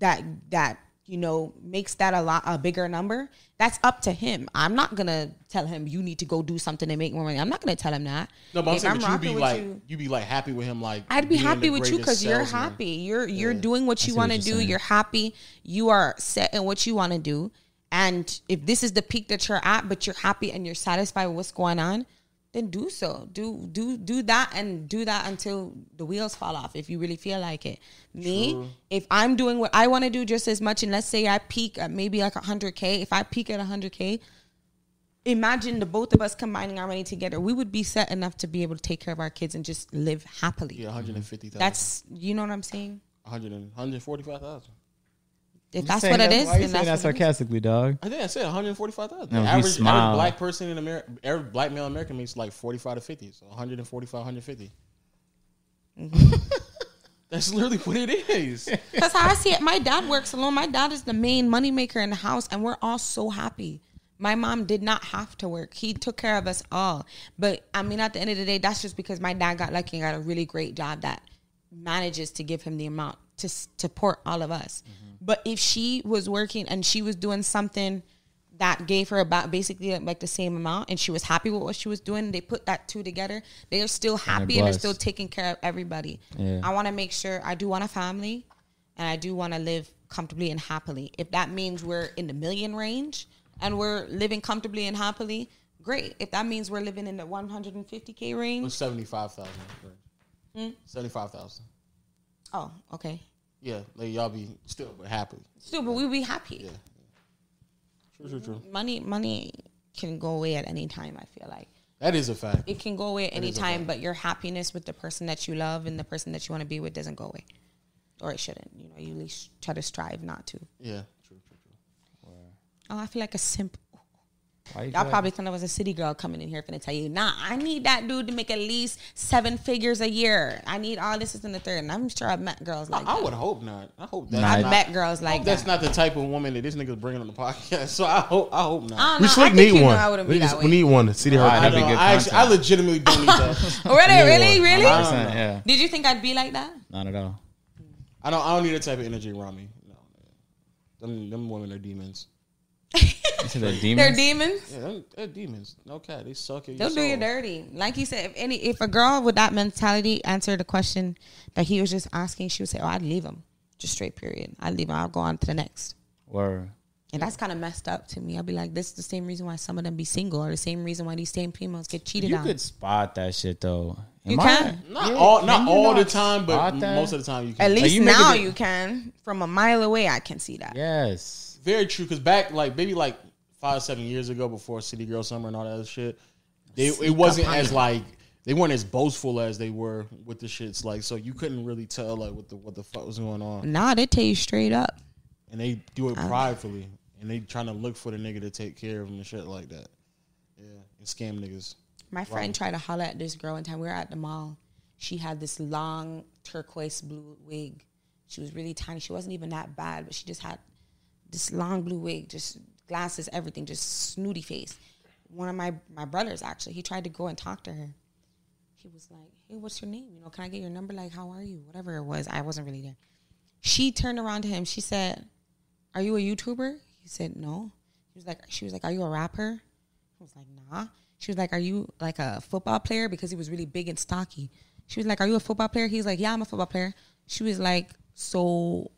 that that you know makes that a lot a bigger number. That's up to him. I'm not gonna tell him you need to go do something to make more money. I'm not gonna tell him that.
No, but I'm
If
saying that you
rocking
be
with
like
you-
you. be like happy with him. Like
I'd be
being
happy
the
with you because
greatest
you're
salesman.
happy. You're you're doing what you
see what
want to
you're
do.
saying.
You're happy. You are set in what you want to do. And if this is the peak that you're at, but you're happy and you're satisfied with what's going on, then do so. Do do do that and do that until the wheels fall off if you really feel like it. Me, if I'm doing what I want to do just as much, and let's say I peak at maybe like 100k, if I peak at 100k, imagine the both of us combining our money together, we would be set enough to be able to take care of our kids and just live happily.
Yeah, 150,000.
That's you know what I'm saying.
100 and- 145,000.
If that's what it is, then that's, what it is.
sarcastically, dog?
I think I said 145,000.
No, he
average, average
smiled.
black person in America, every black male American makes like 45 to 50. So 145, 150.
Mm-hmm.
That's literally what it is.
That's how I see it. My dad works alone. My dad is the main moneymaker in the house, and we're all so happy. My mom did not have to work. He took care of us all. But I mean, at the end of the day, that's just because my dad got lucky and got a really great job that manages to give him the amount to s- support all of us.
Mm-hmm.
But if she was working and she was doing something that gave her about basically uh, like the same amount and she was happy with what she was doing they put that two together they are still happy and they're
blessed.
still taking care of everybody
Yeah.
i want to make sure i do want a family and i do want to live comfortably and happily if that means we're in the million range and we're living comfortably and happily great. If that means we're living in the 150k range,
It's seventy five thousand.
Hmm?
Seventy five thousand.
oh, okay.
Yeah, like y'all be still but happy.
Still, but we'd be happy.
True, true, true.
Money, money can go away at any time. I feel like
That is a fact.
it can go away at any time, but your happiness with the person that you love and the person that you want to be with doesn't go away, or it shouldn't. You know, you at least try to strive not to.
Yeah, true, true, true.
Oh, I feel like a simp.
Why you
Y'all
feel-
probably thought I was a city girl coming in here finna tell you, nah, I need that dude to make at least seven figures a year. I need all this, this, and the third. And I'm sure I've met girls like
I
that.
would hope not. I hope that's
I've
not.
met girls like
that's
that.
not the type of woman that this nigga's bringing on the podcast. So I hope. I hope not.
I don't
We
know.
slick
I think
need
you know
one.
I wouldn't
we,
be that
we
way.
need one. to City her.
Alright,
I,
that'd be
don't,
good
I, actually, I
content.
legitimately don't need that.
Oh, Really, really,
one.
really?
Percent, yeah,
Did you think I'd be like that?
not at all.
I don't. I don't need that type of energy around me. No, them, them women are demons.
You said they're
They're
demons.
demons.
Yeah, them, they're demons. No cat. They suck at your
They'll do
soul.
you dirty. Like you said, if any, if a girl with that mentality answered a question that he was just asking, she would say, "Oh, I'd leave him." Just straight period. I'd leave him. I'll go on to the next.
Word.
And that's kind of messed up to me. I'd be like, this is the same reason why some of them be single, or the same reason why these same females get cheated
You
on.
could spot that shit though. Am
You
I-
can.
Not
Yeah,
all.
can
Not
you
all the
not
time, but
spot that?
most of the time you can.
At least
you making
now
it-
you can. From a mile away, I can see that.
Yes.
Very true. Because back, like maybe like five, seven years ago, before City Girl Summer and all that other shit, they it wasn't as like they weren't as boastful as they were with the shits. Like, so you couldn't really tell like what the what the fuck was going on,
Nah, they tell you straight up.
and they do it
Uh.
pridefully, and they trying to look for the nigga to take care of them and shit like that. Yeah, and scam niggas.
My friend tried to holler at this girl one time. We were at the mall. She had this long turquoise blue wig. She was really tiny. She wasn't even that bad, but she just had this long blue wig, just glasses, everything, just snooty face. One of my my brothers actually, he tried to go and talk to her. He was like, "Hey, what's your name? You know, can I get your number? Like, how are you? Whatever it was, I wasn't really there." She turned around to him. She said, "Are you a YouTuber?" He said, "No." He was like, "She was like, are you a rapper?" I was like, nah. She was like, are you like a football player? Because he was really big and stocky. She was like, are you a football player? He's like, yeah, I'm a football player. She was like, so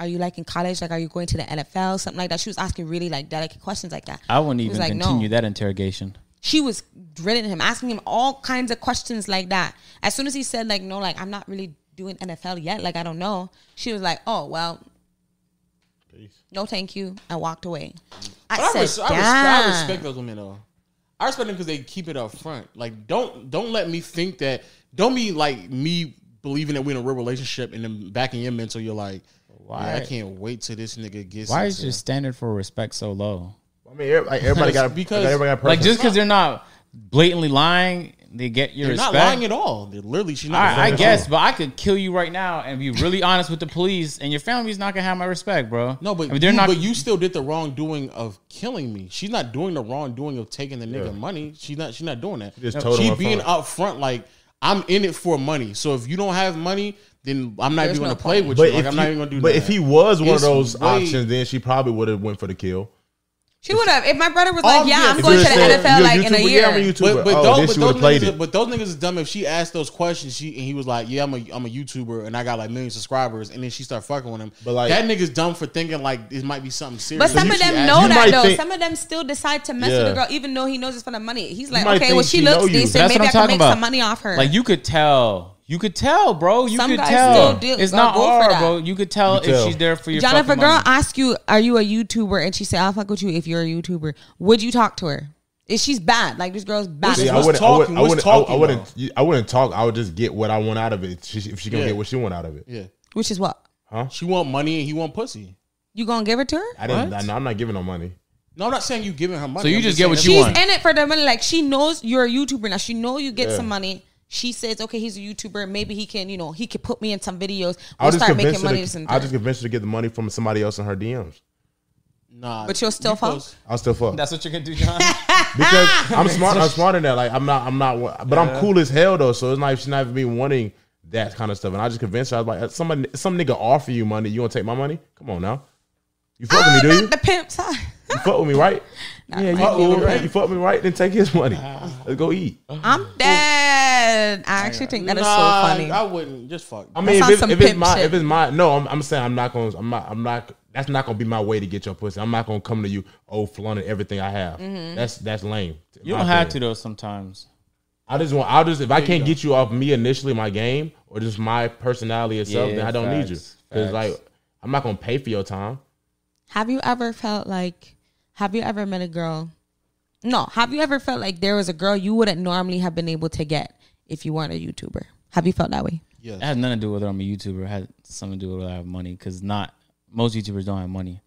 are you like in college? Like, are you going to the NFL? Something like that. She was asking really like delicate questions like that.
I wouldn't
He was
even
like, no.
continue that interrogation.
She was drilling him, asking him all kinds of questions like that. As soon as he said like, no, like I'm not really doing NFL yet. Like, I don't know. She was like, oh, well, no, thank you. I walked away. I
But I,
said,
res- I, res- I
"Damn."
respect those women though. I respect them because they keep it up front. Like don't don't let me think that. Don't be like me believing that we're in a real relationship and then back in your mental you're like, why I can't wait till this nigga gets.
Why is
into
your
it."
standard for respect so low?
I mean, every- like, everybody got a, because
Because-
everybody got a
Like
preference.
just because they're not blatantly lying, they get your
They're
respect.
not lying at all? They're literally she's not.
I, I
lying at
guess,
all.
but I could kill you right now and be really honest with the police, and your family's not gonna have my respect, bro.
No, but
I mean, they're
you,
not.
But you still did the wrongdoing of killing me. She's not doing the wrongdoing of taking the nigga money. She's not. She's not doing that.
just told
she
him up
being
front.
upfront, like I'm in it for money. So if you don't have money, then I'm not
There's
even
no
gonna play
point.
with
but
you. Like
if
I'm
he,
not even gonna do
but
that.
if he was one
It's
of those
way-
options, then she probably would have went for the kill.
She would have. If my brother was like, "Yeah, I'm
If
going
you
to the
would've said,
NFL
"You're
like in a
YouTuber?
year,"
yeah, I'm a YouTuber.
But, but,
oh, then
those,
she would
but, those
have played
niggas,
it.
but those niggas is dumb. If she asked those questions, she and he was like, "Yeah, I'm a I'm a YouTuber and I got like million subscribers," and then she start fucking with him.
But, like-
that nigga's dumb for thinking like this might be something serious.
but some
You
of
should
them
ask
know
you
that
might
though.
think-
some of them still decide to mess with a
Yeah.
girl, even though he knows it's for the money. He's like,
might
"Okay,
think
well, she
she know
looks
you."
decent.
That's what
Maybe I
I'm
can
talking
make
about.
some money off her."
Like you could tell. You could tell, bro. You
Some
could
guys
tell.
still do-
it's
go-
not
go for
hard,
that.
bro. You could tell
You
if
tell.
she's there for your
John, if a
fucking
girl
money.
asks you, "Are you a YouTuber?" and she said, "I'll fuck with you if you're a YouTuber," would you talk to her? If she's bad, like this girl's bad.
See, I
What's
wouldn't, I wouldn't,
talking?
I
What's
wouldn't, I- I
talking,
wouldn't, you- I wouldn't talk. I would just get what I want out of it. She- If she gonna
Yeah.
get what she want out of it,
Yeah,
Which is what
she want money and he want pussy.
you gonna give it to her?
I didn't. I,
What?
no, I'm not giving no money.
No, I'm not saying you giving her money.
So you
I'm
just get
saying
what
that's
you
She's
want.
in it for the money. Like she knows you're a YouTuber now. She know you get some money. She says, "Okay, he's a YouTuber. Maybe he can, you know, he could put me in some videos.
I'll
We'll
just
start making
convince her.
money."
To, I'll just convince her to get the money from somebody else in her DMs.
Nah,
But you'll still
you
fuck?
post-
I'll still fuck
That's what you're gonna do, John.
because
Ah!
I'm smart. I'm smarter than that. Like I'm not. I'm not. one- But I'm cool as hell though. So it's not. She's not even be wanting that kind of stuff. And I just convinced her. I was like, somebody, some nigga offer you money. You gonna take my money? Come on now. You fuck
Oh,
with me, do
not
you?
the pimp side.
You fuck with me, right? yeah, you
mine.
fuck with me, right? You fuck with me, right? Then take his money. Let's go eat.
I'm dead. I actually think that is
Nah,
so funny.
I wouldn't just fuck.
I mean,
That's
if
on
it's,
some
if it's
pimp
my,
shit.
if it's my, no, I'm, I'm saying I'm not going. to I'm not. I'm not That's not gonna be my way to get your pussy. I'm not gonna come to you, oh, flaunting everything I have.
Mm-hmm.
That's that's lame. in
You
my
don't have to
opinion.
though. Sometimes
I just want. I will just if I can't get you off me initially, my game or just my personality itself,
Yeah,
then I don't need you
facts,
because
facts.
like I'm not gonna pay for your time.
Have you ever felt like, have you ever met a girl? No, have you ever felt like there was a girl you wouldn't normally have been able to get if you weren't a YouTuber? Have you felt that way?
Yes.
it has nothing to do with whether I'm a YouTuber. It has something to do with whether I have money. Because not most YouTubers don't have money.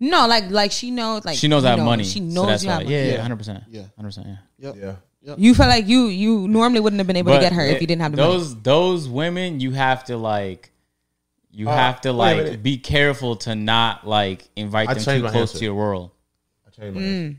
No, like like she knows like
She knows I have money.
She
so
knows
that's
you
why.
have money.
Yeah, yeah,
Yeah.
hundred percent.
Yeah.
hundred percent. Yeah.
Yep.
Yeah,
You felt like you you normally wouldn't have been able to get her if you didn't have the money.
those those women. You have to like. You have to
Uh, wait a
like
minute.
be careful to not like invite
I
them
changed
too
my
close
answer.
to your world.
I changed my
Mm.
answer.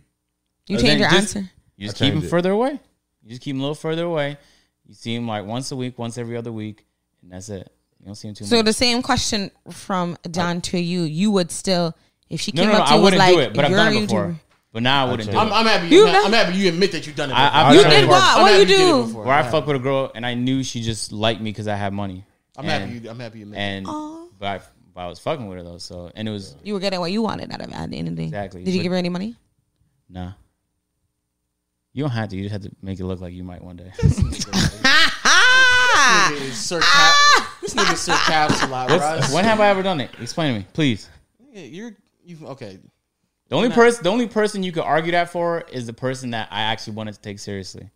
You
Then
change your
just-
answer.
You just
I
keep them
changed it.
further away. You just keep them a little further away. You see them like once a week, once every other week, and that's it. You don't see them too
So
much.
the same question from John to you, you would still if she
No,
came
no, no.
up to
I
you was
wouldn't
like
do it, but I've
you're
done
a
it before.
YouTuber.
But now I wouldn't do
changed
it.
I'm, I'm happy.
You
You I'm
not-
happy you admit that you've done it.
I-
before.
I've
You
done it
did
before.
what?
I'm
What
happy
you
did it
do?
before.
Where I
I'm
fucked with a girl and I knew she just liked me because I had money.
happy. I'm
and,
happy. You, I'm happy you admit.
And
Aw.
but I, but I was fucking with her though. So and it was
You were getting what you wanted out of it at the end of the day.
Exactly,
Did you
but-
give her any money?
nah. You don't have to. You just have to make it look like you might one day.
This nigga is Sir Cap. This nigga is Sir Cap's a lot,
What's-
bro.
when have I ever done it? Explain to me, please.
You're you okay?
The only person, the only person you could argue that for is the person that I actually wanted to take seriously,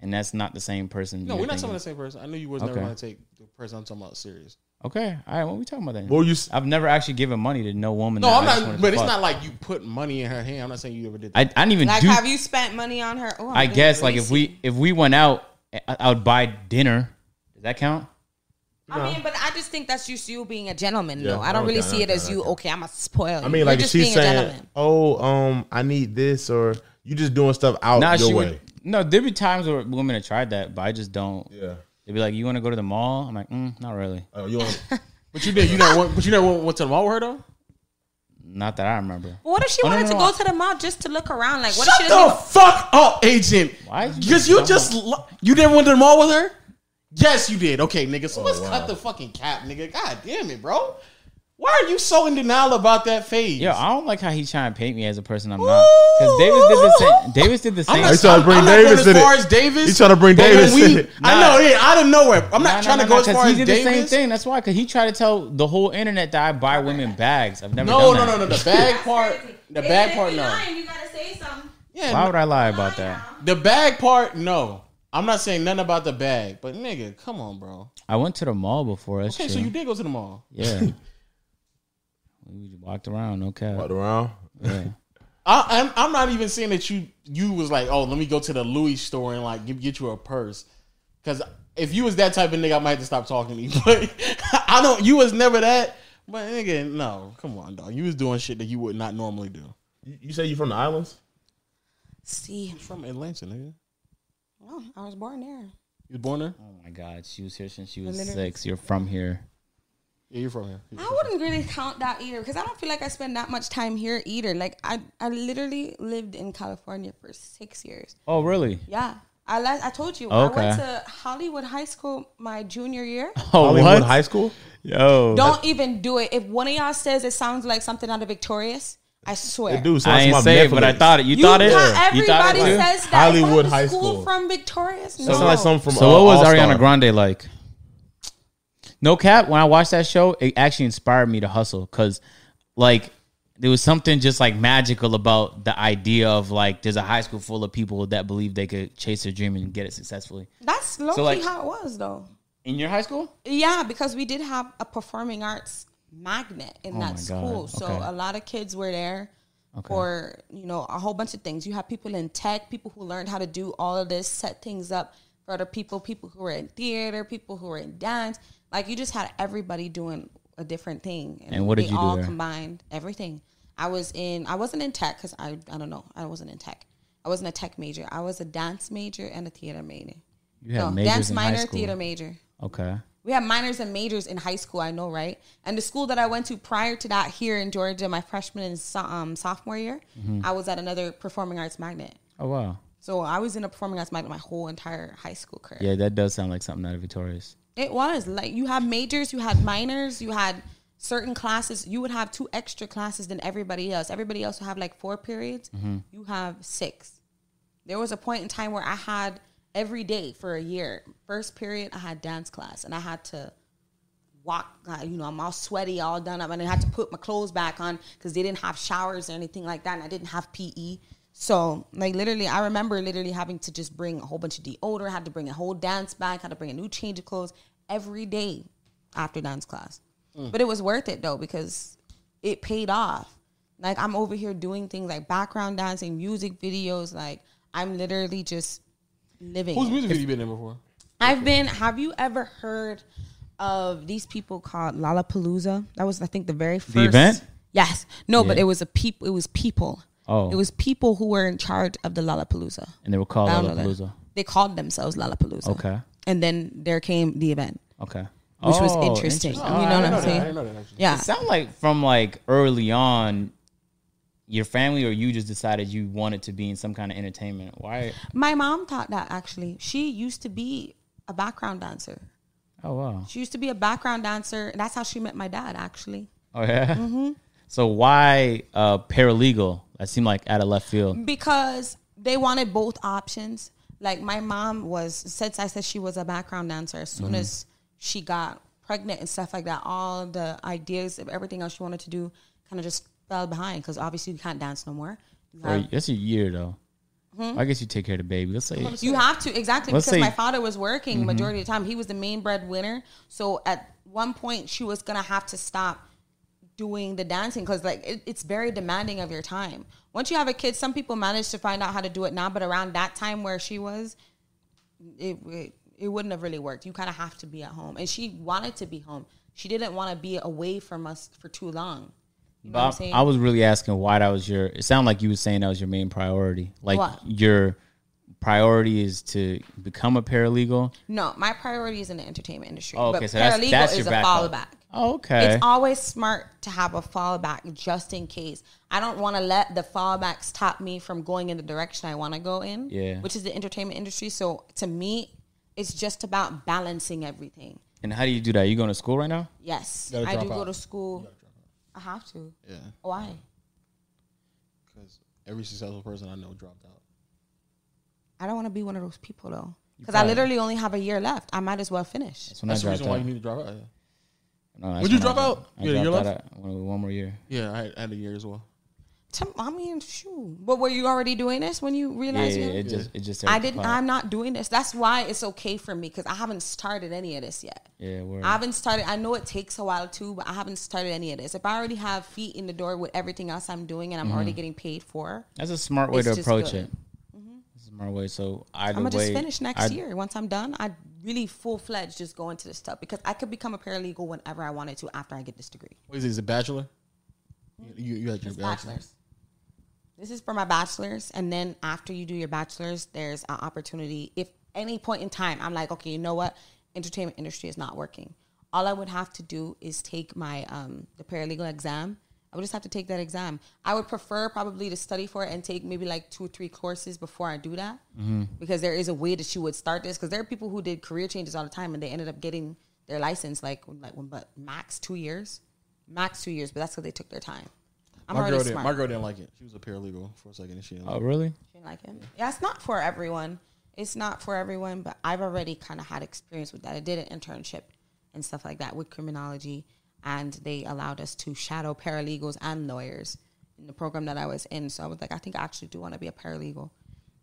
and that's not the same person.
No,
you're
we're not
thinking.
talking about the same person. I knew you was never
Okay.
going to take the person I'm talking about serious.
Okay, all right. What we talking about then?
What were you? s-
I've never actually given money to no woman.
No,
that
I'm
I just
not.
wanted
But
to
it's
fuck.
not like you put money in her hand. I'm not saying you ever did that.
I, I didn't even
Like
do.
have you spent money on her? Oh,
I guess like if we if we went out, I, I would buy dinner. Does that count?
I mean, but I just think that's just you being a gentleman,
Yeah,
though. I don't
okay,
really see it
okay,
as you.
okay.
Okay, I'm a spoil.
I mean, like
You're
if
just
she's
being a
saying,
gentleman.
"Oh, um, I need this," or you just doing stuff out
Nah,
your
she
way.
would. No, there be times where women have tried that, but I just don't.
Yeah.
They'd be like, "You want to go to the mall?" I'm like, mm, "Not really.
Oh, you want
but you did. You never. Went, but you never went, went to the mall with her though.
Not that I remember."
But What if she
Oh, no,
wanted
no,
to
no,
go
I-
to the mall just to look around? Like, what if
Shut
she
the
doesn't? even-
fuck up, agent.
Why is you
Because you
dumb?
just lo- you never went to the mall with her. Yes, you did. Okay, nigga.
Oh,
So let's cut the fucking cap, nigga. God damn it, bro. Why are you so in denial about that phase?
Yo, I don't like how he's trying to paint me as a person I'm not. Because Davis did the same. Davis did the
I'm
same.
not,
He tried to
I'm-
bring
I'm not going
Davis in
as far
it.
as Davis.
He tried to bring
but when
Davis
we-
in it.
I know, yeah, out of nowhere. I'm not trying to go as far
he
as
did
Davis.
the same thing. That's why, because he tried to tell the whole internet that I buy women bags. I've never.
No, no,
done
no,
that.
no. The bag part. The bag part. No.
You gotta say something.
Yeah.
Why would I lie about that?
The bag part. No. I'm not saying nothing about the bag, but nigga, come on, bro.
I went to the mall before. That's
Okay,
true.
so you did go to the mall.
yeah. we walked around. No cap.
to around?
Yeah.
I, I'm, I'm not even saying that you you was like, oh, let me go to the Louis store and like get, get you a purse, because if you was that type of nigga, I might have to stop talking to you. But I don't. You was never that. But nigga, no, come on, dog. You was doing shit that you would not normally do.
You, you say you from the islands?
See,
From Atlanta, nigga.
well, I was born there.
You was born there?
Oh my God, she was here since she was
Literally.
six. You're from here.
Yeah, you're from here.
I wouldn't really count that either because I don't feel like I spend that much time here either. Like I, I literally lived in California for six years.
Oh really?
Yeah, I last, I told you I
Okay.
went to Hollywood High School my junior year.
Oh
Hollywood
what?
High School?
Yo.
Don't even do it. If one of y'all says it sounds like something out of Victorious, I swear.
It do. So
I
that's my
ain't say it, but I
Netflix.
thought it. You, thought it.
Everybody
you thought it too?
says that.
Hollywood
Hollywood
High
High School,
School.
from Victorious. No.
That sounds like something from.
So
uh,
what was
All-Star.
Ariana Grande like? No cap. When I watched that show, it actually inspired me to hustle because, like, there was something just like magical about the idea of like there's a high school full of people that believe they could chase their dream and get it successfully.
That's low
So, like-
how it was though.
In your high school,
Yeah, because we did have a performing arts magnet in
Oh my
that
God.
school. So
Okay.
a lot of kids were there for, you know, a whole bunch of things. You have people in tech, people who learned how to do all of this, set things up for other people, people who were in theater, people who were in dance. Like you just had everybody doing a different thing.
And what did
they
you do
all
there?
combined everything. I was in I wasn't in tech cuz I I don't know. I wasn't in tech. I wasn't a tech major. I was a dance major and a theater major.
you had
no,
majors
dance
in
minor,
high school.
theater major.
Okay,
We had minors and majors in high school, I know, right? And the school that I went to prior to that here in Georgia, my freshman and so- um, sophomore year, I was at another performing arts magnet.
oh wow,
So I was in a performing arts magnet my whole entire high school career.
yeah, that does sound like something out of Victorious.
It was like you had majors, you had minors, you had certain classes you would have two extra classes than everybody else. Everybody else will have like four periods. You have six. There was a point in time where I had every day for a year. First period, I had dance class, and I had to walk. uh, You know, I'm all sweaty, all done up, and I had to put my clothes back on because they didn't have showers or anything like that, and I didn't have PE. So, like, literally, I remember literally having to just bring a whole bunch of deodorant, had to bring a whole dance bag, had to bring a new change of clothes every day after dance class. But it was worth it though because it paid off. Like I'm over here doing things like background dancing, music videos. Like I'm literally just living.
Whose
it.
music video you been in before?
I've been. Have you ever heard of these people called Lollapalooza? That was, I think, the very first
event?
Yes. No, but
Yeah.
it was a people. It was people.
Oh.
It was people who were in charge of the Lollapalooza.
And they were called
Down to that.
Lollapalooza.
They called themselves Lollapalooza.
Okay.
And then there came the event,
Okay.
which was
Oh, interesting.
interesting. You know what
I didn't
I'm
know that. I didn't
saying?
know that actually.
Yeah.
It sound like from like early on, your family or you just decided you wanted to be in some kind of entertainment. Why?
My mom taught that actually. She used to be a background dancer.
Oh wow.
She used to be a background dancer. and That's how she met my dad actually.
Oh yeah.
Mm-hmm.
So why uh, paralegal? That seemed like out of left field.
Because they wanted both options. Like my mom was since I said she was a background dancer, as soon as she got pregnant and stuff like that, all the ideas of everything else she wanted to do kind of just fell behind because obviously you can't dance no more. You
Or,
have,
that's a year though. I guess you take care of the baby. Let's say
mm-hmm. you have to exactly
Let's
because my
say-
father was working
Mm-hmm.
majority of the time. He was the main breadwinner, so at one point she was gonna have to stop doing the dancing because like it, it's very demanding of your time. Once you have a kid, some people manage to find out how to do it now, but around that time where she was, it it, it wouldn't have really worked. You kind of have to be at home, and she wanted to be home. She didn't want to be away from us for too long. You know what
But
I'm saying?
I, I was really asking why that was your. It sounded like you were saying that was your main priority. Like
What?
your priority is to become a paralegal.
no, my priority is in the entertainment industry.
Oh, okay,
but
so that's-
paralegal
that's
is
your
a
backup.
fallback.
Oh, okay.
It's always smart to have a fallback just in case. I don't want to let the fallback stop me from going in the direction I want to go in,
Yeah.
which is the entertainment industry. So to me, it's just about balancing everything.
and how do you do that? You going to school right now?
Yes,
gotta
I do
drop
go
out.
to school. I have to.
Yeah,
Why?
because every successful person I know dropped out.
I don't want to be one of those people though, because I literally only have a year left. I might as well finish.
So when I
That's the
dropped
reason why
out-
you need to drop out. Yeah,
No, that's
Would you
when I
drop out?
I
You had a
dropped
year
out at- one one more year.
yeah I had, I had a year as well.
Tim- I mean, shoot. But were you already doing this when you
Yeah,
realized?
yeah,
you?
it just it just.
I didn't.
Yeah,
I'm not doing this. That's why it's okay for me because I haven't started any of this yet.
word.
I haven't started. I know it takes a while too, but I haven't started any of this. If I already have feet in the door with everything else I'm doing and I'm already getting paid for,
That's a smart way
It's
to
just
approach
good.
it. It's a smart way. So either
I'm gonna
way,
just finish next
I'd-
year. Once I'm done, I really full fledged just go into this stuff because I could become a paralegal whenever I wanted to after I get this degree.
What is it? Is it bachelor? You, you, you had your
Mm. It's
bachelor.
bachelor's. This is for my bachelor's, and then after you do your bachelor's, there's an opportunity. If any point in time, I'm like, okay, you know what, entertainment industry is not working. All I would have to do is take my um, the paralegal exam. I would just have to take that exam. I would prefer probably to study for it and take maybe like two or three courses before I do that, because there is a way that you would start this. Because there are people who did career changes all the time and they ended up getting their license like like but max two years, max two years. But that's because they took their time. I'm
My
already
girl, didn't,
smart.
my girl didn't like it. She was a paralegal for a second, and she didn't like
Oh really?
She like him. Yeah, it's not for everyone. It's not for everyone, but I've already kind of had experience with that. I did an internship and stuff like that with criminology, and they allowed us to shadow paralegals and lawyers in the program that I was in. So I was like, I think I actually do want to be a paralegal,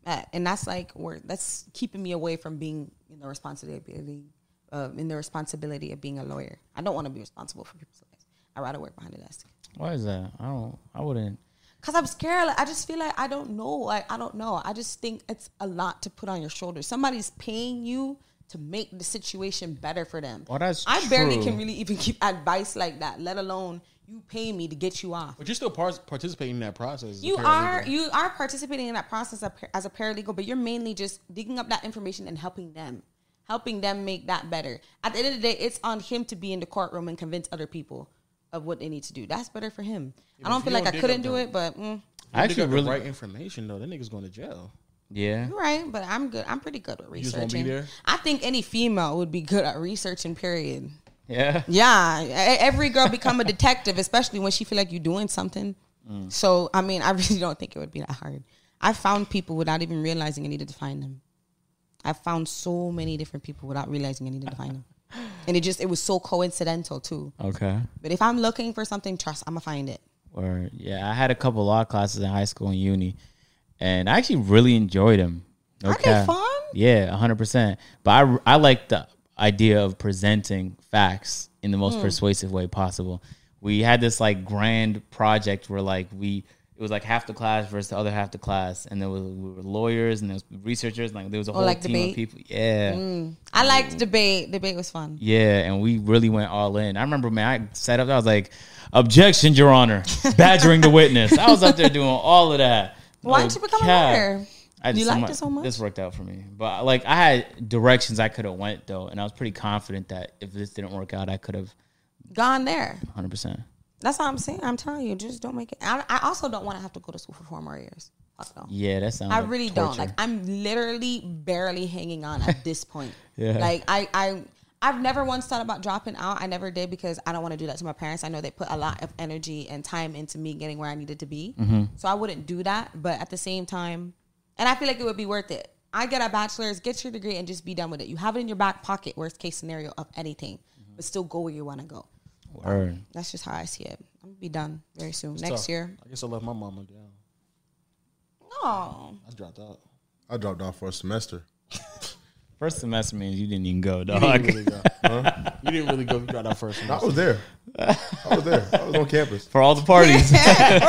Uh, and that's like where that's keeping me away from being in the responsibility, uh, in the responsibility of being a lawyer. I don't want to be responsible for people's lives. I rather work behind a desk.
Why is that? I don't. I wouldn't.
Cause I'm scared. Like, I just feel like I don't know. Like I don't know. I just think it's a lot to put on your shoulders. Somebody's paying you to make the situation better for them.
Oh,
Well, that's
I barely
true.
can really even give advice like that. Let alone you pay me to get you off.
But you're still par- participating in that process. as a
You are
paralegal.
you are participating in that process of par- as a paralegal, but you're mainly just digging up that information and helping them, helping them make that better. At the end of the day, it's on him to be in the courtroom and convince other people of what they need to do. That's better for him. I
but
don't
if
feel
you
like
don't
I
dig
couldn't
up
do
the-
it, but. Mm.
You
I actually
dig up the
really.
right information though. That nigga's going to jail.
Yeah.
You're right, but I'm good. I'm pretty good at
just won't be
researching.
there?
I think any female would be good at researching. Period.
Yeah.
Yeah, e- every girl become a detective, especially when she feel like you're doing something. So I mean, I really don't think it would be that hard. I found people without even realizing I needed to find them. I found so many different people without realizing I needed to find them, and it just it was so coincidental too.
Okay.
But if I'm looking for something, trust I'm gonna find it.
Or yeah, I had a couple law classes in high school and uni, and I actually really enjoyed them.
Aren't they fun?
Yeah, hundred percent. But I I like the idea of presenting facts in the
Hmm.
most persuasive way possible. We had this like grand project where like we it was like half the class versus the other half the class, and there was we were lawyers and there was researchers, and like there was a whole
Oh, like
team
debate? Hmm.
of people. Yeah.
I liked debate. Debate was fun.
Yeah, and we really went all in. I remember, man, I sat up. I was like, "Objection, Your Honor!" Badgering the witness. I was up there doing all of that.
Why
No
didn't you become a
cap.
lawyer?
I
You liked
mu-
it so much?
This worked out for me, but like I had directions I could have went though, and I was pretty confident that if this didn't work out, I could have
Gone there.
100. percent
That's all I'm saying. I'm telling you, just don't make it. I, I also don't want to have to go to school for four more years. Fuck no.
Yeah, that sounds.
I
like
really don't.
torture.
Like I'm literally barely hanging on at this point.
Yeah.
Like I I I've never once thought about dropping out. I never did because I don't want to do that to my parents. I know they put a lot of energy and time into me getting where I needed to be.
Mm-hmm.
So I wouldn't do that, but at the same time, and I feel like it would be worth it. I get a bachelor's, get your degree and just be done with it. You have it in your back pocket worst case scenario of anything,
Mm-hmm.
but still go where you want to go.
Word.
That's just how I see it. I'm gonna be done very soon. Next
Tough.
year.
I guess I left my mama down.
No.
I dropped out.
I dropped off for a semester.
First semester means you didn't even go, dog.
Really go. You didn't really go. You dropped out first.
I was there. I was there. I was on campus.
For all the parties.
right.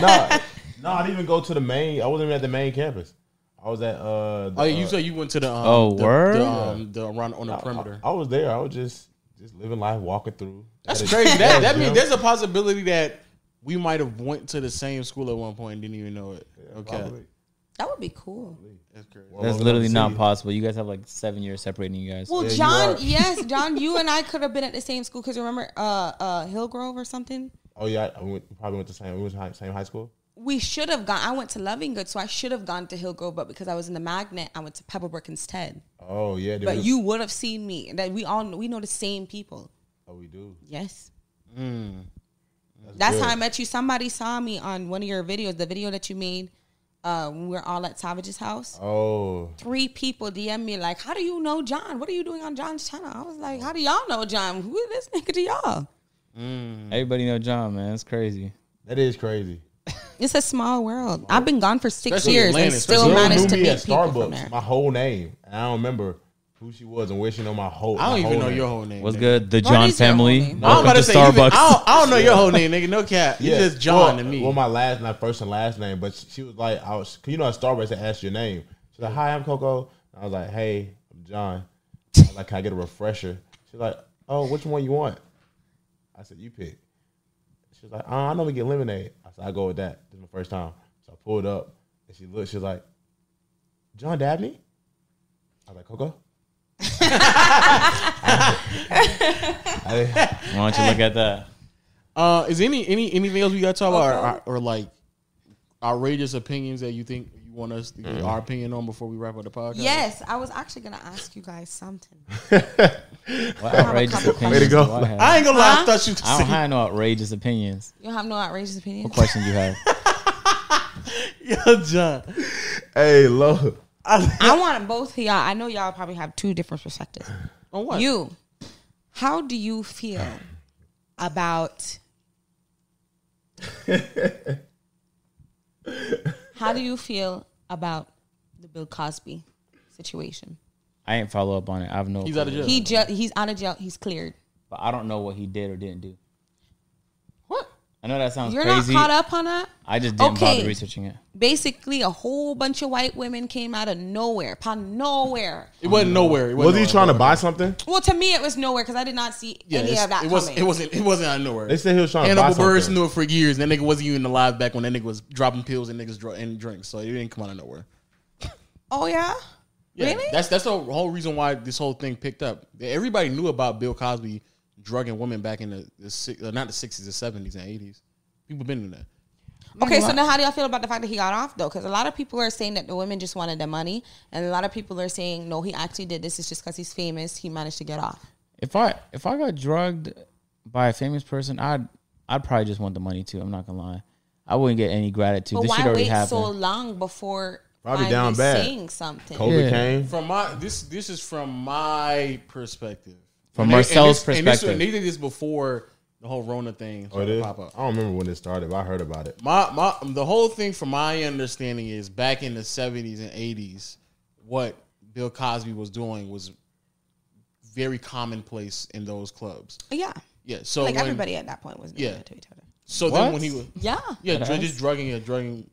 Nah, no, I didn't even go to the main. I wasn't even at the main campus. I was at. uh the,
Oh, you said you went to the um,
Oh,
the,
word?
the, um, the around on the perimeter.
uh, I, I was there. I was just just living life, walking through.
That's
At a-
crazy. That that means
yeah.
there's a possibility that we might have went to the same school at one point and didn't even know it. okay,
Probably.
That would be cool.
that's crazy.
Well,
That's
welcome
literally
to the
not
city.
possible. You guys have like seven years separating you guys.
Well,
you
John,
are.
yes, John, you and I could have been at the same school because remember, uh, uh, Hillgrove or something.
Oh yeah, I went, we probably went to same. We went to high, same high school.
We should have gone. I went to Loving Good, so I should have gone to Hillgrove, but because I was in the magnet, I went to Pebblebrook instead.
Oh yeah, they
But
were-
you would have seen me. That we all we know the same people.
Oh, we do.
Yes. That's
Mm. good.
how I met you. Somebody saw me on one of your videos, the video that you made uh, when we were all at Savage's house.
Oh,
Three people DM me like, "How do you know John? What are you doing on John's channel?" I was like, "How do y'all know John? Who is this nigga to y'all?"
Everybody know John, man. It's crazy.
that is crazy.
It's a small world. I've been gone for six
Especially
years
Atlanta,
and still
especially-
Girl
managed to
knew me at
meet people from
Starbucks.
there.
My whole name, and I don't remember who she was and where she know my whole.
I don't
my
even
whole
know
name.
your whole name.
What's
nigga.
good? The
What
John
is your
family.
whole name?
I
Welcome
am about to
to
say
Starbucks.
Starbucks. I, don't, I don't know your whole name, nigga. No cap. You
Yeah.
just John
well,
to me.
Well, my last, not first and last name, but she, she was like, I was, cause you know, at Starbucks they ask your name. She's like, "Hi, I'm Coco." And I was like, "Hey, I'm John." I was like, "Can I get a refresher?" She's like, "Oh, which one you want?" I said, "You pick." She was like, oh, "I know we get lemonade." I said, "I go with that." This is my first time, so I pulled up and she looked. She was like, "John Dabney." I was like, "Coco." I, I-
Why don't you look at that?
uh, is any any anything else we got to talk about, or, or, like outrageous opinions that you think you want us to get
Mm-hmm.
our opinion on before we wrap up the podcast?
Yes, I was actually gonna ask you guys something.
What
have a
outrageous
couple
opinions
Way to go.
do I have?
I ain't gonna lie.
Huh?
I thought you.
I don't have no outrageous opinions.
You don't have no outrageous opinion.
What question you have?
Yo, John.
hey, look.
I want both of y'all. I know y'all probably have two different perspectives.
On what?
You, how do you feel about? how do you feel about the Bill Cosby situation?
I ain't follow up on it. I have no.
He's out of
opinion.
jail.
He ju- he's out of jail. He's cleared.
But I don't know what he did or didn't do.
What?
I know that sounds
You're
crazy.
not caught up on that.
I just didn't
Okay.
bother researching it.
Basically, a whole bunch of white women came out of nowhere, upon nowhere.
it wasn't nowhere. It
Was
wasn't
he
nowhere.
trying to buy something?
Well, to me, it was nowhere because I did not see
Yeah,
any
it's-
of that
it was.
coming.
It wasn't. It wasn't out of nowhere.
They said he was trying to buy
Hannibal Burris
something.
knew it for years. That nigga wasn't even alive back when that nigga was dropping pills and niggas dr- and drinks. So it didn't come out of nowhere.
oh yeah?
Yeah,
really?
That's that's the whole reason why this whole thing picked up. Everybody knew about Bill Cosby drugging women back in the, the si- uh, not the sixties, the seventies and eighties. People been doing that.
Okay, so now how do y'all feel about the fact that he got off though? Because a lot of people are saying that the women just wanted the money, and a lot of people are saying no, he actually did this. It's just because he's famous, he managed to get off.
If I if I got drugged by a famous person, I'd I'd probably just want the money too. I'm not gonna lie. I wouldn't get any gratitude.
But
this shit
why
already
wait
happened.
so long before
Probably
finally
down bad.
saying something?
COVID
Yeah.
came.
From my this this is from my perspective.
From
And- and
Marcel's
this- and this-
perspective.
And they did this before the whole Rona thing
Oh, it
started to
is? I
pop up.
don't remember when it started, but I heard about it.
My my the whole thing from my understanding is back in the seventies and eighties, what Bill Cosby was doing was very commonplace in those clubs.
Yeah.
Yeah. So
like
when-
everybody at that point was doing
Yeah.
that to each other.
So
What?
then when he was
Yeah.
Yeah,
That
dr-
ass?
just drugging and drugging.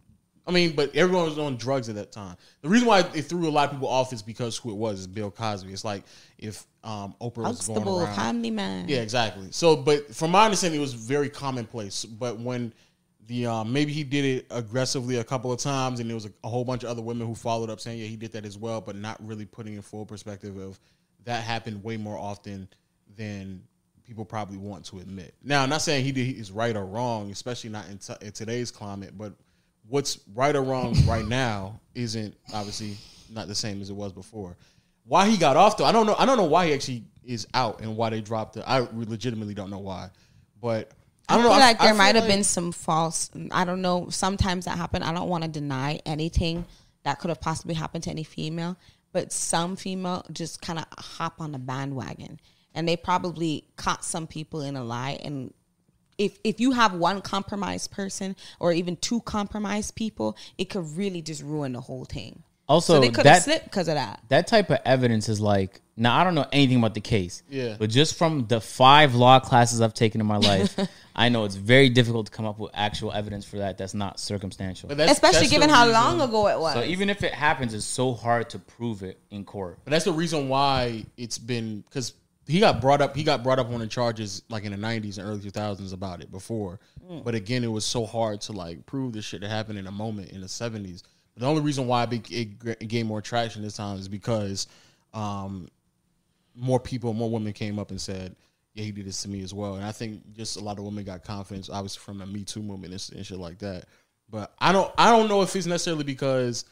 I mean, but everyone was on drugs at that time. The reason why it threw a lot of people off is because who it was is Bill Cosby. It's like if um, Oprah was going
Huxtable,
around.
comedy man.
Yeah, exactly. So, but from my understanding, it was very commonplace. But when the um, maybe he did it aggressively a couple of times, and there was a, a whole bunch of other women who followed up saying, "Yeah, he did that as well," but not really putting in full perspective of that happened way more often than people probably want to admit. Now, I'm not saying he did, is right or wrong, especially not in, t- in today's climate, but what's right or wrong right now isn't obviously not the same as it was before. Why he got off though, I don't know. I don't know why he actually is out and why they dropped it. I legitimately don't know why, but I don't know.
feel like
I
there might
feel
have been some false. I don't know. Sometimes that happened. I don't want to deny anything that could have possibly happened to any female, but some female just kind of hop on the bandwagon, and they probably caught some people in a lie. And if if you have one compromised person or even two compromised people, it could really just ruin the whole thing.
Also,
So they could have
that
slipped because of that.
that type of evidence is like now I don't know anything about the case.
Yeah.
But just from the five law classes I've taken in my life, I know it's very difficult to come up with actual evidence for that that's not circumstantial.
But that's-
Especially
that's the
given how
reason-
long ago it was.
so even if it happens, it's so hard to prove it in court.
But that's the reason why it's been because he got brought up. He got brought up on the charges like in the '90s and early 2000s about it before.
Mm.
But again, it was so hard to like prove this shit that happened in a moment in the '70s. But the only reason why it, be, it, gr- it gained more traction this time is because um, more people, more women came up and said, "Yeah, he did this to me as well." And I think just a lot of women got confidence, obviously from the Me Too movement and, and shit like that. But I don't, I don't know if it's necessarily because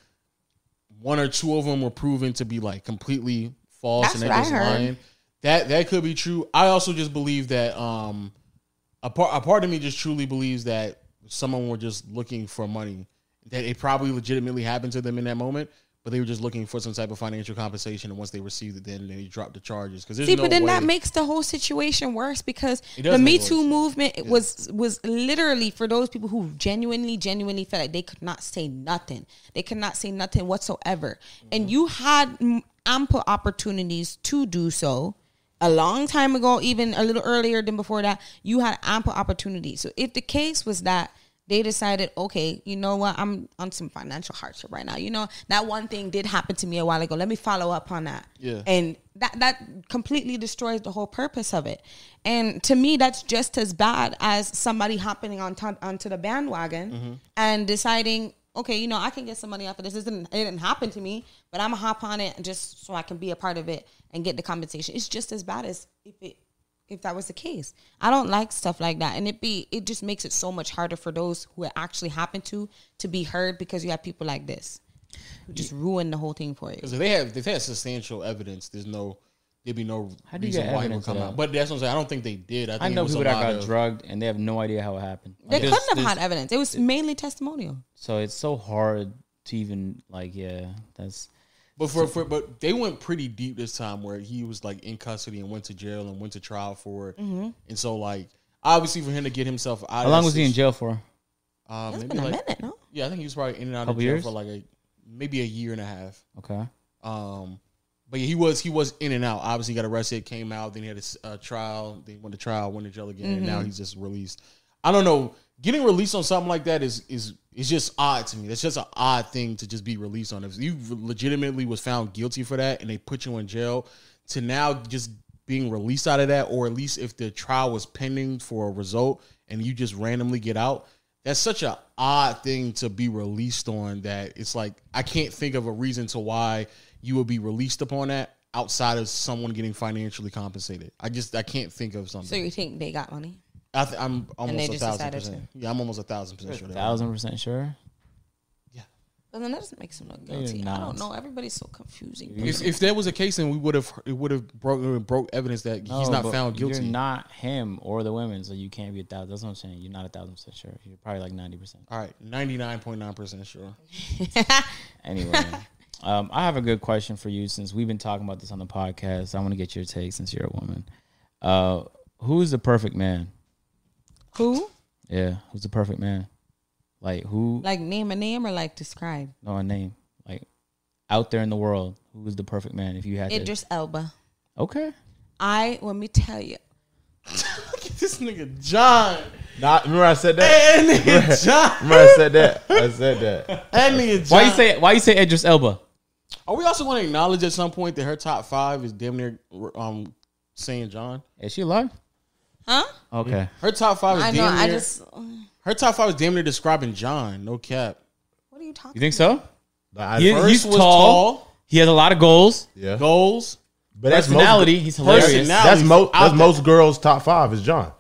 one or two of them were proven to be like completely false
That's
and they
what I
just
heard.
lying. That that could be true. I also just believe that um, a part a part of me just truly believes that someone were just looking for money. That it probably legitimately happened to them in that moment, but they were just looking for some type of financial compensation. And once they received it, then they dropped the charges. Because
See, but then that makes the whole situation worse because
It
the
does
Me
make it
Too
worse.
movement it was was literally for those people who genuinely, genuinely felt like they could not say nothing. They could not say nothing whatsoever,
Mm-hmm.
and you had mm, ample opportunities to do so. A long time ago, even a little earlier than before that, you had ample opportunities. So if the case was that they decided, okay, you know what, I'm on some financial hardship right now. You know that one thing did happen to me a while ago. Let me follow up on that.
Yeah.
And that that completely destroys the whole purpose of it. And to me, that's just as bad as somebody hopping on to, onto the bandwagon and deciding, okay, you know, I can get some money after this. This didn't, it didn't happen to me, but I'm gonna hop on it just so I can be a part of it and get the compensation. It's just as bad as if it if that was the case. I don't like stuff like that, and it be it just makes it so much harder for those who it actually happened to to be heard because you have people like this who just ruin the whole thing for you.
because if they have if they had substantial evidence, there's no there'd be no
How do you
reason
get
why it would
evidence of
come
that?
out. But that's what I'm saying. I don't think they did. I, think
I
it
know
was a
people that
lot
got
of-
drugged and they have no idea how it happened.
They
Like, there's-
couldn't have
there's-
had evidence. It was mainly testimonial.
So it's so hard to even like yeah, that's
But for, for but they went pretty deep this time where he was like in custody and went to jail and went to trial for it.
Mm-hmm.
And so like obviously for him to get himself out.
how long was he in jail for?
Um,
It's
maybe
been a
like-
minute, no?
Yeah, I think he was probably in and out
Couple
of jail
years?
for like a maybe a year and a half.
Okay.
Um, but yeah, he was he was in and out. Obviously, he got arrested, came out, then he had a s- a trial, then he went to trial, went to jail again, and
Mm-hmm.
now he's just released. I don't know. Getting released on something like that is is is just odd to me. That's just an odd thing to just be released on. If you legitimately was found guilty for that and they put you in jail, to now just being released out of that, or at least if the trial was pending for a result and you just randomly get out, that's such a odd thing to be released on that it's like I can't think of a reason to why you would be released upon that outside of someone getting financially compensated. I just I can't think of
So
something.
you think they got money?
I th- I'm almost
they
a
just
thousand
decided
percent. Yeah, I'm almost a thousand percent sure. that-
Thousand percent sure.
But
Because then that doesn't make someone
is
guilty. I
not.
don't know. Everybody's so confusing.
If, if that was a case, then we would have it would have broke it would've broke evidence that he's
No,
not
but
found guilty.
You're not him or the women, so you can't be a thousand. That's what I'm saying. You're not a thousand percent sure. You're probably like ninety percent.
All right, ninety nine point nine percent sure.
Anyway, um, I have a good question for you since we've been talking about this on the podcast. I want to get your take since you're a woman. Uh, who is the perfect man?
Who?
Yeah, who's the perfect man? Like who?
Like name a name or like describe?
no, a name. Like out there in the world, who is the perfect man? If you had to,
Idris Elba.
okay.
I let me tell you.
Look at this nigga John.
Nah, remember I said that.
That nigga John.
Remember I said that. I said that.
That nigga John.
Why you say? Why you say Idris Elba?
Are we also going to acknowledge at some point that her top five is damn near um saying John?
Is she alive?
Huh?
Okay.
Her top five is
I know.
damn
I
near.
just.
her top five is damn near describing John. No cap.
What are you talking?
You think so?
Like, I-
He-
first-
he's
was
tall.
tall.
He has a lot of goals.
yeah.
Goals.
But most-
Personality. he's hilarious.
Personality.
That's most.
Out
That's
there.
most girls' top five is John.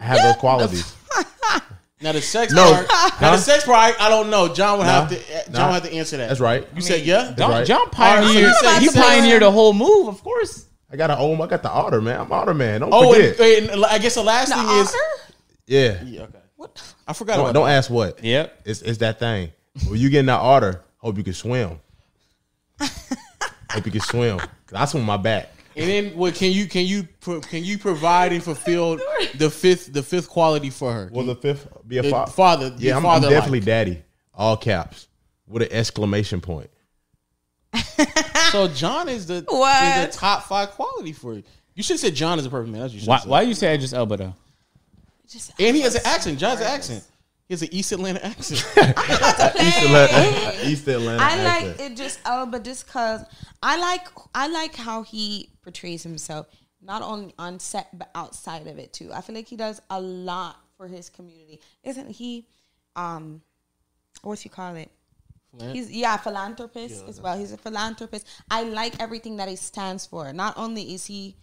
Have those qualities.
Now the sex
No.
part. Now the sex part. I, I don't know. John would have to. John
Nah.
would have to answer that.
That's right.
You said yeah.
That's
John,
right.
John pioneered.
That's what I'm
He
saying.
pioneered the whole move, of course.
I got an old. I got the otter man. I'm otter man. Don't
Oh,
forget.
and, and I guess the last
The
thing is.
otter?
yeah.
Yeah, okay.
What?
I forgot
Don't,
about
don't ask what.
Yep.
It's it's that thing. When you get in that otter, hope you can swim. hope you can swim. 'Cause I swim my back.
And then, what can you can you pro- can you provide and fulfill the fifth the fifth quality for her?
Will the fifth be a
The
fa-
father,
Yeah,
be
I'm, I'm
father-like.
definitely daddy. All caps with an exclamation point.
So John is the
What?
is the top five quality for you. You should have said John is a perfect man. That's what you should
Why?
have said.
Why you say Idris Elba though?
Just
And he has an accent. John's an accent. He has an East Atlanta accent.
East Atlanta. East Atlanta.
I
accent.
like it just Elba just cause I like I like how he portrays himself, not only on set but outside of it too. I feel like he does a lot for his community. Isn't he um what you call it? He's yeah, philanthropist as well. He's a philanthropist. I like everything that he stands for. Not only is he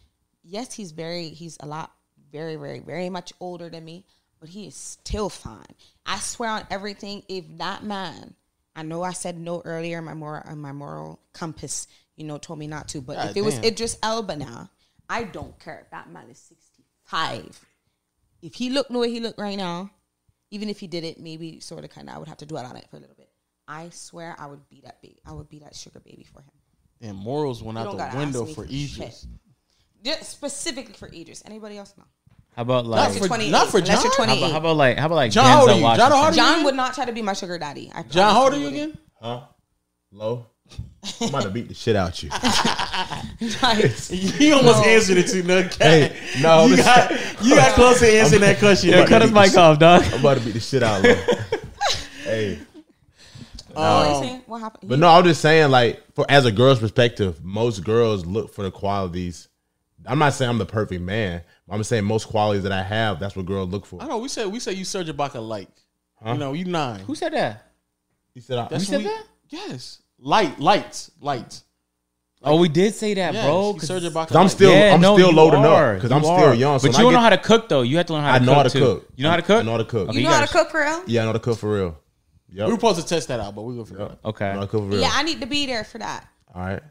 yes, he's very he's a lot very, very, very much older than me, but he is still fine. I swear on everything, if that man I know I said no earlier, my moral uh, my moral compass, you know, told me not to, but if it was
damn.
Idris Elba now, I don't care if that man is sixty five. If he looked the way he looked right now, even if he did it, maybe sort of kind of, I would have to dwell on it for a little bit. I swear, I would be that baby. I would be that sugar baby for him.
And morals went out
don't
the
gotta
window
ask me
for
for
Idris.
Just specifically for Idris. Anybody else? No.
How about
Not
like?
for,
How
not for
Unless
John.
you're
about,
28.
how about like? How about like?
John, how old
Denzel
are you? John,
Washington?
how old are you?
John would not try to be my sugar daddy. I
John,
promise
how old are
he
you
wouldn't.
again?
Huh? Low? I'm about to beat the shit out you.
He almost answered it too. No,
Hey, no,
you
this-
got you got close to answering that question.
Yeah,
Cut his mic off, dog.
I'm about to beat the shit out of Low. hey.
What are
um,
you saying? What happened?
But no, I'm just saying, like, for as a girl's perspective, most girls look for the qualities. I'm not saying I'm the perfect man. I'm saying most qualities that I have, that's what girls look for.
I know we said we said you Serge Ibaka like. You know you nine.
Who said that?
You said I,
That's
said
what we-
that?
Yes, light, light, light.
Oh, we did say that,
Yes.
bro.
you
'cause-
Serge Ibaka.
'Cause I'm
light.
still- I'm still
you
loading up,
are.
'cause I'm
You
still
are.
young, so
but
when
you
I
don't know
get-
how to cook though. You have to learn how to
I
cook
know how to
too.
cook.
You know how to cook.
I know how to cook.
Okay,
You know how to cook for real?
yeah, I know the cook for real. Yep.
We were supposed to test that out, but we go for it.
I know
Okay.
the cook for real.
Yeah, I need to be there for that.
All right.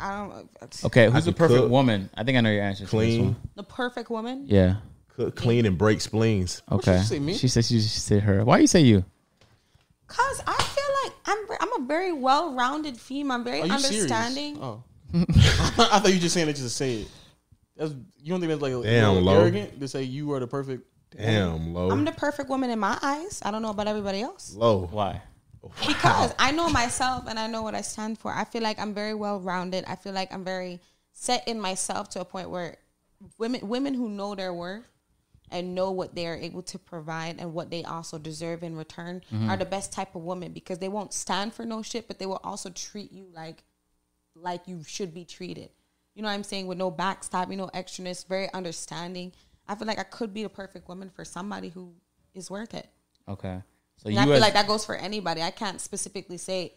I don't. it's-
Okay. Who's
can
the perfect
cook.
woman? I think I know your answer. to this
Clean,
one.
The perfect woman.
Yeah.
cook, clean, and break spleens.
Okay.
she say, me?
She said she, she said her. Why you say you?
Cause I feel like I'm. ver- I'm a very well-rounded female. I'm very
Are you
understanding.
serious? Oh, I thought you just saying that just to say it. That's, you don't think that's like a
Damn,
little
Lo.
arrogant to say you are the perfect.
Damn, low.
I'm the perfect woman in my eyes. I don't know about everybody else.
low.
Why?
because I know myself and I know what I stand for. I feel like I'm very well rounded. I feel like I'm very set in myself to a point where women women who know their worth and know what they are able to provide and what they also deserve in return are the best type of woman because they won't stand for no shit, but they will also treat you like like you should be treated. You know what I'm saying? With no backstabbing, no extraness, very understanding. I feel like I could be the perfect woman for somebody who is worth it.
Okay. So
And
you
I feel
as-
like that goes for anybody. I can't specifically say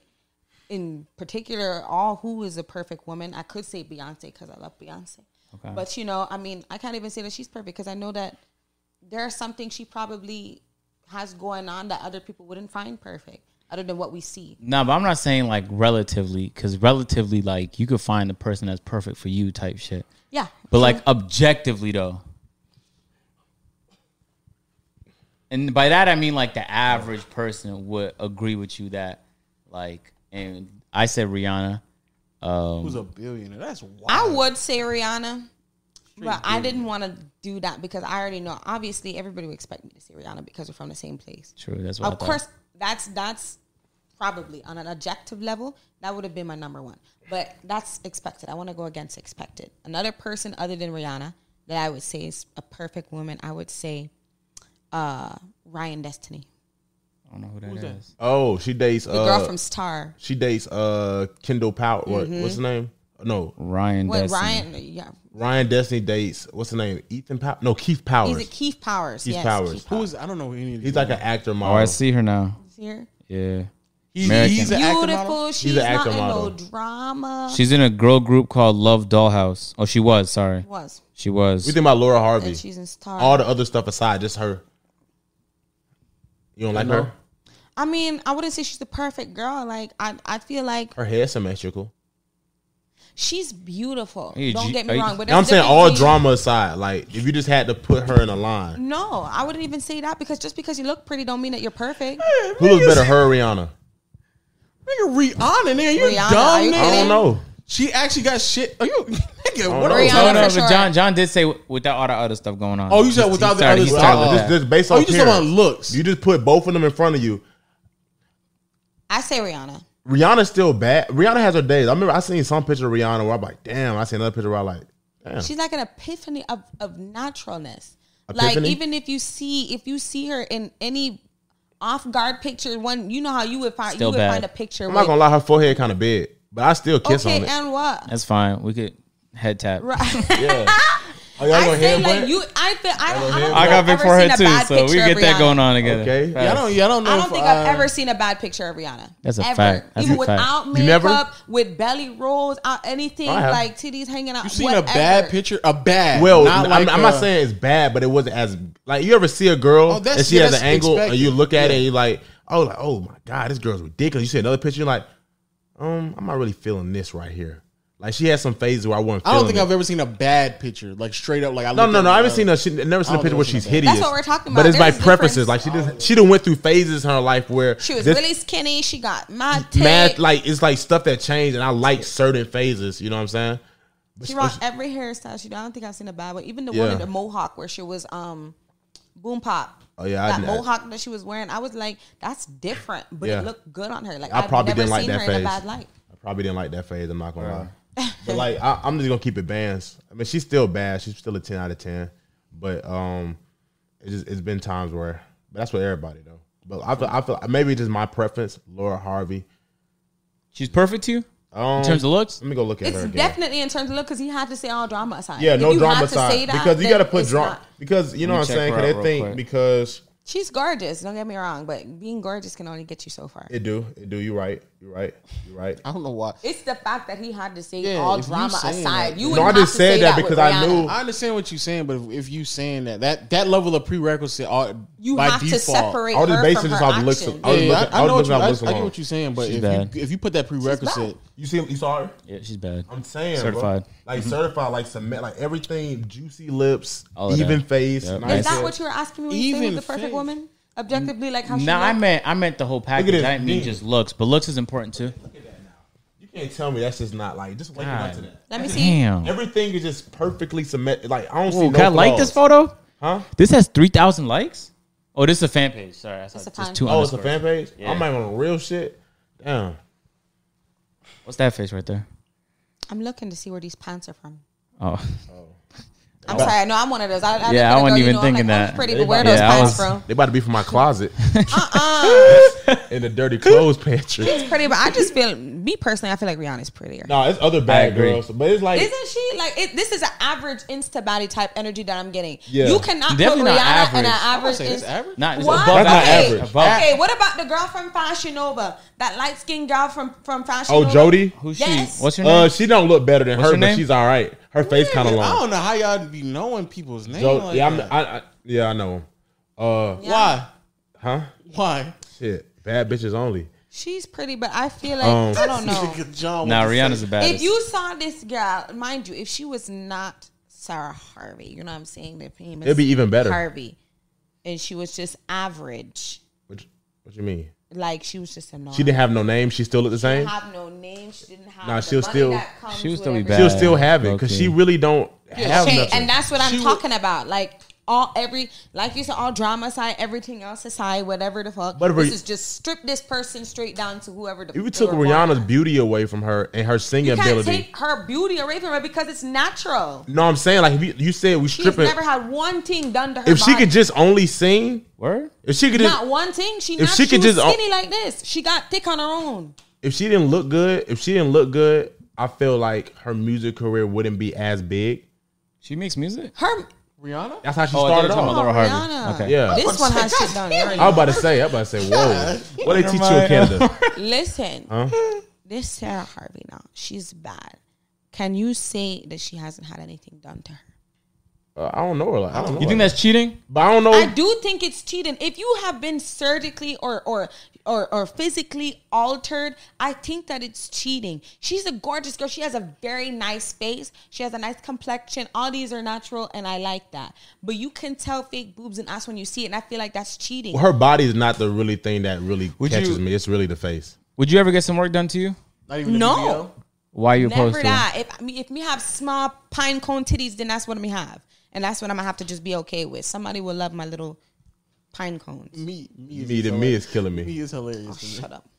in particular all who is a perfect woman. I could say Beyonce because I love Beyonce.
Okay.
But you know, I mean, I can't even say that she's perfect because I know that there is something she probably has going on that other people wouldn't find perfect. other than what we see.
No, but I'm not saying like relatively, because relatively, like you could find the person that's perfect for you type shit.
Yeah.
But like objectively though. And by that I mean like the average person would agree with you that like and I said Rihanna.
Who's a billionaire? That's wild.
I would say Rihanna, but I didn't want to do that because I already know. Obviously, everybody would expect me to say Rihanna because we're from the same place.
True, that's what I
Of
thought.
course, that's that's probably on an objective level that would have been my number one, but that's expected. I want to go against expected. Another person other than Rihanna that I would say is a perfect woman. I would say uh, Ryan Destiny,
I don't know who that is.
Oh, she dates
the
uh,
girl from Star.
she dates uh Kendall Power. What, What's the
Mm-hmm.
name? No,
Ryan
What
Destiny.
Ryan? Yeah,
Ryan Destiny dates what's the name? Ethan Pow No, Keith Powers.
is it Keith Powers?
Keith
yes,
Powers.
Keith
Who is? I don't know any of these.
He's like an actor
Oh, I
model.
see her now.
here.
Yeah.
he's,
American.
he's an actor model.
beautiful. She's
an
not
actor
in
model.
no drama.
She's in a girl group called Love Dollhouse. Oh, she was, sorry.
was
She
we
was.
think about Laura Harvey.
and she's in Star.
All the other stuff aside, just her. You don't like
know.
her?
I mean, I wouldn't say she's the perfect girl. Like I, I feel like
Her hair's symmetrical.
she's beautiful.
Hey,
Don't
G-
get
are
me
you-
wrong, but
Now, I'm
there's a
saying
difference
all
between-
drama aside, like if you just had to put her in a line,
No, I wouldn't even say that because just because you look pretty don't mean that you're perfect.
who looks better, her or Rihanna?
Nigga, Rihanna, nigga, you
Rihanna,
dumb,
are you
nigga.
I don't know.
She actually got shit. Are you, nigga, what
know.
are we?
Rihanna
No, no,
Oh, for
but
sure.
John John did say w- without all the other stuff going on.
Oh, you said
He- he
without the
started-
other
he
stuff.
started
Oh.
with
Just,
that.
just based
Oh,
on
you just talking about looks.
You just put both of them in front of you.
I say Rihanna.
Rihanna's still bad. Rihanna has her days. I remember I seen some picture of Rihanna where I'm like, damn. I seen another picture where I'm like, damn.
She's like an epiphany of, of naturalness.
Epiphany?
Like even if you see if you see her in any off guard picture, one you know how you would find
Still
you would
bad.
find a picture.
I'm not gonna lie, her forehead kind of big, but I still kiss
okay,
on it.
and what?
That's fine. We could head tap.
yeah. Are y'all
I
gonna
say
hand
like
butt?
you. I feel I don't. I, don't
I
think
got
I've
big
ever
forehead
seen a
too,
bad
so we
picture
get
of
that
Rihanna.
going on together.
Okay.
Facts.
I don't, yeah, I don't know.
I don't
if
think
I,
I've ever seen a bad picture of Rihanna.
That's a
ever.
fact. That's
Even
a fact.
without
You
makeup,
never?
with belly rolls, out anything
I have.
like titties hanging out.
You seen
whatever.
a bad picture? A bad.
Well,
not
I'm,
like
I'm not
a-
saying it's bad, but it wasn't as like you ever see a girl
Oh, that's-
and she
yeah,
has an
that's
angle, and you
expected.
look at it
Yeah.
and you're like, oh, like, oh my god, this girl's ridiculous. You see another picture, you're like, um, I'm not really feeling this right here. Like she had some phases where I wasn't.
I
Feeling
don't think
it.
I've ever seen a bad picture, like straight up. Like I
No,
looked
no,
at
no.
it,
I haven't
uh,
seen a. She, never seen a
don't
picture
know
where
if
she's
it's a bad-
hideous.
That's what we're talking
But
about.
it's by
There's a
preferences.
difference.
Like she just she done went through phases in her life where
She was
this
really skinny. She got mad.
mad
Mad like
like it's like stuff that changed, and I like certain phases. You know what I'm saying?
she rocked every hairstyle. She. I don't think I've seen a bad one. Even the
Yeah.
one in the mohawk where she was um, boom pop.
Oh, yeah, I
that
didn't-
mohawk that she was wearing. I was like, that's different, but
Yeah.
it looked good on her. Like
I
I've
probably
never
didn't like
seen
that
her in
phase.
a bad light.
I probably didn't like that phase. I'm not gonna lie, but like I, I'm just gonna keep it bands. I mean, she's still bad. She's still a ten out of ten, but um, it's just, it's been times where. But that's what everybody though. But I feel I feel maybe it's just my preference. Laura Harvey.
She's perfect to you
Um,
in terms of looks.
let me go look at
It's
her again.
definitely in terms of look because he had to say all drama aside.
Yeah,
If
no
you
drama
had to
aside
say that,
because you
then
got to put
it's
drama
not.
because you know
Let me
what I'm saying.
check her
Cause
out
they
real
think
quick.
because
She's gorgeous. Don't get me wrong, but being gorgeous can only get you so far.
it do it do. You right. You right. You right.
I don't know why.
It's the fact that he had to say
Yeah,
all
if you
drama
saying
aside.
that-
You would
No, I
not
just
have to
said
say
that
that,
because
with
I
Rihanna.
knew
I understand what you're saying, but if, if you saying that that that level of prerequisite, are,
you
by
have
default,
to separate
I was just
her
basing
from
this
her
off the looks of-
actions.
I was
Yeah,
looking- I
I,
was
know what
looking
you,
at
I,
looks
I get
alone.
what you're saying, but
She's
if
bad.
you, if you put that prerequisite,
you see you saw her.
Yeah, she's bad.
I'm saying
Certified.
bro. like certified, like cement, like everything, juicy lips,
All of
even
that.
face.
Yep.
nice
Is that
head.
what you were asking me? When you say
Even
who's the perfect
faith.
woman, objectively, like how she.
No, I
looked?
meant I meant the whole package.
his
I didn't mean
knee.
just looks, but looks is important too.
You can't tell me that's just not like just waking up
God.
to that.
Let me see.
Damn.
Everything is just perfectly cement. Like I don't see
Ooh,
no.
can I like this
flaws.
photo?
Huh?
This has three thousand likes. Oh, this is a fan page. Sorry, I saw
It's a
just
fan.
two.
Oh, it's a
underscores.
fan page.
Yeah.
I'm not even on real shit. Damn.
What's that face right there?
I'm looking to see where these pants are from.
Oh,
I'm sorry. I know I'm one of those. I, I
Yeah, I
look at a
wasn't
girl, you
even
know, I'm
thinking
like, oh,
that.
she's Pretty, but where are
Yeah,
those
I
pants
was-
from?
They about to be from my closet
Uh-uh.
in the dirty clothes pantry.
It's pretty, but I just feel me personally. I feel like Rihanna's prettier.
No, it's other bad
agree.
girls, but it's like
Isn't she like it, this? Is an average insta body type energy that I'm getting.
Yeah.
You cannot
Definitely
put
not
Rihanna in
average.
an
I
average.
say that's
inst-
average.
not it's
Why?
above
That's not
average.
average.
Above.
Okay, what about the girl from Fashion Nova? That light skinned girl from from Fashion
oh
Nova.
Jody.
Who's
Yes.
she? What's her name?
Uh, she don't look better than
What's
her,
her
but
name?
she's all right. Her face kind of
I
long.
don't know how y'all be knowing people's names.
So,
like
yeah, I'm,
that.
I, I, yeah, I know him. Uh,
Yeah.
Why?
huh?
Why?
Shit, bad bitches only.
She's pretty, but I feel like
Um,
I don't know.
Uh,
John,
Now
what you
Rihanna's
say?
the baddest.
if you saw this girl, mind you, if she was not Sarah Harvey, you know what I'm saying? The famous
It'd be even better.
Harvey, and she was just average,
What, what you mean?
like she was just a normal.
She didn't have no name. She still looked the
She
same.
didn't have no name. She didn't have.
Nah,
the
she'll
money
still-
that comes
She'll
with
still be
everything.
bad.
She'll still have it because
Okay.
she really don't have
She-
nothing.
and that's what I'm
She wa-
talking about. Like all every like you said, all drama aside, everything else aside, whatever the fuck.
But if
this
we-
is just strip this person straight down to whoever the.
if you
they
took
were born
Rihanna's
with.
beauty away from her and her singing
you can't
ability,
take her beauty away from her because it's natural.
no, I'm saying like if you, you said we
She has
stripping.
never had one thing done to her.
If she
body.
could just only sing,
Word?
if she could just,
not one thing, she
if
not,
she
she,
could
was
just- uh,
skinny like this. She got thick on her own.
if she didn't look good, if she didn't look good, I feel like her music career wouldn't be as big.
She makes music?
Her
Rihanna.
That's how she
Oh, I
started
thought you were talking about
off.
Laura
Oh,
Harvey.
Rihanna.
Okay.
Yeah,
this one has shit done.
I was about to say, I was about to say, whoa, what they teach you in
mind.
Canada?
Listen, this Sarah Harvey now, she's bad. Can you say that she hasn't had anything done to her?
Uh, I don't know her. Like, I don't know.
You think
her.
that's cheating?
But I don't know.
I do think it's cheating. If you have been surgically or or or, or physically altered, I think that it's cheating. She's a gorgeous girl. She has a very nice face. She has a nice complexion. All these are natural, and I like that. But you can tell fake boobs and ass when you see it, and I feel like that's cheating.
her body is not the really thing that really
Would
catches
you-
me. It's really the face.
Would you ever get some work done to you?
Not even the
No.
BBL?
Why are you
Never
opposed to it?
that. If me if me have small pine cone titties, then that's what me have, and that's what I'm gonna have to just be okay with. Somebody will love my little pine cones.
Me, me,
Me to me is killing me.
Me is hilarious. to me.
Shut up.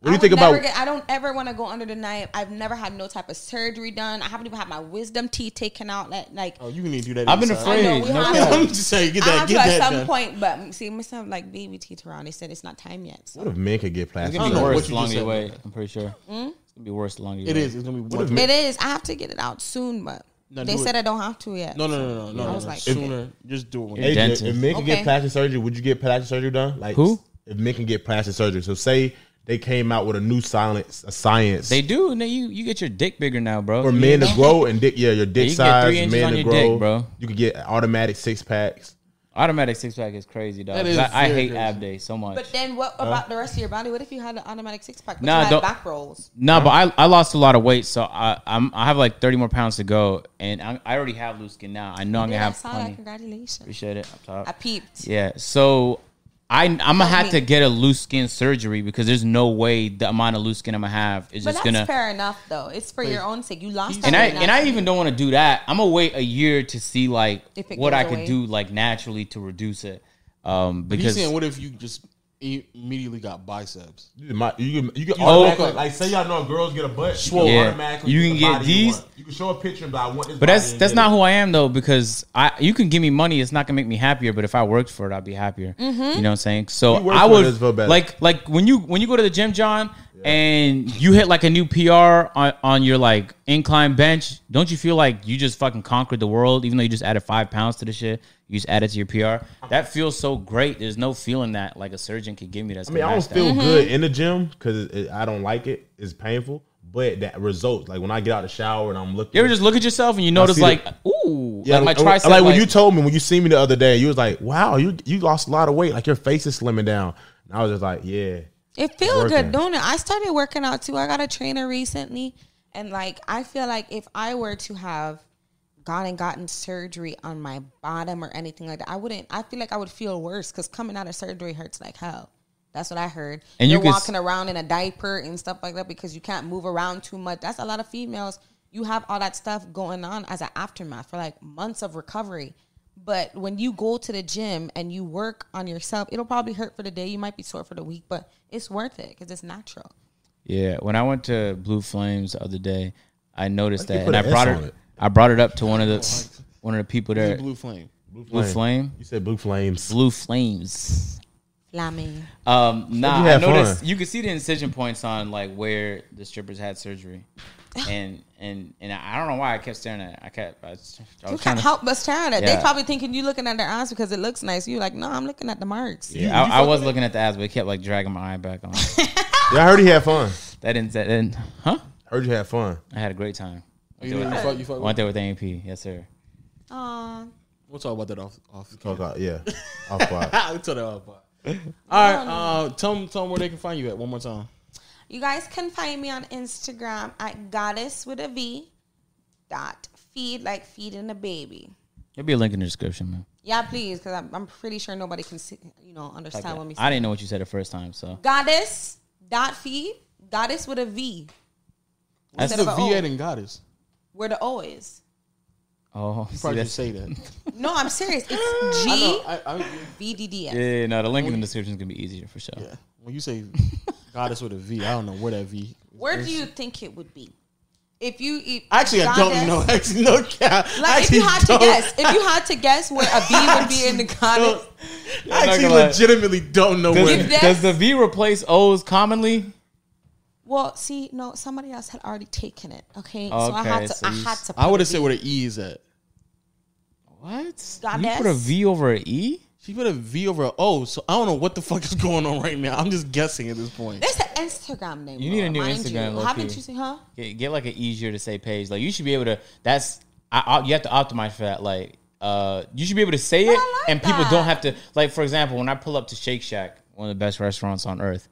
What do
I
you think
would never
about?
Get, I don't ever want to go under the knife. I've never had no type of surgery done. I haven't even had my wisdom teeth taken out. Like, like
Oh, you need to do that.
I've been
inside.
afraid.
I know, we
no
have-
cap.
I'm just saying, get
I
that,
have to
get
at
that
some
done.
point, but see, must have like baby teeth around. They said it's not time yet. So.
What if men could get
It's
plastic?
gonna be
I don't know
worse
what
the
you
longer
just
you
said
wait.
about
I'm pretty sure. It's gonna be worse the longer you
It
wait.
is. It's gonna be one.
It is. I have to get it out soon, but
No,
they
do
said
it.
I don't have to yet.
No, no, no, no, no.
I
no,
was
no.
like,
sooner. Just do it. When
Hey,
Dentist.
If men can
Okay.
get plastic surgery, would you get plastic surgery done? Like
Who?
If men can get plastic surgery, so say they came out with a new silence, a science
They do, and then you you get your dick bigger now, bro.
for
You
men
know?
to grow and dick, yeah, your dick
you can get
size,
three inches
men
on
to
your
grow,
dick, bro.
You could get automatic six packs.
Automatic six pack is crazy, dog.
That is
I, I
very
hate
crazy.
ab day so much.
But then what about the rest of your body? What if you had an automatic six pack?
Nah,
Nah,
don't-
don't back rolls.
No, but I, I lost a lot of weight, so I I'm, I have like thirty more pounds to go, and I, I already have loose skin now. I know I'm gonna
Yeah, I
have
saw that.
plenty.
Congratulations.
Appreciate it. Up top.
I peeped.
Yeah, so I I'm gonna have to
me.
get a loose skin surgery because there's no way the amount of loose skin I'm gonna have is
But
just
that's
gonna.
fair enough, though. It's for your own sake. You lost that
And I
weight
and I
naturally.
even don't want to do that. I'm gonna wait a year to see like
If it
what
goes
I could
away.
do like naturally to reduce it. Um,
He's
because
saying, what if you just i- immediately got biceps?
You can, mo- you can, you can
Oh.
automatically, like say y'all know girls get a butt, swole
Yeah.
automatically.
You
get
can
the
get
body
these.
want. You, can show a picture, but I want this.
But that's that's not who I am though, because I you can give me money, it's not gonna make me happier. But if I worked for it, I'd be happier. You know what I'm saying? So
You work
I
for it,
would
it's for better.
like like when you when you go to the gym, John, and you hit like a new PR on on your like incline bench. Don't you feel like you just fucking conquered the world, even though you just added five pounds to the shit? You just added to your PR. That feels so great. There's no feeling that like a surgeon could give me. That's
I mean, I don't feel good
Mm-hmm.
in the gym because I don't like it. It's painful, but that results like when I get out of the shower and I'm looking.
You ever just look at yourself and you
see
notice
the-
like, ooh,
Yeah,
like
like,
my tricep.
like when you told me when you seen me the other day, you was like, "Wow, you you lost a lot of weight. Like your face is slimming down." And I was just like, "Yeah."
It feels
working.
good, don't it? I started working out too. I got a trainer recently, and like I feel like if I were to have gone and gotten surgery on my bottom or anything like that, I wouldn't. I feel like I would feel worse because coming out of surgery hurts like hell. That's what I heard.
And
And
you
you're
can s-
walking around in a diaper and stuff like that because you can't move around too much. That's a lot of females. You have all that stuff going on as an aftermath for like months of recovery. But when you go to the gym and you work on yourself, it'll probably hurt for the day. You might be sore for the week, but it's worth it because it's natural.
Yeah, when I went to Blue Flames the other day, I noticed
Why'd you
that,
put
and I
an
brought
S
it,
on it?
I brought it up to one of the one of the people there. Blue,
Blue flame.
Flame.
You said blue flames.
Blue Flames.
Flammy.
Um, nah,
you
I
have
noticed
fun?
you could see the incision points on like where the strippers had surgery, and and and I don't know why I kept staring at. It. I kept I was, I
You
was trying
can't
to.
help but stare at it.
Yeah.
They probably thinking you looking at their eyes because it looks nice. You like, no, I'm looking at the marks.
Yeah, I, I was looking at the ass, but it kept like dragging my eye back on.
Yeah, I heard you had fun.
that didn't. That didn't. Huh?
Heard you had fun.
I had a great time.
Oh, you know, you fuck, you fuck.
I went there with AMP. Yes, sir.
Aw.
We'll talk about that off. off
Oh, God, yeah. Off quiet.
Um,
we'll talk that off. All right. Uh, tell them, tell them where they can find you at one more time.
You guys can find me on Instagram at goddess with a V dot feed like feeding a baby.
There'll be a link in the description, man.
Yeah, please, because I'm, I'm pretty sure nobody can see, you know understand what me.
I didn't know what you said the first time, so
Goddess dot feed goddess with a V.
That's
Instead
the
of a O,
V8 and goddess.
where the O is.
oh, see,
Probably
that's-
just say that.
No, I'm serious. It's G
I, I,
V D D S.
yeah, no, the link in the description is gonna be easier for sure.
yeah. When you say goddess with a V, I don't know where that V.
Where do you think it would be? If you if
Actually, I
goddess-
don't know. Actually, no cap.
Like if
Actually,
you had to
don't.
guess, if you had to guess where a B would be in the goddess,
I actually
gonna lie.
legitimately don't know
Does,
where.
Give that-
does the V replace O's commonly?
well, see, no, somebody else had already taken it. Okay, so I
Okay,
had to,
so
I
you-
had to.
I would have said where the E is at.
What?
Goddess?
You put a V over an E?
She put a V over a O, so I don't know what the fuck is going on right now. I'm just guessing at this point.
There's an Instagram name.
You need a
Laura,
new
mind you.
Instagram, low-key.
Haven't you seen? Huh?
Get, get like an easier to say page. Like you should be able to. That's I, I, you have to optimize for that. Like uh, you should be able to say it,
I like
and people
that.
don't have to. Like for example, when I pull up to Shake Shack, one of the best restaurants on earth.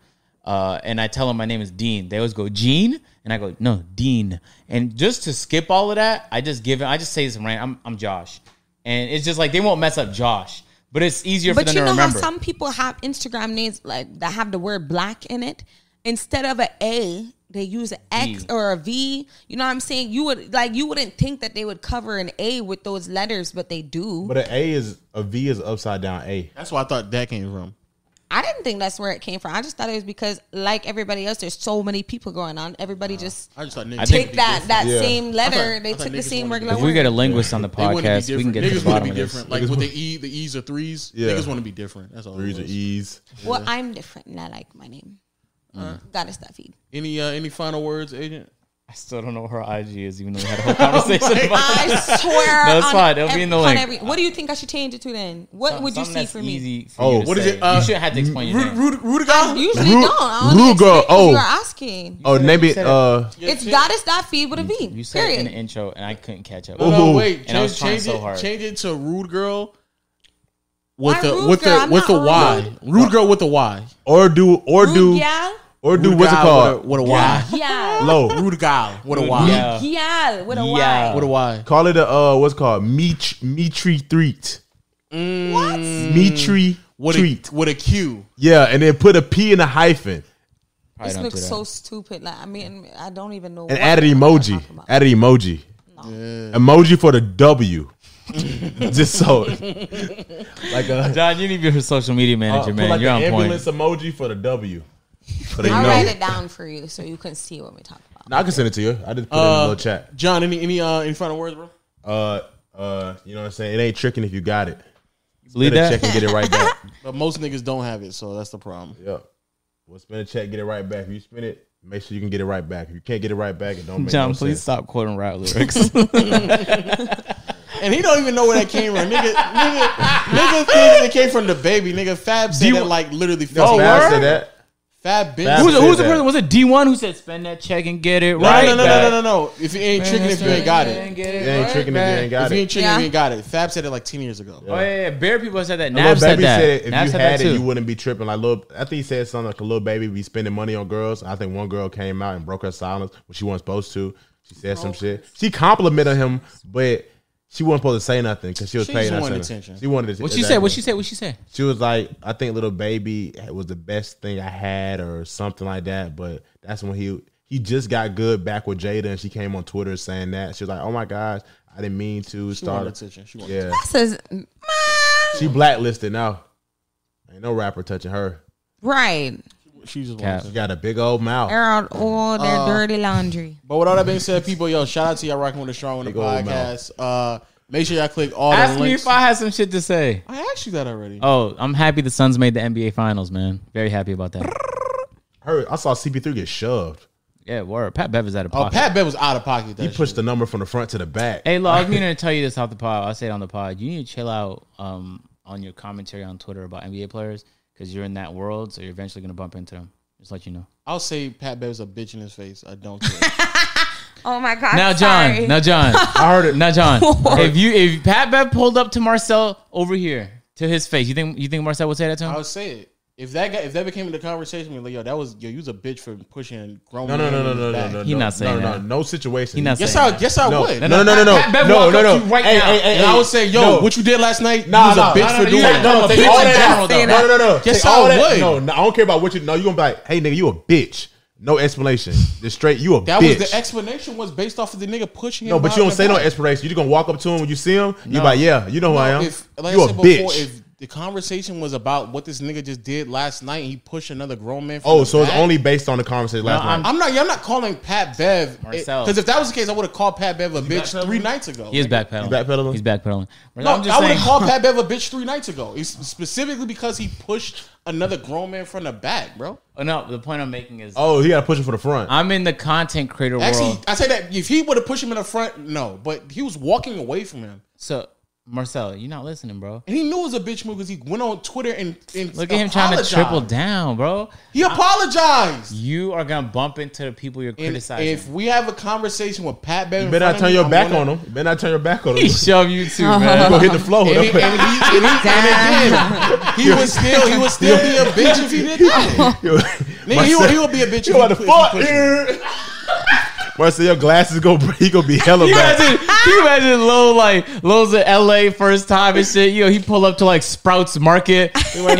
Uh, and I tell them my name is Dean. They always go Gene, and I go no Dean. And just to skip all of that, I just give it. I just say some random. I'm, I'm Josh, and it's just like they won't mess up Josh, but it's easier for
But
them
you
to
know how
remember.
some people have Instagram names like that have the word black in it instead of a A. They use an X
V.
or a V. You know what I'm saying? You would like you wouldn't think that they would cover an A with those letters, but they do.
But an A is a V is upside down A.
That's where I thought that came from.
I didn't think that's where it came from. I just thought it was because, like everybody else, there's so many people going on. Everybody just
I just thought niggas.
I think-
take that that
Yeah.
same letter.
I thought-
they
I thought
took the
niggas
same
wanted to
regular
if we
word.
get a linguist on the
They wanna be
podcast, we can
different.
get to the
niggas want
bottom
to
of
be
this.
different. Like with the E, the E's are threes.
Yeah.
Niggas want to be different. That's all.
Threes
it
are
was.
E's.
well, I'm different and I like my name.
Mm-hmm.
Goddess that feed.
Any uh, any final words, agent?
I still don't know what her IG is, even though we had a whole
Oh
conversation about it.
I swear.
No, it's
on
fine. It'll be in the
on
link. Uh,
what do you think I should change it to then? What would you see for me?
Oh,
oh, what
what
is
is
it?
it, uh,
you shouldn't have to explain your
Rudiger.
name.
Ah!
I usually
Ru-
don't. I only
Ruger.
explain what
Oh.
You're asking.
Oh, name
you
it.
said it.
Uh,
It's goddess that feed with a V.
You said it in the
Period.
intro, and I couldn't catch up.
No, no, wait.
And I was
change-
trying
change
so
it,
hard.
Change it to rude girl. With
I'm
the
rude
with
girl,
the
I'm
with the
not
Y, rude girl with the Y,
or do or do
Rugyal.
or do
Rude
what's it
guy
called?
With a, with a Y,
Yeah.
Low.
rude guy with a
Rude
Y,
gal.
Gyal with a Y.
Yeah.
with a Y.
Call it a uh, what's it called Meech Meetri Threat.
Mm.
What?
Meetri
With
Treat.
a with a Q.
Yeah, and then put a P in a hyphen
Probably
This
don't do
looks
that.
so stupid. Like I mean, I don't even know.
and
what
add an
the fuck I'm
emoji.
talking about.
Add an emoji. Emoji for the W. Just so like a
John, you need to be her social media
uh,
manager,
put
man.
like
You're
an
on
ambulance
point.
emoji for the W. So they
I'll write
know.
it down for you so you can see what we talk about.
No, I can send it to you. I just put it in a
Uh,
little chat.
John, any any uh, any final words, bro?
Uh, uh, you know what I'm saying? It ain't tricking if you got it.
Leave
Spin a check
that.
and get it right back.
But most niggas don't have it, so that's the problem.
Yep. Well, spin a check, get it right back. If you spin it, make sure you can get it right back. If you can't get it right back, it don't make
John,
no
please
sense.
stop quoting rap lyrics.
And he don't even know where that came from. nigga, nigga, nigga thinks it came from the baby. Nigga, Fab said
you-
that like literally.
That's
Oh,
bad, I
word?
said that.
Fab been.
Fab
who's
said
who's the
that.
person? Was it D1 who said, spend that check and get it
No,
right?
no, no,
back.
no, no, no, no. If you ain't tricking, if you ain't got it.
Get
You ain't
right
tricking if you
back.
ain't got
If you
it.
ain't tricking,
Yeah.
you ain't got it. Fab said it like ten years ago.
Oh, yeah, yeah. Bear people said that.
Lil
Nav said
Baby
that.
said if
Nav
you
said
had
that
it, you
too.
wouldn't be tripping. Like little, I think he said something like a little baby be spending money on girls. I think one girl came out and broke her silence when she wasn't supposed to. She said some shit. She complimented him, but she wasn't supposed to say nothing because she was
She
paid.
just
not
wanted
to say nothing.
attention.
She wanted attention.
What she said? What she said? What she said?
She was like, I think little baby was the best thing I had, or something like that. But that's when he he just got good back with Jada, and she came on Twitter saying that she was like, "Oh my gosh, I didn't mean to
She wanted
start."
attention. She wanted
Yeah,
This is man.
she blacklisted now. Ain't no rapper touching her.
right.
attention. She just
Cap.
wanted
She got a big old mouth.
Air out all their
Uh,
dirty laundry.
But with all that being said, people, yo, shout out to y'all rocking with the strong on the
Big old
podcast. Uh, make sure y'all click all
Ask
the
me
links.
if I had some shit to say.
I asked you that already.
Oh, I'm happy the Suns made the NBA Finals, man. Very happy about that.
Her, I saw CP3 get shoved.
Yeah, word. Pat Bev is out of
oh,
pocket.
Pat Bev was out of pocket. That
He pushed the number from the front to the back.
Hey, look, I was meaning to tell you this off the pod. I say it on the pod. You need to chill out um, on your commentary on Twitter about NBA players because you're in that world, so you're eventually gonna bump into them. Just let you know.
I'll say Pat Bev's a bitch in his face. I don't care.
Oh my god.
now, John.
sorry.
Now, John.
I heard it.
now, John. if you if Pat Bev pulled up to Marcel over here to his face, you think you think Marcel would say that to him?
I'll say it. If that guy, if that became the conversation, we're like, yo, that was yo, you was a bitch for pushing grown.
No, no,
man
no,
in
no,
his
no, no,
back.
no, no.
He not saying
no, no,
that.
no, no situation.
He not
Yes,
saying
I,
that.
yes, I
No,
would.
no, no, no, no,
Pat- Pat
no,
walk
no,
up
no.
to you right
Hey,
now.
hey, hey,
And I
hey.
would say, yo,
No.
what you did last night,
Nah,
you was a
nah,
bitch
nah,
for
nah,
doing
you
that.
ain't no
I'm a
bitch
bitch
all
in
that-
general,
saying
though.
No, no, no.
Yes,
Say
I
all
would.
that- No, no, I don't care about what you. No, you gonna be like, hey, nigga, you a bitch. No explanation. Just straight, you a
That
bitch.
was the explanation was based off of the nigga pushing.
no,
him
but you don't
behind
say
the
no
back.
explanation. You just gonna walk up to him when you see him. You
No.
like, yeah, you know who I am.
If, like
you
I
a
said
bitch.
before, if the conversation was about what this nigga just did last night, and he pushed another grown man. from
oh,
the
so it's
back,
only based on the conversation last
I'm-
night.
I'm not. I'm not calling Pat Bev
Marcel.
because if that was the case, I would have called Pat Bev a bitch
backpedaling?
three nights ago.
He is backpedaling.
You backpedaling?
He's backpedaling.
No,
I'm just
I would
saying.
have called Pat Bev a bitch three nights ago. It's specifically because he pushed another grown man from the back, bro.
Oh, no, the point I'm making is
Oh, he gotta push him for the front.
I'm in the content creator
Actually,
world.
I say that if he would have pushed him in the front, no. But he was walking away from him,
So, Marcel, you're not listening, bro.
and he knew it was a bitch move because he went on Twitter and, and
Look at him trying to
apologized.
triple down, bro.
He apologized.
You are gonna bump into the people you're
And
criticizing.
if we have a conversation with Pat Bev,
You
in
better
front
not
of
turn
me,
your
I'm
back
gonna-
on him. You better not turn your back on him.
he
You
shove you too, man.
gonna hit the floor.
And, he, and, he, and, he, and again, he was still he would still be a bitch if he did that. Nigga, he, would, he would be a bitch.
You
if
are the
he, pu- if
fuck
he pushed him.
here. Marcel, your glasses go break. He gonna be hella
Can you
bad.
imagine, can you imagine Lil like Lil's in LA first time and shit? You know, he pull up to like Sprouts Market,
falling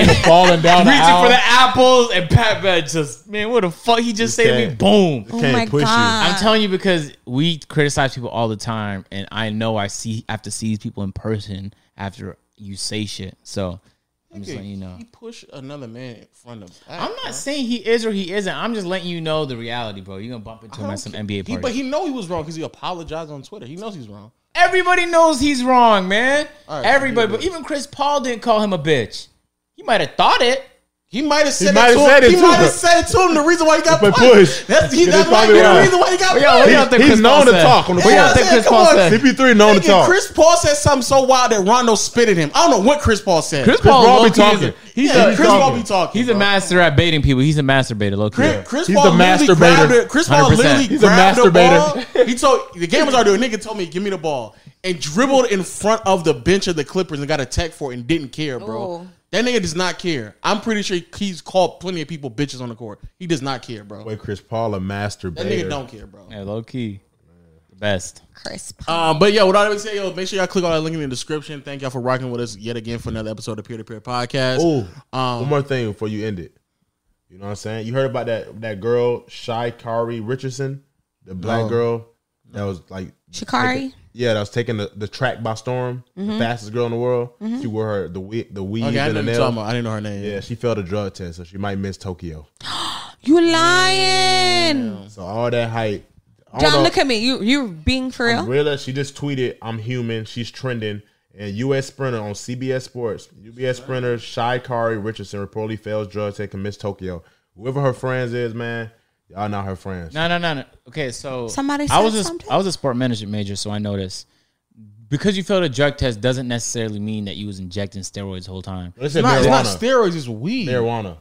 down.
reaching for
aisle.
the apples, and Pat Bev just man, what the fuck he just say to me?
said-
Boom.
Oh
Can't
my
push you.
god!
I'm telling you because we criticize people all the time, and I know I see I have to see these people in person after you say shit. So I'm just
Nigga,
letting you know.
He pushed another man in front of.
I'm not saying he is or he isn't. I'm just letting you know the reality, bro. You're gonna bump into him at some NBA
He,
party.
but he know he was wrong because he apologized on Twitter. He knows he's wrong.
Everybody knows he's wrong, man.
All right,
Everybody,
you're
but even Chris Paul didn't call him a bitch. He might have thought it.
He might have said,
might have
it to him.
said it
He
too,
might have
but-
said it to him. The reason why he got
But
pushed.
push.
That's he,
That's
that might
probably Oh,
be the
why.
reason why he
Yo,
got
what
pushed.
do y'all think
he's
Chris Paul
known to
said?
talk on the
What y'all
court.
think Chris
Come
Paul
on.
said?
CP3 known to
Nigga,
oh talk.
Chris Paul said something so wild that Rondo spit at him. I don't know what Chris Paul said.
Chris
Paul
Paul
be
low-key is a-
talking.
He's
yeah,
a
Chris
talking.
Paul be talking.
he's a
bro.
master at baiting people. He's a masturbator, low key.
Chris, Chris
He's the
Paul literally
masturbator.
grabbed it. Chris Paul
100%.
literally
He's a
grabbed the
masturbator.
ball. He told the game was already. A nigga told me, "Give me the ball," and dribbled in front of the bench of the Clippers and got a tech for it and didn't care, bro.
Ooh.
That nigga does not care. I'm pretty sure he's called plenty of people bitches on the court. He does not care, bro.
Boy, Chris Paul a master.
that nigga don't care, bro.
Yeah, low key, the best.
Chris Paul.
Um, but yeah, without even saying, yo, make sure y'all click on that link in the description. Thank y'all for rocking with us yet again for another episode of Peer to Peer Podcast.
Oh,
Um,
one more thing before you end it. You know what I'm saying? You heard about that that girl, Shy Kari Richardson, the black
No.
girl that was like
Shikari.
yeah, that was taking the, the track by storm, the fastest girl in the world. She wore her the we, the weave
Mm-hmm. Okay, I
and
know
the
what you're talking
nail.
about. I didn't know her name.
Yeah, she failed a drug test, so she might miss Tokyo.
You lying,
So all that hype. I don't
John?
know.
Look at me. You you being for real?
Rilla, she just tweeted, "I'm human." She's trending. And U.S. sprinter on CBS Sports, UBS sprinter Shy Kari Richardson reportedly fails drug test and Miss Tokyo. Whoever her friends is, man, y'all not her friends.
No, no, no, no. Okay, so
Somebody
I
said
was a,
something?
I was a sport management major, so I know this. Because you failed a drug test doesn't necessarily mean that you was injecting steroids the whole time.
They said
It's not, it's not
marijuana.
steroids, it's weed.
marijuana.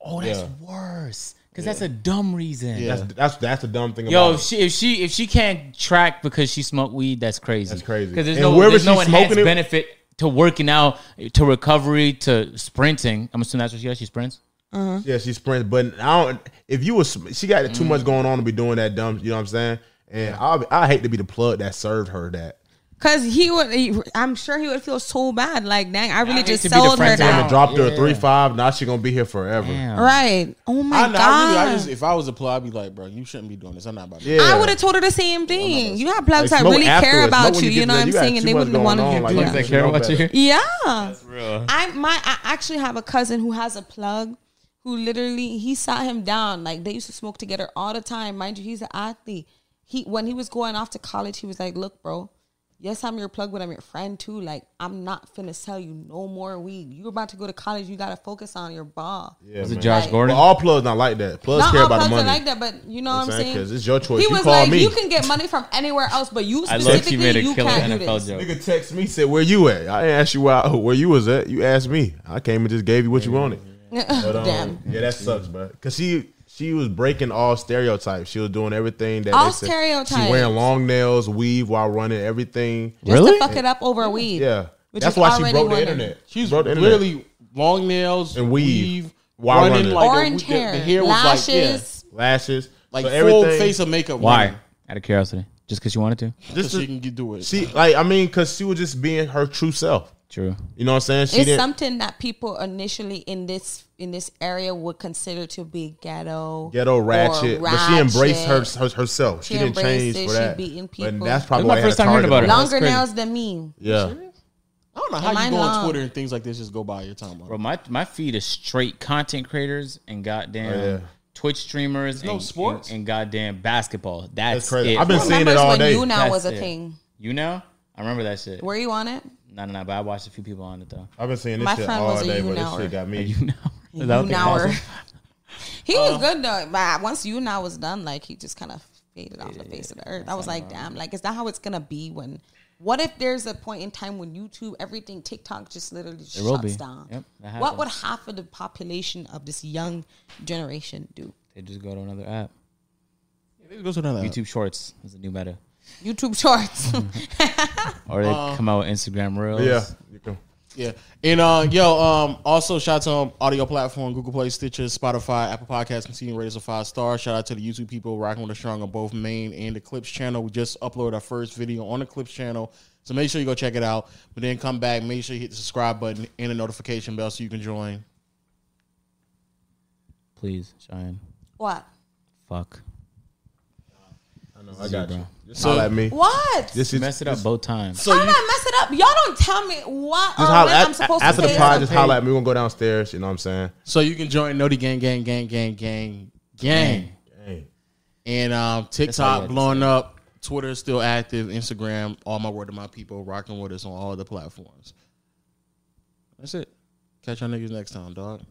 Oh, that's
Yeah.
worse. Because that's a dumb reason.
Yeah.
That's that's that's the dumb thing.
Yo,
about
if
it.
she if she if she can't track because she smoked weed, that's crazy.
That's crazy.
Because there's
And
no
wherever
there's no
she's
enhanced
smoking it-
benefit to working out, to recovery, to sprinting. I'm assuming that's what she does. She sprints.
yeah, she sprints, but I don't. If you was, she got too much going on to be doing that dumb. You know what I'm saying? And I I hate to be the plug that served her that.
Cause he would. he- I'm sure he would feel so bad. Like dang, I really
hate
just
to be the
sold her
friend to him.
that.
Dropped her a three five. Now she gonna be here forever.
Damn.
Right. Oh my god.
I, know, I really, I just, if I was a plug, I'd be like, bro, you shouldn't be doing this. I'm not about to.
Yeah.
I would have told her the same thing. You have plugs
Like,
that
smoke
really care
afterwards. Smoke when
about you.
you
You
get
know
to that.
what I'm
You got
saying?
too
And they
much
wouldn't
going
want
on,
to
like,
do
you
that.
should know better.
Yeah.
real.
I my I actually have a cousin who has a plug who literally he sat him down. Like they used to smoke together all the time. Mind you, he's an athlete. He when he was going off to college, he was like, Look, bro, yes, I'm your plug, but I'm your friend too. Like, I'm not finna sell you no more weed. You're about to go to college, you gotta focus on your ball.
Yeah,
Was it
man.
Josh
Right.
But
Gordon?
all plugs not like that. Plugs
Not
care
all
about the
plugs
money.
are like that, but you know what I'm
Exactly,
saying?
'cause it's your choice.
He
You
was
call
like,
me.
you can get money from anywhere else, but you
I love
specifically,
she made a
you
killer
can't do
NFL
this.
joke.
Nigga text me said, "Where you at?" I ain't asked you where, I- where you was at. You asked me. I came and just gave you what you wanted. But, um,
Damn.
Yeah, that sucks, bro. Cause she she was breaking all stereotypes. She was doing everything that
All
they said.
stereotypes.
She wearing long nails, weave while running everything.
Just
Really?
to fuck it up over weed.
Yeah,
Which
that's
is
why she
already
broke the
winning.
internet.
She's
broke the internet.
literally long nails
And weave. While running,
like a-
Orange
the- the
hair,
hair was like, yeah,
lashes.
lashes,
like
so
full
everything-
face of makeup.
Why?
running,
Out of curiosity, just because you wanted to.
just
Just
so
to-
she can get, do it.
She like I mean, cause she was just being her true self.
True.
You know what I'm saying? She
it's
didn't.
something that people initially in this in this area would consider to be ghetto,
ghetto
or
ratchet, but she embraced her,
ratchet.
her herself. She,
She
didn't change
embraced it.
for
She
that.
beating
And
people.
that's probably
That's
why
my
I had
first
a
time hearing
target
about
on
it.
longer
crazy.
nails than me.
her. Yeah,
I don't know how you
mine
go
long.
on Twitter and things like this just go by your time.
Bro, my my feed is straight content creators and goddamn
Oh, yeah.
Twitch streamers
no
and,
sports?
and, and goddamn basketball.
That's
That's,
crazy.
It.
I've been
bro.
seeing it
Remember
all
when
day.
you now
That's
was a
it.
thing?
You know, I remember that shit.
Were you on it?
No, no, no. But I watched a few people on it though.
I've been seeing this
My
shit
friend
all
was a
day, but this
Unauer.
shit got me.
You know, Is that what they call
Unauer.
it?
He was good though, but once you now was done, like he just kind of faded off the face of the earth. I was like, damn, like is that how it's gonna be when? What if there's a point in time when YouTube, everything, TikTok just literally
There will
shuts
be.
down?
Yep, that
what would half of the population of this young generation do?
They just go to another app.
It goes to another
YouTube Shorts is the new meta,
YouTube Shorts.
or they come out with Instagram Reels.
Yeah, you can-
Yeah. And uh yo, um also shout out to um, audio platform, Google Play, Stitcher, Spotify, Apple Podcasts, continuing ratings of five stars. Shout out to the YouTube people rocking with us strong on both main and the clips channel. We just uploaded our first video on the clips channel. So make sure you go check it out. But then come back, make sure you hit the subscribe button and the notification bell so you can join.
Please, Cheyenne.
what?
Fuck.
I know. I got you.
Zebra.
Just holler at me.
What?
This is
Mess it up both times.
So
how did
you,
I mess it up? Y'all don't tell me what
Just
or
holler
when
at,
I'm supposed
after
to
the
say
pod.
this.
Just holler at me. We're gonna go downstairs. You know what I'm saying?
so you can join Noti Gang Gang Gang Gang Gang Gang.
Dang.
And um,
all you had
TikTok
to
blowing up, Twitter is still active, Instagram, all my word to my people, rocking with us on all the platforms. That's it. Catch y'all niggas next time, dog.